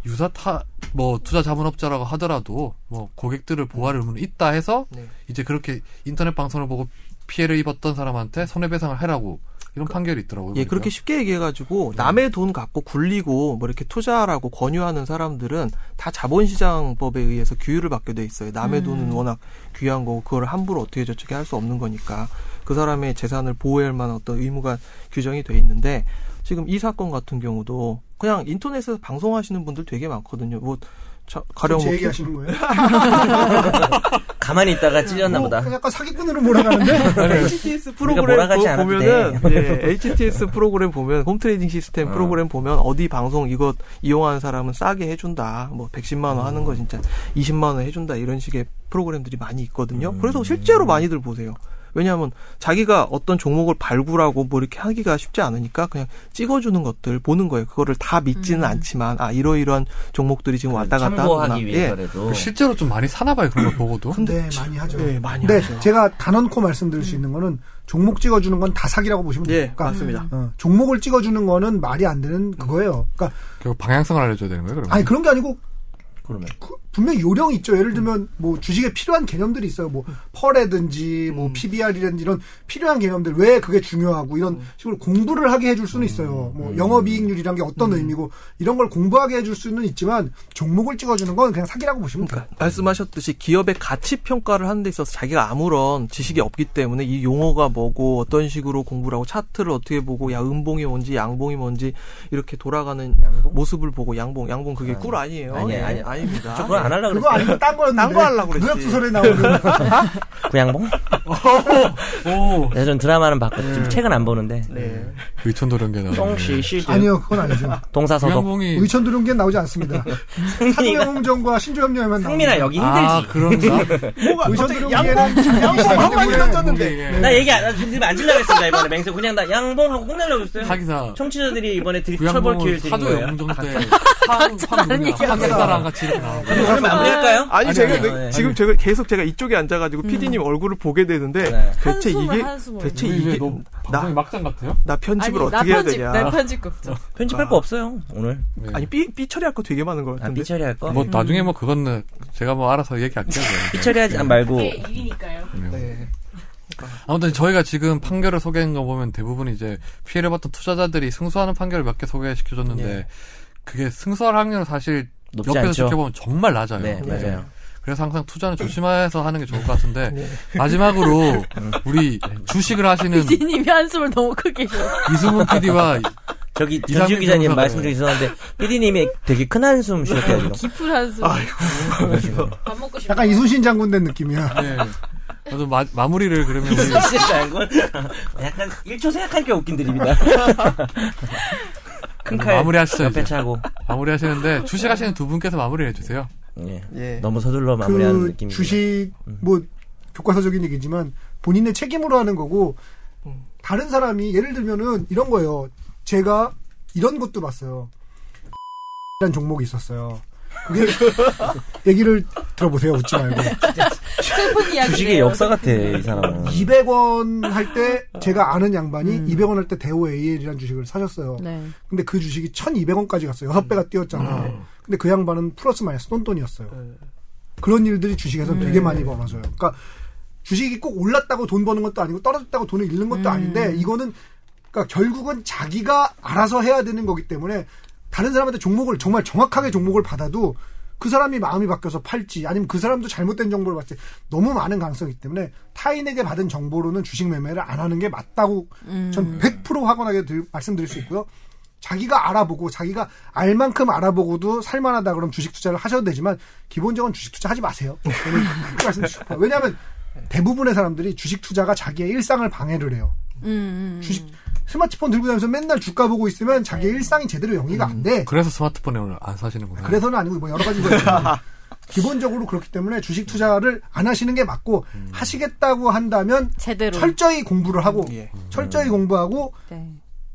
Speaker 1: 유사 타, 뭐 투자 자문업자라고 하더라도 뭐 고객들을 보호할 의무는 있다 해서
Speaker 2: 네.
Speaker 1: 이제 그렇게 인터넷 방송을 보고 피해를 입었던 사람한테 손해배상을 해라고 이런 판결이 있더라고요.
Speaker 2: 예,
Speaker 1: 보니까.
Speaker 2: 그렇게 쉽게 얘기해가지고 남의 돈 갖고 굴리고 뭐 이렇게 투자하라고 권유하는 사람들은 다 자본시장법에 의해서 규율을 받게 돼 있어요. 남의
Speaker 4: 음.
Speaker 2: 돈은 워낙 귀한 거고 그걸 함부로 어떻게 저렇게 할 수 없는 거니까 그 사람의 재산을 보호할 만한 어떤 의무가 규정이 돼 있는데 지금 이 사건 같은 경우도 그냥 인터넷에서 방송하시는 분들 되게 많거든요. 뭐 자, 가령
Speaker 5: 제
Speaker 2: 뭐
Speaker 5: 얘기하시는 거예요?
Speaker 3: 가만히 있다가 찔렸나 보다.
Speaker 5: 뭐 약간 사기꾼으로 몰아가는데
Speaker 2: 그러니까 네. HTS 프로그램
Speaker 3: 네. 몰아가지
Speaker 2: 보-
Speaker 3: 않아도
Speaker 2: 보면은 예, HTS 프로그램 보면 홈 트레이딩 시스템
Speaker 3: 어.
Speaker 2: 프로그램 보면 어디 방송 이거 이용하는 사람은 싸게 해준다 뭐 110만 원
Speaker 3: 음.
Speaker 2: 하는 거 진짜 20만 원 해준다 이런 식의 프로그램들이 많이 있거든요.
Speaker 3: 음.
Speaker 2: 그래서 실제로 많이들 보세요. 왜냐하면 자기가 어떤 종목을 발굴하고 뭐 이렇게 하기가 쉽지 않으니까 그냥 찍어주는 것들 보는 거예요. 그거를 다 믿지는
Speaker 4: 음.
Speaker 2: 않지만 아 이러이러한 종목들이 지금 왔다 갔다 하는구나. 예.
Speaker 3: 참고하기 위해서라도.
Speaker 1: 실제로 좀 많이 사나 봐요. 그런 걸 보고도.
Speaker 5: 근데 많이 하죠.
Speaker 2: 예, 많이
Speaker 5: 근데
Speaker 2: 하죠.
Speaker 5: 제가 단언코 말씀드릴 수 있는 거는 종목 찍어주는 건 다 사기라고 보시면
Speaker 2: 예,
Speaker 5: 돼요. 그러니까
Speaker 2: 맞습니다.
Speaker 5: 어, 종목을 찍어주는 거는 말이 안 되는 그거예요. 그러니까
Speaker 1: 결국 방향성을 알려줘야 되는 거예요. 그러면.
Speaker 5: 아니 그런 게 아니고
Speaker 3: 그러면.
Speaker 5: 그 분명 요령 이 있죠. 예를 들면 뭐 주식에 필요한 개념들이 있어요. 뭐 펄이든지
Speaker 2: 음.
Speaker 5: 뭐 PBR이든지 이런 필요한 개념들 왜 그게 중요하고 이런
Speaker 2: 음.
Speaker 5: 식으로 공부를 하게 해줄 수는 있어요. 뭐 영업이익률이란 게 어떤
Speaker 2: 음.
Speaker 5: 의미고 이런 걸 공부하게 해줄 수는 있지만 종목을 찍어주는 건 그냥 사기라고 보시면 돼요.
Speaker 2: 그러니까 말씀하셨듯이 기업의 가치 평가를 하는 데 있어서 자기가 아무런 지식이 없기 때문에 이 용어가 뭐고 어떤 식으로 공부를 하고 차트를 어떻게 보고 야 음봉이 뭔지 양봉이 뭔지 이렇게 돌아가는
Speaker 3: 양봉?
Speaker 2: 모습을 보고 양봉 양봉 그게
Speaker 3: 아니,
Speaker 2: 꿀 아니에요.
Speaker 3: 아니,
Speaker 2: 예,
Speaker 3: 아니.
Speaker 2: 아닙니다. (laughs)
Speaker 3: 저 그걸 안 하려고 그랬어요.
Speaker 5: 그거 아니고 딴 거였는데
Speaker 2: 그러니까. 딴거 하려고 그랬지.
Speaker 5: 구약 소설에 나오는
Speaker 2: (laughs)
Speaker 3: 구양봉?
Speaker 1: 오!
Speaker 3: 예전 드라마는 봤고 지금 책은 안 보는데.
Speaker 2: 네.
Speaker 1: 의천도 연계 나오는. 네.
Speaker 3: 똥시
Speaker 2: 예,
Speaker 3: 시즈
Speaker 5: (laughs) 아니요 그건 아니죠.
Speaker 3: 동사서독.
Speaker 1: 구양봉이
Speaker 5: 의천두룡기엔
Speaker 2: (laughs)
Speaker 5: 나오지 않습니다. 사도영웅전과 신조협녀에만
Speaker 3: 흥민아 여기
Speaker 1: 아,
Speaker 3: 힘들지.
Speaker 1: 그런가?
Speaker 2: 뭐가
Speaker 5: 의천두룡기에는
Speaker 2: 던졌는데.
Speaker 3: 나 예. 얘기 안, 나 지금 안 질려고 했습니다, 이번에. 맹세 그냥 나 양봉 하고 끝내려고 했어요.
Speaker 1: 사기사.
Speaker 3: 청취자들이 이번에 드리, 처벌
Speaker 1: 구양봉은
Speaker 3: 기회를 드린
Speaker 1: 사도
Speaker 3: 거예요. 아,
Speaker 1: 영웅정 때 한국사랑 같이 이렇게 나오고.
Speaker 3: 오늘 마무리할까요?
Speaker 2: 아니,
Speaker 1: 아니,
Speaker 2: 제가
Speaker 1: 아니요.
Speaker 2: 내-
Speaker 3: 네.
Speaker 2: 지금 제가 계속 제가 이쪽에 앉아가지고 PD님 얼굴을 보게 되는데
Speaker 3: 네.
Speaker 2: 대체
Speaker 4: 한숨을,
Speaker 2: 이게
Speaker 4: 한숨을.
Speaker 2: 대체
Speaker 1: 우리 이제
Speaker 2: 이게
Speaker 1: 너무
Speaker 2: 나
Speaker 1: 방송이
Speaker 2: 나
Speaker 1: 막장 같아요?
Speaker 2: 편집을
Speaker 4: 아니, 나
Speaker 2: 어떻게 해야
Speaker 4: 편집,
Speaker 2: 되냐?
Speaker 4: 나 편집 걱정.
Speaker 3: 편집할 거 없어요, 오늘.
Speaker 1: 네.
Speaker 2: 아니 삐, 삐 처리할 거 되게 많은 것
Speaker 3: 아,
Speaker 2: 같은데.
Speaker 3: 삐처리 할 거?
Speaker 1: 뭐 나중에 뭐 그거는 제가 뭐 알아서 얘기할게요. 그거는.
Speaker 3: 삐처리 하지 말고.
Speaker 4: 일이니까요.
Speaker 2: 네.
Speaker 1: 아무튼 저희가 지금 판결을 소개한 거 보면 대부분 이제 피해를 봤던 투자자들이 승소하는 판결을 몇 개 소개시켜줬는데
Speaker 3: 네.
Speaker 1: 그게 승소할 확률은 사실
Speaker 3: 높지
Speaker 1: 옆에서
Speaker 3: 않죠?
Speaker 1: 지켜보면 정말 낮아요.
Speaker 3: 네, 맞아요.
Speaker 1: 그래서 항상 투자는 조심해서 하는 게 좋을 것 같은데 마지막으로
Speaker 3: 음.
Speaker 1: 우리 주식을 (laughs) 하시는
Speaker 4: 디님이 한숨을 너무 크게 쉬어.
Speaker 1: 이수문 PD와
Speaker 3: 저기
Speaker 1: 이상민 네.
Speaker 3: 전지우 기자님
Speaker 1: 변호사가요.
Speaker 3: 말씀 중에 있었는데, PD님이 되게 큰 한숨 쉬었대요, 지금.
Speaker 4: 깊은 한숨. 밥 먹고 싶어.
Speaker 5: 약간 이순신 장군 된 느낌이야.
Speaker 1: 네. 아주 마, 마무리를 그러면 우리
Speaker 3: 진짜 안 건? (laughs) 약간 1초 생각할 게 웃긴
Speaker 1: (laughs)
Speaker 3: 드립이다. 큰 칼.
Speaker 1: 마무리하시죠,
Speaker 3: 옆에
Speaker 1: 이제.
Speaker 3: 차고.
Speaker 1: 마무리 하시는데 주식 하시는 두 분께서 마무리해 주세요.
Speaker 3: 예.
Speaker 2: 예.
Speaker 3: 너무 서둘러 마무리하는 음.
Speaker 5: 그
Speaker 3: 느낌이.
Speaker 5: 주식 뭐 교과서적인 얘기지만 본인의 책임으로 하는 거고 다른 사람이 예를 들면은 이런 거예요. 제가 이런 것도 봤어요. 이란 종목이 있었어요.
Speaker 3: (laughs)
Speaker 5: 그게 얘기를 들어보세요. 웃지 말고.
Speaker 3: 음.
Speaker 4: 슬픈 이야기.
Speaker 3: 주식의 역사 같아, 이 사람은.
Speaker 5: 200원 할 때 제가 아는 양반이
Speaker 3: 음.
Speaker 5: 200원 할 때 대호 AL이라는 주식을 사셨어요.
Speaker 4: 네.
Speaker 5: 근데 그 주식이 1200원까지 갔어요.
Speaker 3: 음.
Speaker 5: 6배가 뛰었잖아. 근데 그 양반은 플러스 마이너스 똔똔이었어요.
Speaker 3: 네.
Speaker 5: 그런 일들이 주식에서 는 되게 많이 벌어져요. 그러니까 주식이 꼭 올랐다고 돈 버는 것도 아니고 떨어졌다고 돈을 잃는 것도 아닌데 이거는 그러니까 결국은 자기가 알아서 해야 되는 거기 때문에 다른 사람한테 종목을 정말 정확하게 종목을 받아도 그 사람이 마음이 바뀌어서 팔지 아니면 그 사람도 잘못된 정보를 받지 너무 많은 가능성이 있기 때문에 타인에게 받은 정보로는 주식 매매를 안 하는 게 맞다고 전 100% 확언하게 들- 말씀드릴 수 있고요. 자기가 알아보고 자기가 알 만큼 알아보고도 살만하다 그럼 주식 투자를 하셔도 되지만 기본적으로 주식 투자 하지 마세요. 저는 그렇게 말씀드리고 싶어요. 왜냐하면 대부분의 사람들이 주식 투자가 자기의 일상을 방해를 해요.
Speaker 4: 음,
Speaker 5: 주식 스마트폰 들고 다니면서 맨날 주가 보고 있으면 자기의 일상이 제대로 영위가 안 돼.
Speaker 1: 네. 그래서 스마트폰에 오늘 안 사시는구나.
Speaker 5: 그래서는 아니고 뭐 여러
Speaker 1: (laughs)
Speaker 5: 가지가 있는데 기본적으로 그렇기 때문에 주식 투자를 안 하시는 게 맞고
Speaker 1: 음.
Speaker 5: 하시겠다고 한다면
Speaker 4: 제대로.
Speaker 5: 철저히 공부를 하고
Speaker 2: 예.
Speaker 1: 음.
Speaker 5: 철저히 공부하고
Speaker 4: 네.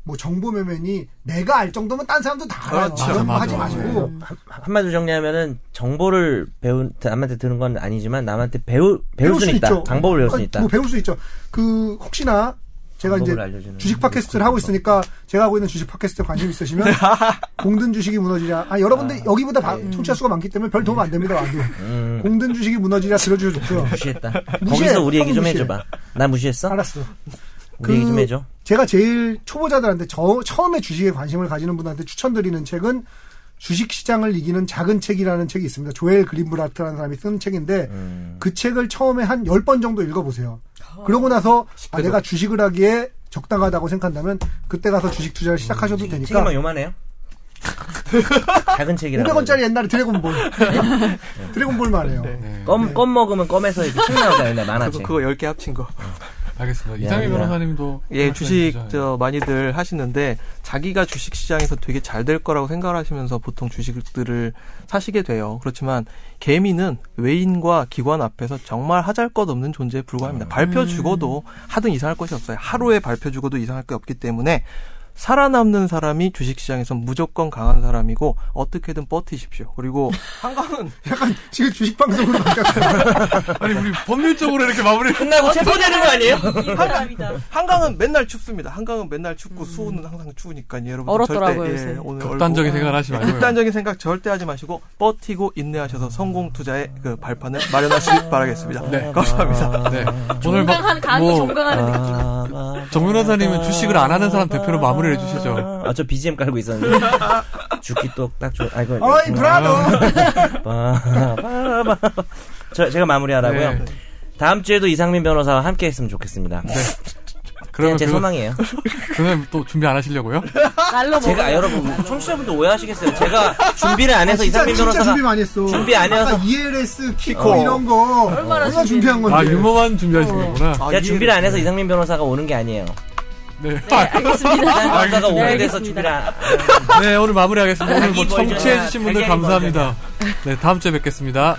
Speaker 5: 뭐 정보 매매니 내가 알 정도면 딴 사람도 다 알아요.
Speaker 1: 그렇죠.
Speaker 5: 그런 거
Speaker 1: 맞아, 음.
Speaker 5: 하지
Speaker 1: 맞아.
Speaker 5: 마시고
Speaker 3: 한마디로 정리하면은 정보를 배운 남한테 드는 건 아니지만 남한테 배우 배울 수는 있다. 방법을 배울 수는
Speaker 5: 아니,
Speaker 3: 있다.
Speaker 5: 뭐 배울 수 있죠. 그 혹시나 제가 이제
Speaker 3: 방법을 알려주는 그
Speaker 5: 주식 팟캐스트를 하고 있으니까 제가 하고 있는 주식 팟캐스트에 관심
Speaker 3: (laughs)
Speaker 5: 있으시면 공든 주식이 무너지냐. 아 여러분들 여기보다 바-
Speaker 3: 예.
Speaker 5: 청취자 수가 많기 때문에 별 도움 안 됩니다. 와도.
Speaker 3: 음.
Speaker 5: (laughs) 공든 주식이 무너지냐 들어주셔도
Speaker 3: (laughs)
Speaker 5: 좋고요.
Speaker 3: 무시했다.
Speaker 5: 무시해.
Speaker 3: 거기서 우리 얘기 좀
Speaker 5: 아, 무시해.
Speaker 3: 해줘봐. 나 무시했어?
Speaker 5: 알았어. 그
Speaker 3: 우리 얘기 좀 해줘.
Speaker 5: 제가 제일 초보자들한테 저 처음에 주식에 관심을 가지는 분한테 추천드리는 책은 주식 시장을 이기는 작은 책이라는 책이 있습니다. 조엘 그린브라트라는 사람이 쓴 책인데
Speaker 3: 음.
Speaker 5: 그 책을 처음에 한 10번 정도 읽어보세요. 그러고 나서 아, 내가 주식을 하기에 적당하다고 생각한다면 그때 가서 주식 투자를 시작하셔도 되니까
Speaker 3: 책이만 요만해요? (laughs) 작은 책이라.
Speaker 5: 500원짜리 옛날에 드래곤볼 (laughs) 네. 드래곤볼만 해요.
Speaker 1: 네.
Speaker 3: 껌, 껌 먹으면 껌에서 이렇게 책 나오잖아. 옛날
Speaker 2: 그거,
Speaker 3: 만화책.
Speaker 2: 그거 10개 합친 거.
Speaker 1: 알겠습니다.
Speaker 3: 야,
Speaker 1: 이상희
Speaker 3: 야.
Speaker 1: 변호사님도
Speaker 2: 예,
Speaker 1: 말씀
Speaker 2: 주식
Speaker 1: 해주시죠.
Speaker 2: 저 많이들 하시는데 자기가 주식 시장에서 되게 잘 될 거라고 생각을 하시면서 보통 주식들을 사시게 돼요. 그렇지만 개미는 외인과 기관 앞에서 정말 하잘것 없는 존재에
Speaker 1: 아.
Speaker 2: 불과합니다.
Speaker 4: 음.
Speaker 2: 발표 주고도 하든 이상할 것이 없어요.
Speaker 1: 음.
Speaker 2: 하루에 발표 주고도 이상할 게 없기 때문에 살아남는 사람이 주식 시장에선 무조건 강한 사람이고 어떻게든 버티십시오.
Speaker 1: (laughs)
Speaker 2: 그리고 한강은
Speaker 5: 약간 지금 주식 (laughs) 방송으로 바뀌었어요.
Speaker 1: 아니 우리 법률적으로 이렇게 마무리.
Speaker 3: 끝나고 체포되는 거 아니에요?
Speaker 4: 이 사람이다.
Speaker 2: 한강은 맨날 춥습니다. 한강은 맨날 춥고 수온은 항상 추우니까 여러분
Speaker 4: 얼었더라고요,
Speaker 2: 절대
Speaker 4: 요새.
Speaker 2: 예, 오늘
Speaker 1: 음. 극단적인
Speaker 2: 얼고.
Speaker 1: 생각을 하지 말고요.
Speaker 2: 아, 극단적인 생각 절대 하지 마시고 버티고 인내하셔서 성공 투자의 그 발판을 마련하시길 바라겠습니다.
Speaker 1: 네.
Speaker 2: 감사합니다.
Speaker 1: 네. 오늘 뭐
Speaker 4: 종강한 강의 종강하는 느낌.
Speaker 1: 정 변호사님은 주식을 안 하는 사람 대표로 마무리를 해주시죠.
Speaker 3: 아, 저 BGM 깔고 있었는데.
Speaker 5: (laughs)
Speaker 3: 죽기 똑딱 좋. 아이고.
Speaker 5: 어이 브라더.
Speaker 3: 브라더. 저 제가 마무리하라고요.
Speaker 1: 네.
Speaker 3: 다음 주에도 이상민 변호사와 함께 했으면 좋겠습니다.
Speaker 2: 네.
Speaker 3: 그냥
Speaker 1: 그러면
Speaker 3: 예, 제
Speaker 1: 그,
Speaker 3: 소망이에요.
Speaker 1: 그러면 또 준비 안 하시려고요?
Speaker 4: 날로
Speaker 3: 제가 아,
Speaker 4: 먹어.
Speaker 3: 여러분 청취자분들 오해하시겠어요. 제가 준비를 안 해서
Speaker 5: 아, 진짜
Speaker 3: 이상민
Speaker 5: 진짜
Speaker 3: 변호사가
Speaker 5: 준비 어. 많이 했어.
Speaker 3: 준비 안 해서-
Speaker 5: 아까 ELS 키코 이런 거 얼마나
Speaker 4: 준비해.
Speaker 5: 준비한 건데.
Speaker 1: 아 유머만 준비하신 거구나.
Speaker 2: 아,
Speaker 3: 제가
Speaker 2: 이해를-
Speaker 3: 준비를 안 해서 이상민 변호사가 오는 게 아니에요.
Speaker 1: 네.
Speaker 4: 네,
Speaker 5: 아,
Speaker 4: 알겠습니다.
Speaker 3: 이상민 변호사가 오게
Speaker 4: 알겠습니다.
Speaker 3: 돼서 준비를 안.
Speaker 1: 네 오늘 마무리하겠습니다. 오늘 뭐
Speaker 3: 자기 뭘
Speaker 1: 청취해주신 분들
Speaker 3: 자기 뭘
Speaker 1: 감사합니다. 네 다음 주에 뵙겠습니다.